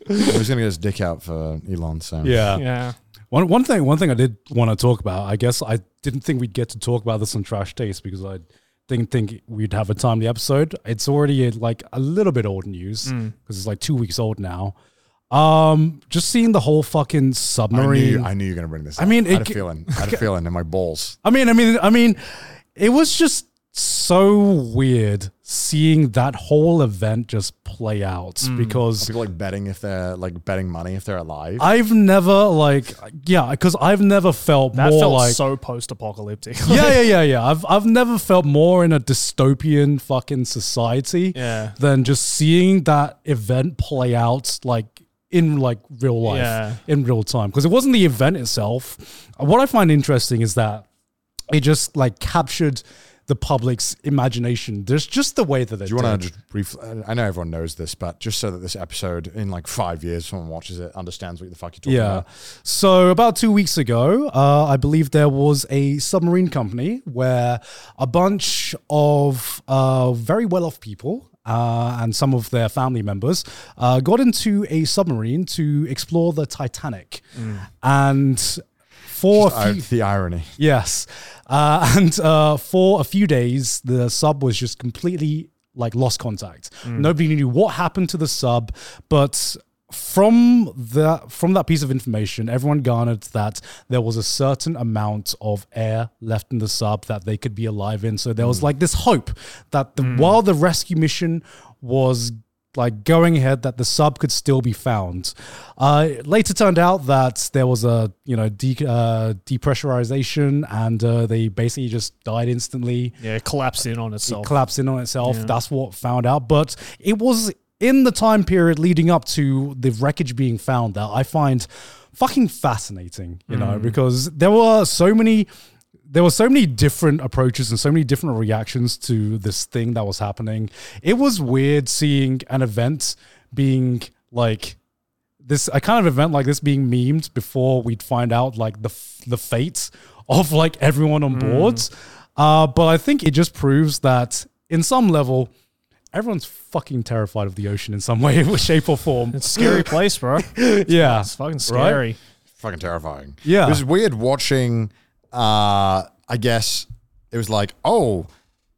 S2: I was gonna get his dick out for Elon, so
S1: yeah.
S3: Yeah.
S1: One, one thing, one thing I did want to talk about. I guess I didn't think we'd get to talk about this on Trash Taste because I didn't think we'd have a timely episode. It's already like a little bit old news because
S2: Mm.
S1: it's like two weeks old now. Um, just seeing the whole fucking
S2: I
S1: submarine.
S2: knew, I knew you were gonna bring this.
S1: I mean,
S2: up. I had
S1: it
S2: a
S1: g-
S2: feeling. I had a feeling in my balls.
S1: I mean, I mean, I mean, it was just so weird seeing that whole event just play out
S2: Mm.
S1: because
S2: People like betting if they're like betting money if they're alive.
S1: I've never like yeah because I've never felt
S3: That
S1: more
S3: felt
S1: like
S3: so post-apocalyptic.
S1: yeah, yeah, yeah, yeah. I've I've never felt more in a dystopian fucking society
S3: Yeah.
S1: than just seeing that event play out like in like real life,
S3: Yeah.
S1: in real time. Because it wasn't the event itself. What I find interesting is that it just like captured the public's imagination. There's just the way that it
S2: Do you want
S1: did.
S2: to just brief? uh, I know everyone knows this, but just so that this episode in like five years, someone watches it, understands what the fuck you're talking
S1: Yeah.
S2: about.
S1: So about two weeks ago, uh, I believe there was a submarine company where a bunch of uh, very well-off people. Uh, and some of their family members uh, got into a submarine to explore the Titanic, and for a
S2: Mm. I-
S1: few,
S2: the irony.
S1: Yes. Uh, and uh, for a few days, the sub was just completely like lost contact. Nobody knew what happened to the sub, but from that from that piece of information, everyone garnered that there was a certain amount of air left in the sub that they could be alive in. So there was like this hope that the, while the rescue mission was like going ahead that the sub could still be found. Uh, it later turned out that there was a you know de- uh, depressurization and uh, they basically just died instantly.
S3: Yeah, it collapsed in on
S1: It
S3: itself.
S1: collapsed in on itself. That's what found out. But it was in the time period leading up to the wreckage being found that I find fucking fascinating, you know, because there were so many there were so many different approaches and so many different reactions to this thing that was happening. It was weird seeing an event being like this a kind of event like this being memed before we'd find out like the f- the fate of like everyone on board. Uh, but I think it just proves that in some level, everyone's fucking terrified of the ocean in some way, shape or form.
S3: It's a scary place, bro.
S1: yeah,
S3: It's fucking scary.
S2: fucking terrifying.
S1: Yeah.
S2: It was weird watching uh I guess it was like, oh,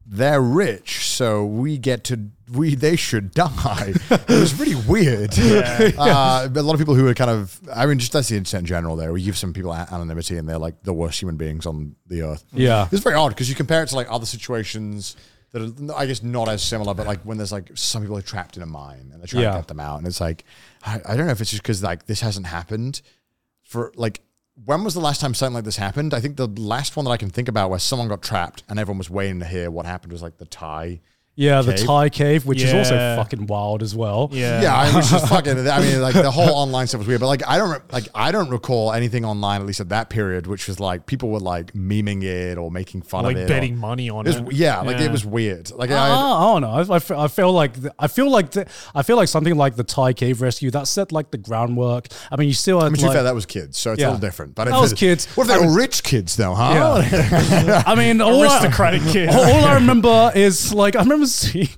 S2: they're rich, so we get to we they should die. it was really weird. Uh, but a lot of people who are kind of I mean, just that's the internet in general there. We give some people a- anonymity and they're like the worst human beings on the earth.
S1: Yeah.
S2: It's very odd because you compare it to like other situations that are I guess not as similar, but like when there's like some people are trapped in a mine and they're trying
S1: Yeah.
S2: to get them out. And it's like I, I don't know if it's just because like this hasn't happened for like when was the last time something like this happened? I think the last one that I can think about where someone got trapped and everyone was waiting to hear what happened was like the Thai.
S1: Yeah, the
S2: Cave.
S1: Thai cave, which is also
S3: Yeah.
S1: fucking wild as well.
S3: Yeah.
S2: Yeah, I was just fucking. I mean, like the whole online stuff was weird, but like I don't re- like I don't recall anything online at least at that period, which was like people were like memeing it or making fun
S3: Like
S2: of it. or-
S3: betting money on
S2: It
S3: it.
S2: was, yeah,
S3: Yeah.
S2: like
S3: Uh-huh.
S2: it was weird. Like
S1: I,
S2: I,
S1: Uh, I don't know. I, I, fe- I feel like the, I feel like the, I feel like something like the Thai cave rescue that set like the groundwork. I mean, you still had
S2: I mean, to be
S1: like,
S2: fair, that was kids, so it's
S1: Yeah.
S2: a little different. But
S1: That
S2: if
S1: was
S2: it-
S1: kids.
S2: What if they were rich kids, though, huh? Oh.
S1: Yeah. I mean, all
S3: Aristocratic
S1: I,
S3: kid.
S1: All, all I remember is like I remember seeing.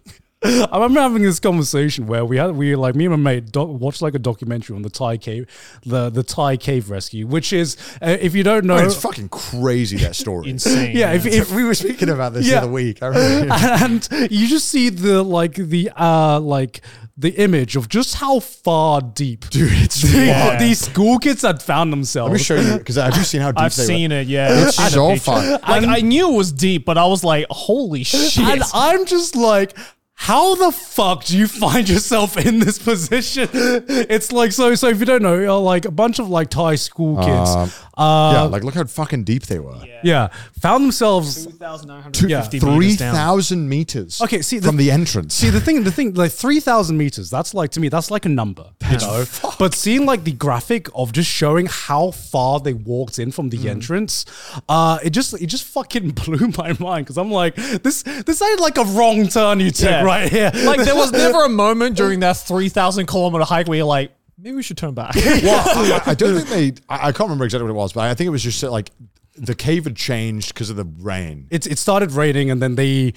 S1: I remember having this conversation where we had we like me and my mate doc, watched like a documentary on the Thai cave, the the Thai cave rescue, which is uh, if you don't know,
S2: I mean, Oh, it's fucking crazy that story.
S3: Insane.
S1: yeah, if, if
S2: If we were speaking about this
S1: Yeah.
S2: the other week, I remember.
S1: and you just see the like the uh like the image of just how far deep
S2: Dude, it's
S1: the,
S2: wild.
S1: these school kids had found themselves.
S2: Let me show you because have you seen how deep
S3: I've
S2: they
S3: seen
S2: were?
S3: it. Yeah,
S2: It's
S3: I had a
S2: so
S3: picture.
S2: fun.
S3: Like I knew it was deep, but I was like, "Holy shit!"
S1: And I'm just like, how the fuck do you find yourself in this position? It's like so. So if you don't know, you're like a bunch of like Thai school kids,
S2: Um,
S1: uh,
S2: yeah, like look how fucking deep they were.
S1: yeah, found themselves. Yeah.
S3: 2,950
S2: Three
S3: meters down.
S2: thousand meters.
S1: Okay, see, the-
S2: from the entrance.
S1: See the thing, the thing, like three thousand meters. That's like to me, that's like a number, you know. But seeing like the graphic of just showing how far they walked in from the entrance, uh, it just it just fucking blew my mind because I'm like, this this ain't like a wrong turn you took
S3: Yeah.
S1: right here.
S3: Like there was never a moment during that 3,000 kilometer hike where you're like, maybe we should turn back.
S2: well, I, I don't think they. I, I can't remember exactly what it was, but I think it was just uh, like the cave had changed because of the rain.
S1: it, it started raining and then they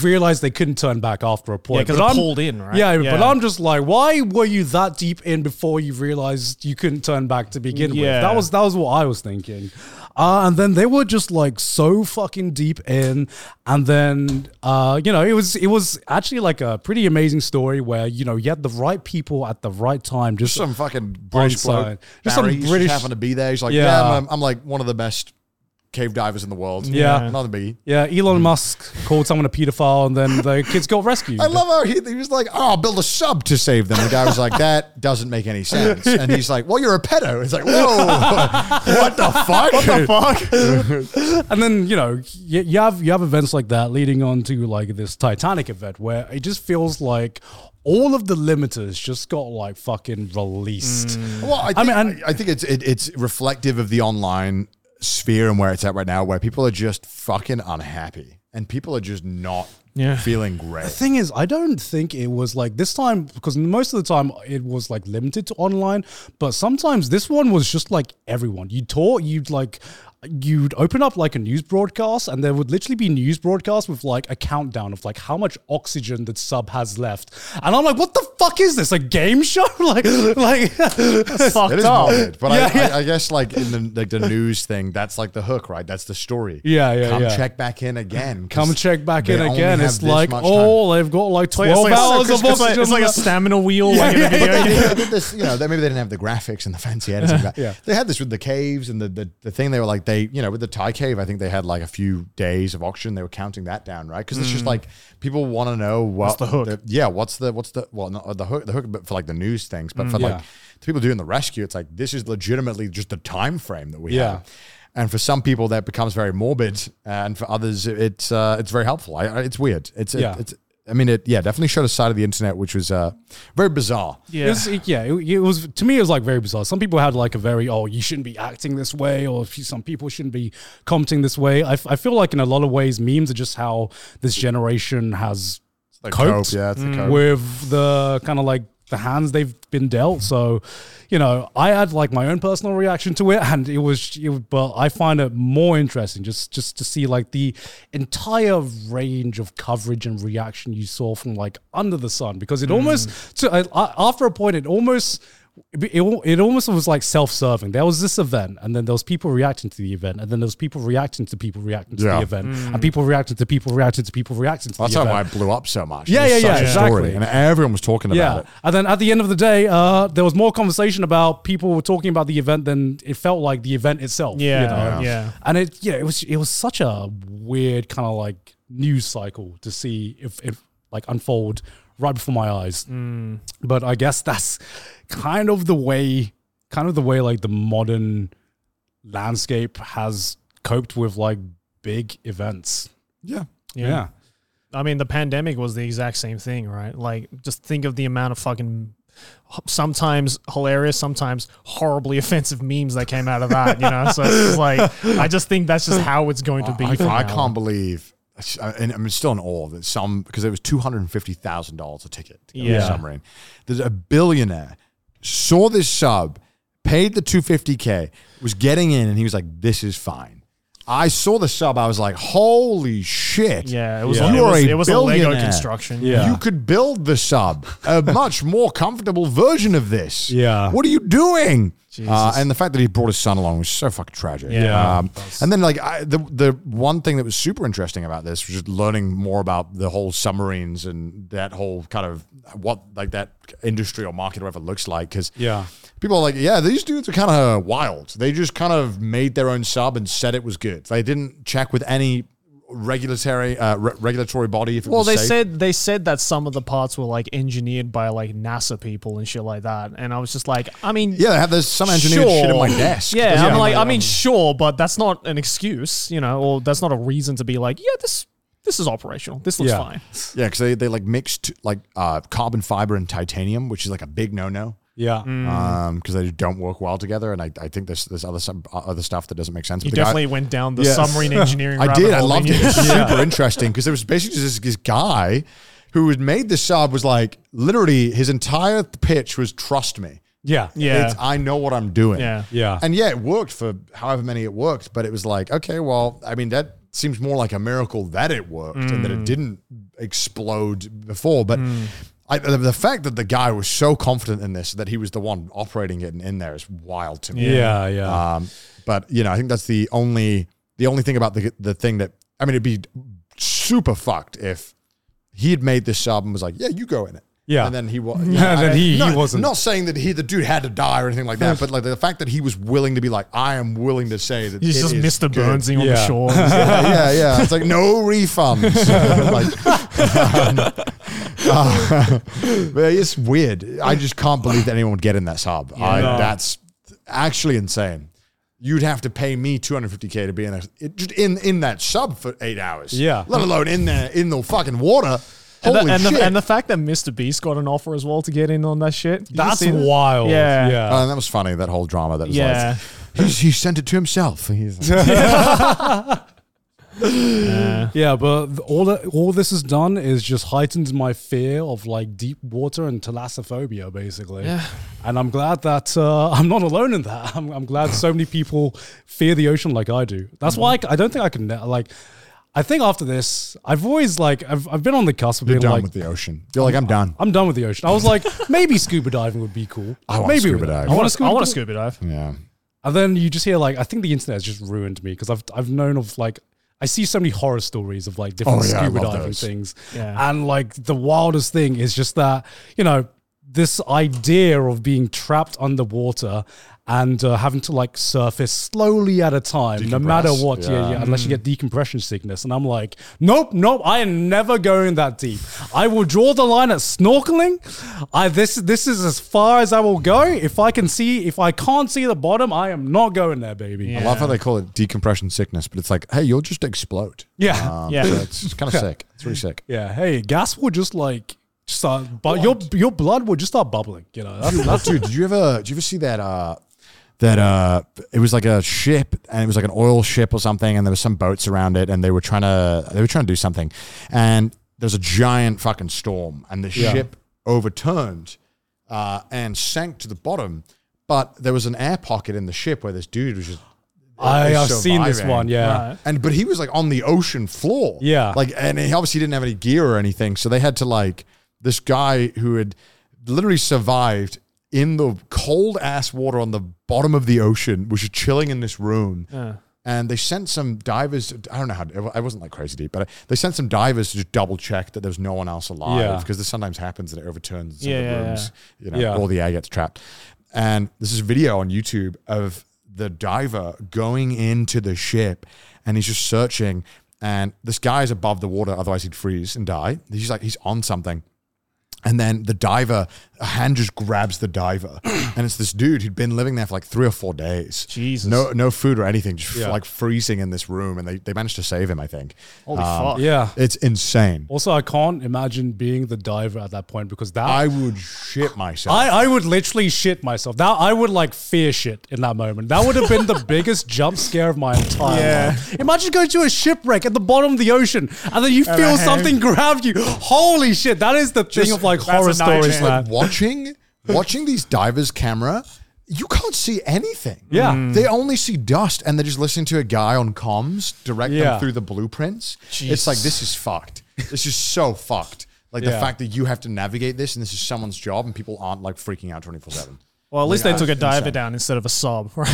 S1: realized they couldn't turn back after a point.
S3: 'cause
S1: But
S3: it
S1: I'm-
S3: pulled in, right?
S1: Yeah, but
S3: Yeah.
S1: I'm just like, why were you that deep in before you realized you couldn't turn back to begin with?
S3: Yeah.
S1: That was that was what I was thinking. Uh, and then they were just like so fucking deep in, and then uh, you know it was it was actually like a pretty amazing story where you know you had the right people at the right time. Just
S2: Some fucking British
S1: Onside.
S2: bloke,
S1: Just some
S2: Barry, he's just
S1: British-
S2: happened to be there. He's like,
S1: Yeah.
S2: yeah, I'm, I'm like one of the best cave divers in the world.
S1: Yeah.
S2: not me.
S1: yeah, Elon Musk called someone a pedophile, and then the kids got rescued.
S2: I love how he, he was like, "Oh, I'll build a sub to save them." The guy was like, "That doesn't make any sense." And he's like, "Well, you're a pedo." It's like, "Whoa, what the fuck? What the fuck?"
S1: and then you know you, you have you have events like that leading on to like this Titanic event where it just feels like all of the limiters just got like fucking released.
S2: Well, I think,
S1: mean,
S2: I,
S1: and-
S2: I think it's it, it's reflective of the online sphere and where it's at right now, where people are just fucking unhappy and people are just not
S3: Yeah.
S2: feeling great.
S1: Thing is, I don't think it was like this time because most of the time it was like limited to online, but sometimes this one was just like everyone. You taught you'd like you'd open up like a news broadcast and there would literally be news broadcasts with like a countdown of like how much oxygen that sub has left. And I'm like, what the fuck is this? A game show? like like
S2: It
S3: fucked
S2: is
S3: up.
S2: morbid, but
S1: Yeah,
S2: I,
S1: yeah.
S2: I, I guess like in the like the news thing, that's like the hook, right? That's the story.
S1: Yeah, yeah,
S2: Come
S1: yeah.
S2: check back in again. 'cause
S1: Come check back
S2: they
S1: in
S2: only
S1: again. it's
S2: have this
S1: like,
S2: much time.
S1: oh, they've got like
S4: like- it's
S1: 12
S4: like-
S1: hours
S4: it's
S1: of
S4: like- it's like-
S1: oxygen.
S4: it's like a stamina wheel. like in a video game.
S2: they, they did this, you know, they, maybe they didn't have the graphics and the fancy editing. But
S1: Yeah.
S2: They had this with the caves and the, the, the thing they were like, they, you know, with the Thai cave, I think they had like a few days of auction. They were counting that down, right? Because it's
S1: Mm.
S2: just like people want to know what,
S4: the hook?
S2: yeah, what's the, what's the, well, not the hook, the hook, but for like the news things, but for
S1: Mm, yeah.
S2: like the people doing the rescue, it's like, this is legitimately just the time frame that we
S1: Yeah.
S2: have. And for some people, that becomes very morbid, and for others, it's uh, it's very helpful. I, I- it's weird. It's
S1: Yeah.
S2: it, it's. I mean, it yeah, definitely showed a side of the internet which was uh, very bizarre.
S1: It was, yeah, it, it was to me. It was like very bizarre. Some people had like a very oh, you shouldn't be acting this way, or if you- some people shouldn't be commenting this way. I, f- I feel like in a lot of ways, memes are just how this generation has
S2: like
S1: coped
S2: cope, yeah, it's the cope.
S1: with the kind of like the hands they've been dealt. So, you know, I had like my own personal reaction to it, and it was, it, was- but I find it more interesting just just to see like the entire range of coverage and reaction you saw from like under the sun, because
S2: Mm.
S1: it almost to I- I- after a point it almost. It, al- it almost was like self-serving. There was this event, and then there was people reacting to the event, and then there was people reacting to people reacting to
S2: Yeah. Mm.
S1: the event, and people reacting to people reacting to people reacting to
S2: That's
S1: the
S2: how
S1: event.
S2: why it blew up so much.
S1: Yeah,
S2: It was
S1: yeah, yeah,
S2: such a
S1: exactly.
S2: and everyone was talking about
S1: Yeah,
S2: it.
S1: and then at the end of the day, uh, there was more conversation about people were talking about the event than it felt like the event itself. you
S4: Yeah,
S1: know?
S4: yeah.
S1: And it, yeah, it was it was such a weird kind of like news cycle to see if if like unfold right before my eyes. But I guess that's kind of the way, kind of the way like the modern landscape has coped with like big events.
S2: Yeah,
S1: Yeah.
S4: I mean, the pandemic was the exact same thing, right? Like, just think of the amount of fucking sometimes hilarious, sometimes horribly offensive memes that came out of that, you know? So it's just like, I just think that's just how it's going to be.
S2: I,
S4: from
S2: I
S4: now
S2: can't believe. I- And I'm still in awe that some because it was two hundred and fifty thousand dollars a ticket. To yeah,
S4: Yeah.
S2: the submarine. There's a billionaire saw this sub, paid the two fifty k, was getting in, and he was like, "This is fine." I saw the sub. I was like, "Holy shit!"
S4: on. Yeah, it was,
S2: You
S4: It
S2: are
S4: was,
S2: a
S4: it was a Lego
S2: billionaire.
S4: construction.
S1: Yeah.
S2: You could build the sub, a much more comfortable version of this.
S1: Yeah.
S2: What are you doing? Uh, and the fact that he brought his son along was so fucking tragic.
S4: Yeah.
S2: Um, and then, like, I, the the one thing that was super interesting about this was just learning more about the whole submarines and that whole kind of what like that industry or market or whatever looks like. Because
S1: Yeah.
S2: people are like, yeah, these dudes are kind of wild. They just kind of made their own sub and said it was good. They didn't check with any regulatory uh, re- regulatory body if it
S4: Well,
S2: was
S4: they
S2: safe.
S4: said they said that some of the parts were like engineered by like NASA people and shit like that, and I was just like, I mean,
S2: Yeah, they have this some engineered shit in my
S4: Sure.
S2: desk.
S4: Yeah,
S2: Doesn't
S4: I'm
S2: mean
S4: like,
S2: that
S4: I mean, sure, but that's not an excuse, you know, or that's not a reason to be like, yeah, this this is operational. This looks
S1: Yeah.
S4: fine.
S2: yeah, because they, they like mixed like uh, carbon fiber and titanium, which is like a big no no.
S1: Yeah.
S4: Mm.
S2: Um, because they don't work well together, and I, I think there's there's other some other stuff that doesn't make sense.
S4: You
S2: the guy-
S4: definitely went down the
S2: Yeah.
S4: submarine engineering.
S2: I
S4: rabbit
S2: did. I
S4: hole,
S2: loved it.
S4: didn't
S2: It
S4: you?
S2: was super interesting because there was basically just this, this guy who had made this sub was like literally his entire pitch was trust me.
S1: Yeah.
S4: Yeah.
S2: It's, I know what I'm doing.
S4: Yeah.
S1: Yeah.
S2: And yeah, it worked for however many it worked, but it was like, okay, well, I mean, that seems more like a miracle that it worked and that
S1: Mm.
S2: it didn't explode before. But I, the, the fact that the guy was so confident in this that he was the one operating it and in there is wild to me.
S1: Yeah. Yeah.
S2: Um, but you know, I think that's the only the only thing about the the thing that I mean, it'd be super fucked if he had made this sub and was like, "Yeah, you go in it."
S1: Yeah.
S2: and then he was.
S1: And then he- he
S2: not,
S1: wasn't.
S2: Not saying that he the dude had to die or anything like that, but like the fact that he was willing to be like, "I am willing to say that."
S4: He's
S2: it
S4: just
S2: is
S4: Mr.
S2: good."
S4: Burnsing on
S1: Yeah.
S4: the shore. He's like,
S2: yeah, yeah. It's like no refunds. like, uh, but it's weird. I just can't believe that anyone would get in that sub. I,
S1: No.
S2: That's actually insane. You'd have to pay me 250k to be in a, it, just in in that sub for eight hours.
S1: Yeah.
S2: let alone in there in the fucking water.
S4: And
S2: Holy
S4: the, and,
S2: shit!
S4: the, and the fact that Mr. Beast got an offer as well to get in on that shit. Did you
S1: That's
S4: see that?
S1: wild.
S4: Yeah.
S1: Yeah.
S2: Oh, and that was funny. That whole drama. That was
S4: Yeah.
S2: like he's, he sent it to himself. He's like,
S1: Yeah, but th- all that, all this has done is just heightened my fear of like deep water and thalassophobia, basically. Yeah. And I'm glad that uh, I'm not alone in that. I'm, I'm glad so many people fear the ocean like I do. That's why I,
S2: Mm-hmm.
S1: c- I don't think I can ne- like. I think after this, I've always like I've, I've been on the cusp of
S2: you're
S1: being
S2: done
S1: like
S2: with the ocean. You're like, I'm done.
S1: I'm done with the ocean. I was like maybe scuba diving would be cool.
S2: I wanna
S1: maybe
S2: scuba
S1: we-
S2: dive.
S4: I
S1: I want
S4: want
S1: to
S4: to. I want to scuba dive.
S2: Yeah.
S1: and then you just hear like I think the internet has just ruined me because I've I've known of like I I see so many horror stories of like different
S2: Oh, yeah, I
S1: scuba
S2: love
S1: diving
S2: those.
S1: things.
S3: Yeah.
S1: And like the wildest thing is just that, you know, this idea of being trapped underwater and uh, having to like surface slowly at a time, no matter
S2: Decompress,
S1: what, yeah, yeah,
S2: yeah.
S1: unless you
S2: Hmm.
S1: get decompression sickness. And I'm like, nope, nope, I am never going that deep. I will draw the line at snorkeling. I this this is as far as I will go. If I can see, if I can't see the bottom, I am not going there, baby.
S2: I love how they call it decompression sickness, but it's like, hey, you'll just explode.
S1: Yeah.
S2: Um,
S3: Yeah.
S2: so it's kind of sick. It's really sick.
S1: Yeah, hey, gas will just like start, but your your blood will just start bubbling. You know, that's, that's
S2: Dude, did you ever did you ever see that uh that uh it was like a ship and it was like an oil ship or something and there were some boats around it and they were trying to they were trying to do something and there's a giant fucking storm and the ship overturned uh and sank to the bottom but there was an air pocket in the ship where this dude was just
S1: I
S2: is
S1: have seen this
S2: surviving.
S1: one. Yeah,
S2: And but he was like on the ocean floor.
S1: Yeah.
S2: Like and he obviously didn't have any gear or anything. So they had to like this guy who had literally survived in the cold ass water on the bottom of the ocean, was just chilling in this room. And they sent some divers. I don't know how. It wasn't like crazy deep, but they sent some divers to just double check that there was no one else alive
S1: Yeah.
S2: because this sometimes happens that it overturns some
S3: Yeah,
S2: of
S3: yeah,
S2: the
S3: yeah.
S2: rooms, you know,
S1: Yeah.
S2: or the air gets trapped. And this is a video on YouTube of the diver going into the ship and he's just searching. And this guy is above the water, otherwise he'd freeze and die. He's like, he's on something. And then the diver, a hand just grabs the diver. and it's this dude who'd been living there for like three or four days.
S3: Jesus.
S2: No, no food or anything, just
S1: Yeah.
S2: like freezing in this room. And they, they managed to save him, I think.
S3: Holy
S2: Um,
S3: fuck.
S1: yeah.
S2: It's insane.
S1: Also, I can't imagine being the diver at that point because that
S2: I
S1: I,
S2: would shit myself.
S1: I, would literally shit myself. That I would like fear shit in that moment. That would have been the biggest jump scare of my entire life. Imagine going to a shipwreck at the bottom of the ocean and then you feel
S3: right.
S1: something grab you. Holy shit! That is the thing of like
S3: that's a
S1: horror stories,
S3: nightmare.
S1: man.
S2: like watching watching these divers camera you can't see anything
S1: Yeah.
S3: Hmm.
S1: Mm.
S2: they only see dust and they're just listening to a guy on comms direct
S1: Yeah.
S2: them through the blueprints it's like this is fucked this is so fucked like the
S1: Yeah.
S2: fact that you have to navigate this and this is someone's job and people aren't like freaking out 24-7
S3: Well, at least they
S2: Yeah,
S3: took a
S2: it's
S3: diver
S2: insane.
S3: down instead of a sob. Right?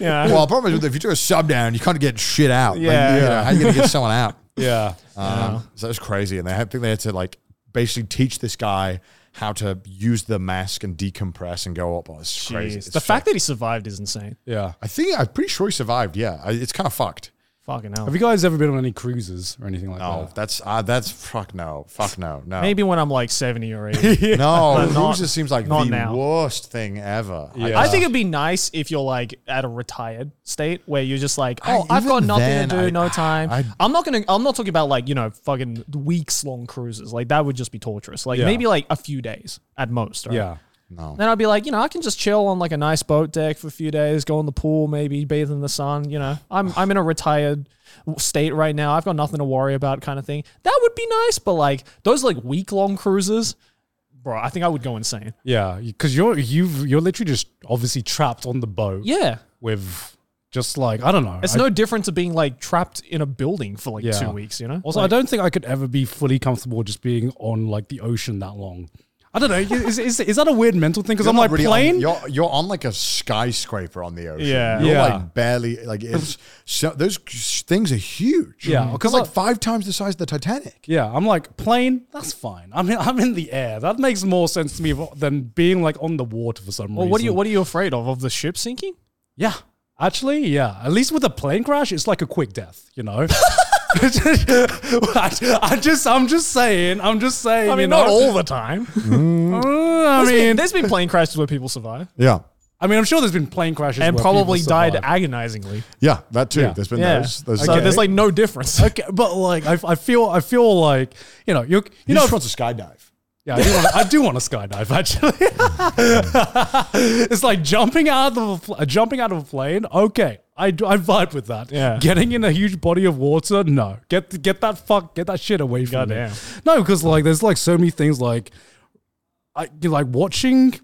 S2: well the problem is if you do a sub down you can't get shit out
S3: Yeah,
S2: like, you know,
S3: yeah.
S2: how you gonna get someone out
S1: Yeah.
S2: Um, so that's crazy. And they had, I think they had to like basically teach this guy how to use the mask and decompress and go up. Oh, it's crazy.
S3: Jeez.
S2: It's
S3: The
S2: so-
S3: fact that he survived is insane.
S1: Yeah.
S2: I think I'm pretty sure he survived. Yeah, I, it's kind of fucked.
S3: Fucking hell.
S1: Have you guys ever been on any cruises or anything like
S2: No,
S1: that?
S2: that's uh, that's fuck no, fuck no, no.
S3: Maybe when I'm like 70 or 80.
S2: no.
S3: But not-
S2: Cruises seems like the
S3: not now.
S2: worst thing ever.
S1: Yeah.
S3: I think it'd be nice if you're like at a retired state where you're just like,
S2: I-
S3: oh, I've got
S2: even
S3: nothing
S2: then,
S3: to do,
S2: I-
S3: no time.
S2: I-
S3: I, am not gonna. I'm not talking about like you know fucking weeks long cruises. Like that would just be torturous. Like
S1: Yeah.
S3: maybe like a few days at most. Right?
S1: Yeah.
S2: no.
S3: Then I'd be like, you know, I can just chill on like a nice boat deck for a few days, go in the pool, maybe bathe in the sun. You know, I'm I'm in a retired w- state right now. I've got nothing to worry about, kind of thing. That would be nice, but like those like week long cruises, bro, I think I would go insane.
S1: Yeah, because you're you've you're literally just obviously trapped on the boat
S3: Yeah,
S1: with just like I don't know.
S3: It's
S1: I-
S3: no different to being like trapped in a building for like
S1: Yeah.
S3: two weeks, you know?
S1: Also, I
S3: Like,
S1: don't think I could ever be fully comfortable just being on like the ocean that long. I don't know. Is is, is that a weird mental thing? Because
S2: You're
S1: I'm
S2: not
S1: like
S2: really on-
S1: plane.
S2: you're you're on like a skyscraper on the ocean.
S3: Yeah.
S2: you're
S1: Yeah.
S2: like barely like it's so those things are huge.
S1: Yeah,
S2: because
S1: 'cause
S2: like
S1: I-
S2: five times the size of the Titanic.
S1: yeah, I'm like plane. That's fine. I'm in, I'm in the air. That makes more sense to me than being like on the water for some
S3: Well,
S1: reason.
S3: what are you what are you afraid of? Of the ship sinking?
S1: Yeah, actually, yeah. At least with a plane crash, it's like a quick death. You know. I, I just, I'm just saying, I'm just saying.
S3: I mean,
S1: you know?
S3: not all the
S1: Uh,
S3: time.
S1: I
S3: I mean,
S1: mean,
S3: there's been plane crashes where people survive
S2: Yeah.
S1: I mean, I'm sure there's been plane crashes
S3: and
S1: where
S3: probably
S1: people
S3: died
S1: survive.
S3: agonizingly.
S2: Yeah, that too.
S1: Yeah.
S2: There's been
S3: Yeah.
S2: those. those
S3: so there's like no difference.
S1: Okay, but like, I, I feel, I feel like, you know, you're, you
S2: you
S1: know,
S2: just want to skydive.
S1: yeah, I do, want, I do want to skydive actually. it's like jumping out of a, pl- jumping out of a plane. Okay, I, do- I vibe with that.
S3: Yeah.
S1: getting in a huge body of water. No, get get that fuck, get that shit away from me.
S3: Goddamn.
S1: No, because like, there's like so many things like, I like watching.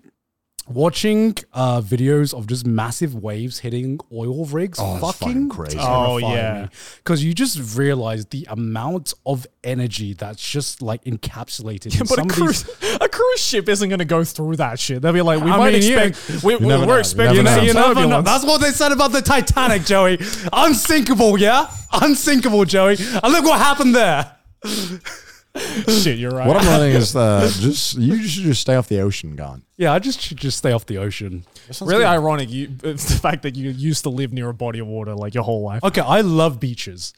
S1: Watching uh, videos of just massive waves hitting oil rigs,
S2: Oh, that's fucking
S1: fucking
S2: crazy.
S3: Oh,
S1: terrifying
S3: yeah.
S1: me. Because you just realize the amount of energy that's just like encapsulated. in
S3: But a
S1: some of
S3: cruise,
S1: these,
S3: a cruise ship isn't going to go through that shit. They'll be like, we
S1: I
S3: might
S1: mean, you-
S3: expect, we,
S2: never
S3: we're
S2: know. You
S3: expecting some
S2: never know.
S1: You never know.
S3: turbulence.
S1: That's what they said about the Titanic, Joey. Unsinkable, yeah. Unsinkable, Joey. And look what happened there.
S4: Shit, you're right.
S2: What I'm learning is uh, just you should just stay off the ocean, gone.
S1: Yeah, I just should just stay off the ocean.
S4: really ironic. You, it's the fact that you used to live near a body of water like your whole life.
S1: Okay, I love beaches.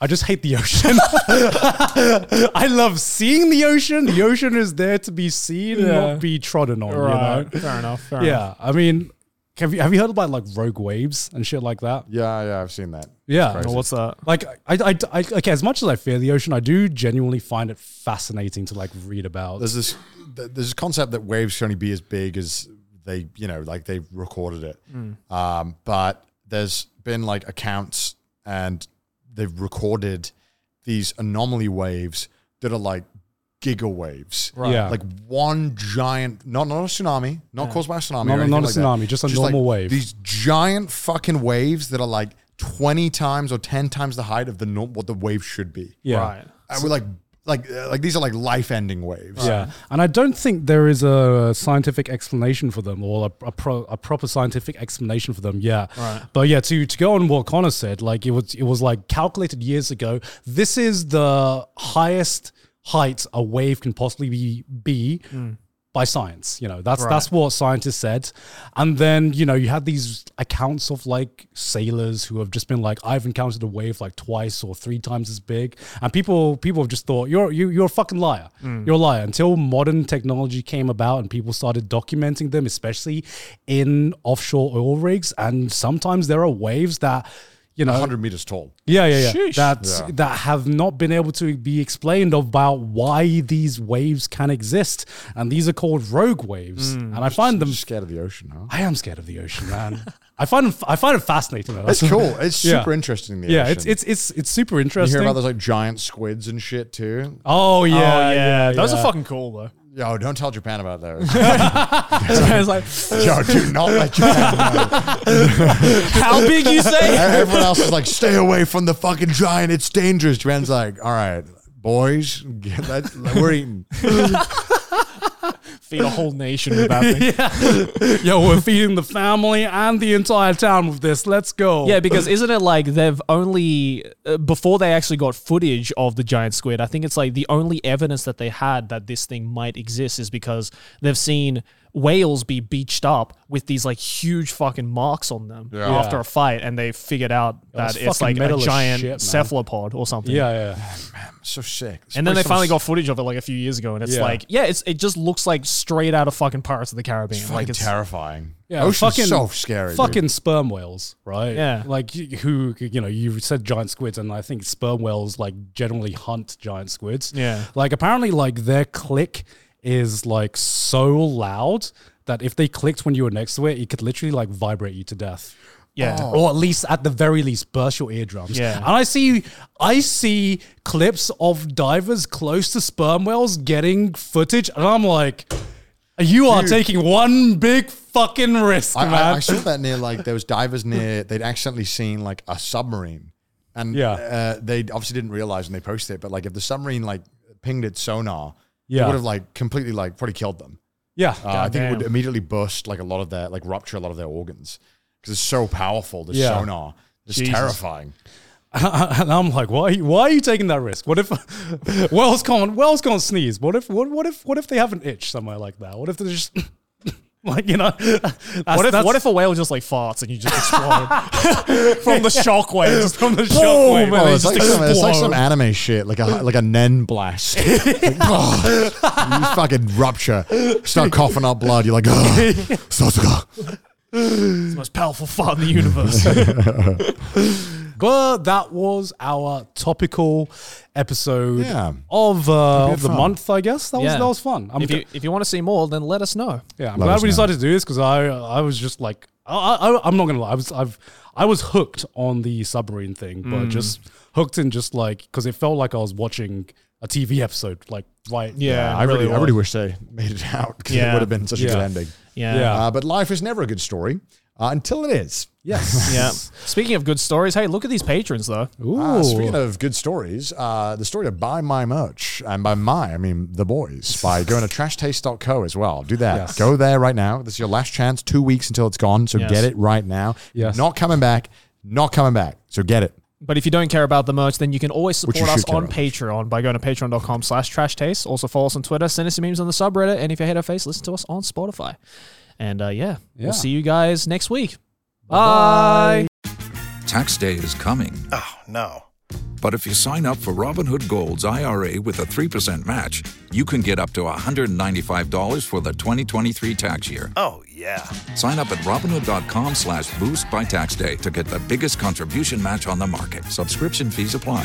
S1: I just hate the ocean. I love seeing the ocean. The ocean is there to be seen,
S4: Yeah.
S1: not be trodden on. You know?
S4: Fair enough. Fair enough.
S1: Yeah, I mean, have you have you heard about like rogue waves and shit like that?
S2: Yeah, yeah, I've seen that.
S1: Yeah,
S4: Well, what's that?
S1: like I, I, I, okay. As much as I fear the ocean, I do genuinely find it fascinating to like read about.
S2: There's this th- there's this concept that waves can only be as big as they you know like they recorded it, um, but there's been like accounts and they've recorded these anomaly waves that are like gigawaves.
S1: Right. Yeah.
S2: like one giant not not a tsunami, not caused by a tsunami,
S1: Not-
S2: or anything
S1: not a
S2: like that.
S1: tsunami, just a
S2: like,
S1: normal wave.
S2: These giant fucking waves that are like twenty times or ten times the height of the norm, what the wave should be.
S1: yeah,
S4: Right.
S2: and we're like like uh, like these are like life ending waves.
S1: yeah. And I don't think there is a scientific explanation for them, or a, a, pro, a proper scientific explanation for them. Yeah, right. But yeah, to to go on what Connor said, like it was it was like calculated years ago. This is the highest height a wave can possibly be. be By science, you know that's that's what scientists said, and then you know you had these accounts of like sailors who have just been like, I've encountered a wave like twice or three times as big, and people people have just thought you're you, you're a fucking liar, you're a liar. Until modern technology came about and people started documenting them, especially in offshore oil rigs, and sometimes there are waves that you know
S2: hundred meters tall.
S1: yeah, yeah, yeah.
S4: Sheesh.
S1: That
S2: Yeah.
S1: that have not been able to be explained about why these waves can exist, and these are called rogue waves. and I find them.
S2: Just scared of the ocean, huh?
S1: I am scared of the ocean, man. I find them, I find it fascinating. though.
S2: It's cool. It's
S1: Yeah.
S2: super interesting. The
S1: yeah,
S2: ocean.
S1: it's it's it's it's super
S2: You
S1: interesting.
S2: hear about those like giant squids and shit too.
S1: oh yeah, yeah,
S4: Those
S1: yeah.
S4: are fucking cool though.
S2: Yo, don't tell Japan about those.
S4: it's like
S2: Yo, do not let Japan know.
S4: how big you say?
S2: Everyone else is like, stay away from the fucking giant. It's dangerous. Japan's like, all right, boys, get that, we're eating.
S4: Feed a whole nation with that thing.
S1: Yo, we're feeding the family and the entire town with this. Let's go.
S3: Yeah, because isn't it like they've only uh, before they actually got footage of the giant squid? I think it's like the only evidence that they had that this thing might exist is because they've seen whales be beached up with these like huge fucking marks on them after a fight, and they figured out
S1: that's
S3: that it's
S1: fucking
S3: like a
S1: metal as
S3: giant
S1: shit, man.
S3: cephalopod or something.
S1: yeah, yeah.
S2: So sick.
S3: And then they
S2: Some-
S3: finally got footage of it like a few years ago, and it's
S1: Yeah.
S3: like, yeah, it's it just looks like straight out of fucking Pirates of the Caribbean.
S2: fucking
S3: like it's
S2: terrifying.
S1: Yeah,
S2: Ocean's
S1: fucking-
S2: so scary. dude.
S1: fucking sperm whales, right?
S3: Yeah.
S1: Like y- who you know, you said giant squids and I think sperm whales like generally hunt giant squids.
S3: Yeah.
S1: Like apparently like their click is like so loud that if they clicked when you were next to it, it could literally like vibrate you to death.
S3: yeah.
S1: Or at least at the very least burst your eardrums.
S3: Yeah.
S1: And I see I see clips of divers close to sperm whales getting footage and I'm like you are taking one big fucking risk,
S2: I,
S1: man.
S2: I, I saw that near like there was divers near they'd accidentally seen like a submarine, and
S1: Yeah.
S2: uh, they obviously didn't realize when they posted it. But like if the submarine like pinged its sonar,
S1: Yeah.
S2: it would have like completely like probably killed them.
S1: yeah.
S2: Uh, I think it would immediately burst like a lot of their like rupture a lot of their organs because it's so powerful. This
S1: Yeah.
S2: sonar, it's terrifying.
S1: and I'm like, why? Why are you taking that risk? What if Wells can't Wells can't sneeze? What if what, what if what if they have an itch somewhere like that? What if they're just like you know?
S3: What if, what if a whale just like farts and you just explode from the shockwave? Just from the
S1: shockwave.
S3: Boom, and they
S2: Oh, it's,
S3: just
S2: like some, it's like
S3: explode.
S2: some anime shit, like a like a nen blast. Like, oh, you fucking rupture, start coughing up blood. You're like, oh, Sasuke.
S3: It's the most powerful fart in the universe.
S1: But that was our topical episode
S2: Yeah.
S1: of uh, of the
S2: fun.
S1: month, I guess. That was that was fun. I'm
S3: if, you, if you want to see more, then let us know.
S1: Yeah, I'm
S2: Let
S1: glad
S2: us
S1: we
S2: know.
S1: decided to do this because I I was just like I, I I'm not gonna lie I was I've I was hooked on the submarine thing, but just hooked in just like because it felt like I was watching a TV episode, like right.
S4: Yeah,
S2: I really, I really
S4: was.
S2: wish they made it out because it
S4: Yeah.
S2: would have been such a
S1: Yeah.
S2: good ending.
S3: Yeah.
S1: Yeah.
S2: Uh, but life is never a good story uh, until it is.
S1: Yes.
S3: Yeah. Speaking of good stories, hey, look at these patrons though.
S1: Ooh.
S2: Uh, speaking of good stories, uh, the story to buy my merch, and by my, I mean the boys, by going to trashtaste.co as well. Do that.
S1: Yes.
S2: Go there right now. This is your last chance, two weeks until it's gone. So
S3: Yes.
S2: get it right now.
S1: Yes.
S2: Not coming back. Not coming back. So get it.
S3: But if you don't care about the merch, then you can always
S2: Which you
S3: support us
S2: should care
S3: on Patreon
S2: about.
S3: by going to patreon.com slash trash taste. Also follow us on Twitter, send us your memes on the subreddit, and if you hate our face, listen to us on Spotify. And uh, yeah,
S1: Yeah.
S3: we'll see you guys next week. Bye.
S5: Tax day is coming.
S6: Oh, no.
S5: But if you sign up for Robinhood Gold's IRA with a 3% match, you can get up to $195 for the 2023 tax year.
S6: Oh, yeah.
S5: Sign up at Robinhood.com slash boost by tax day to get the biggest contribution match on the market. Subscription fees apply.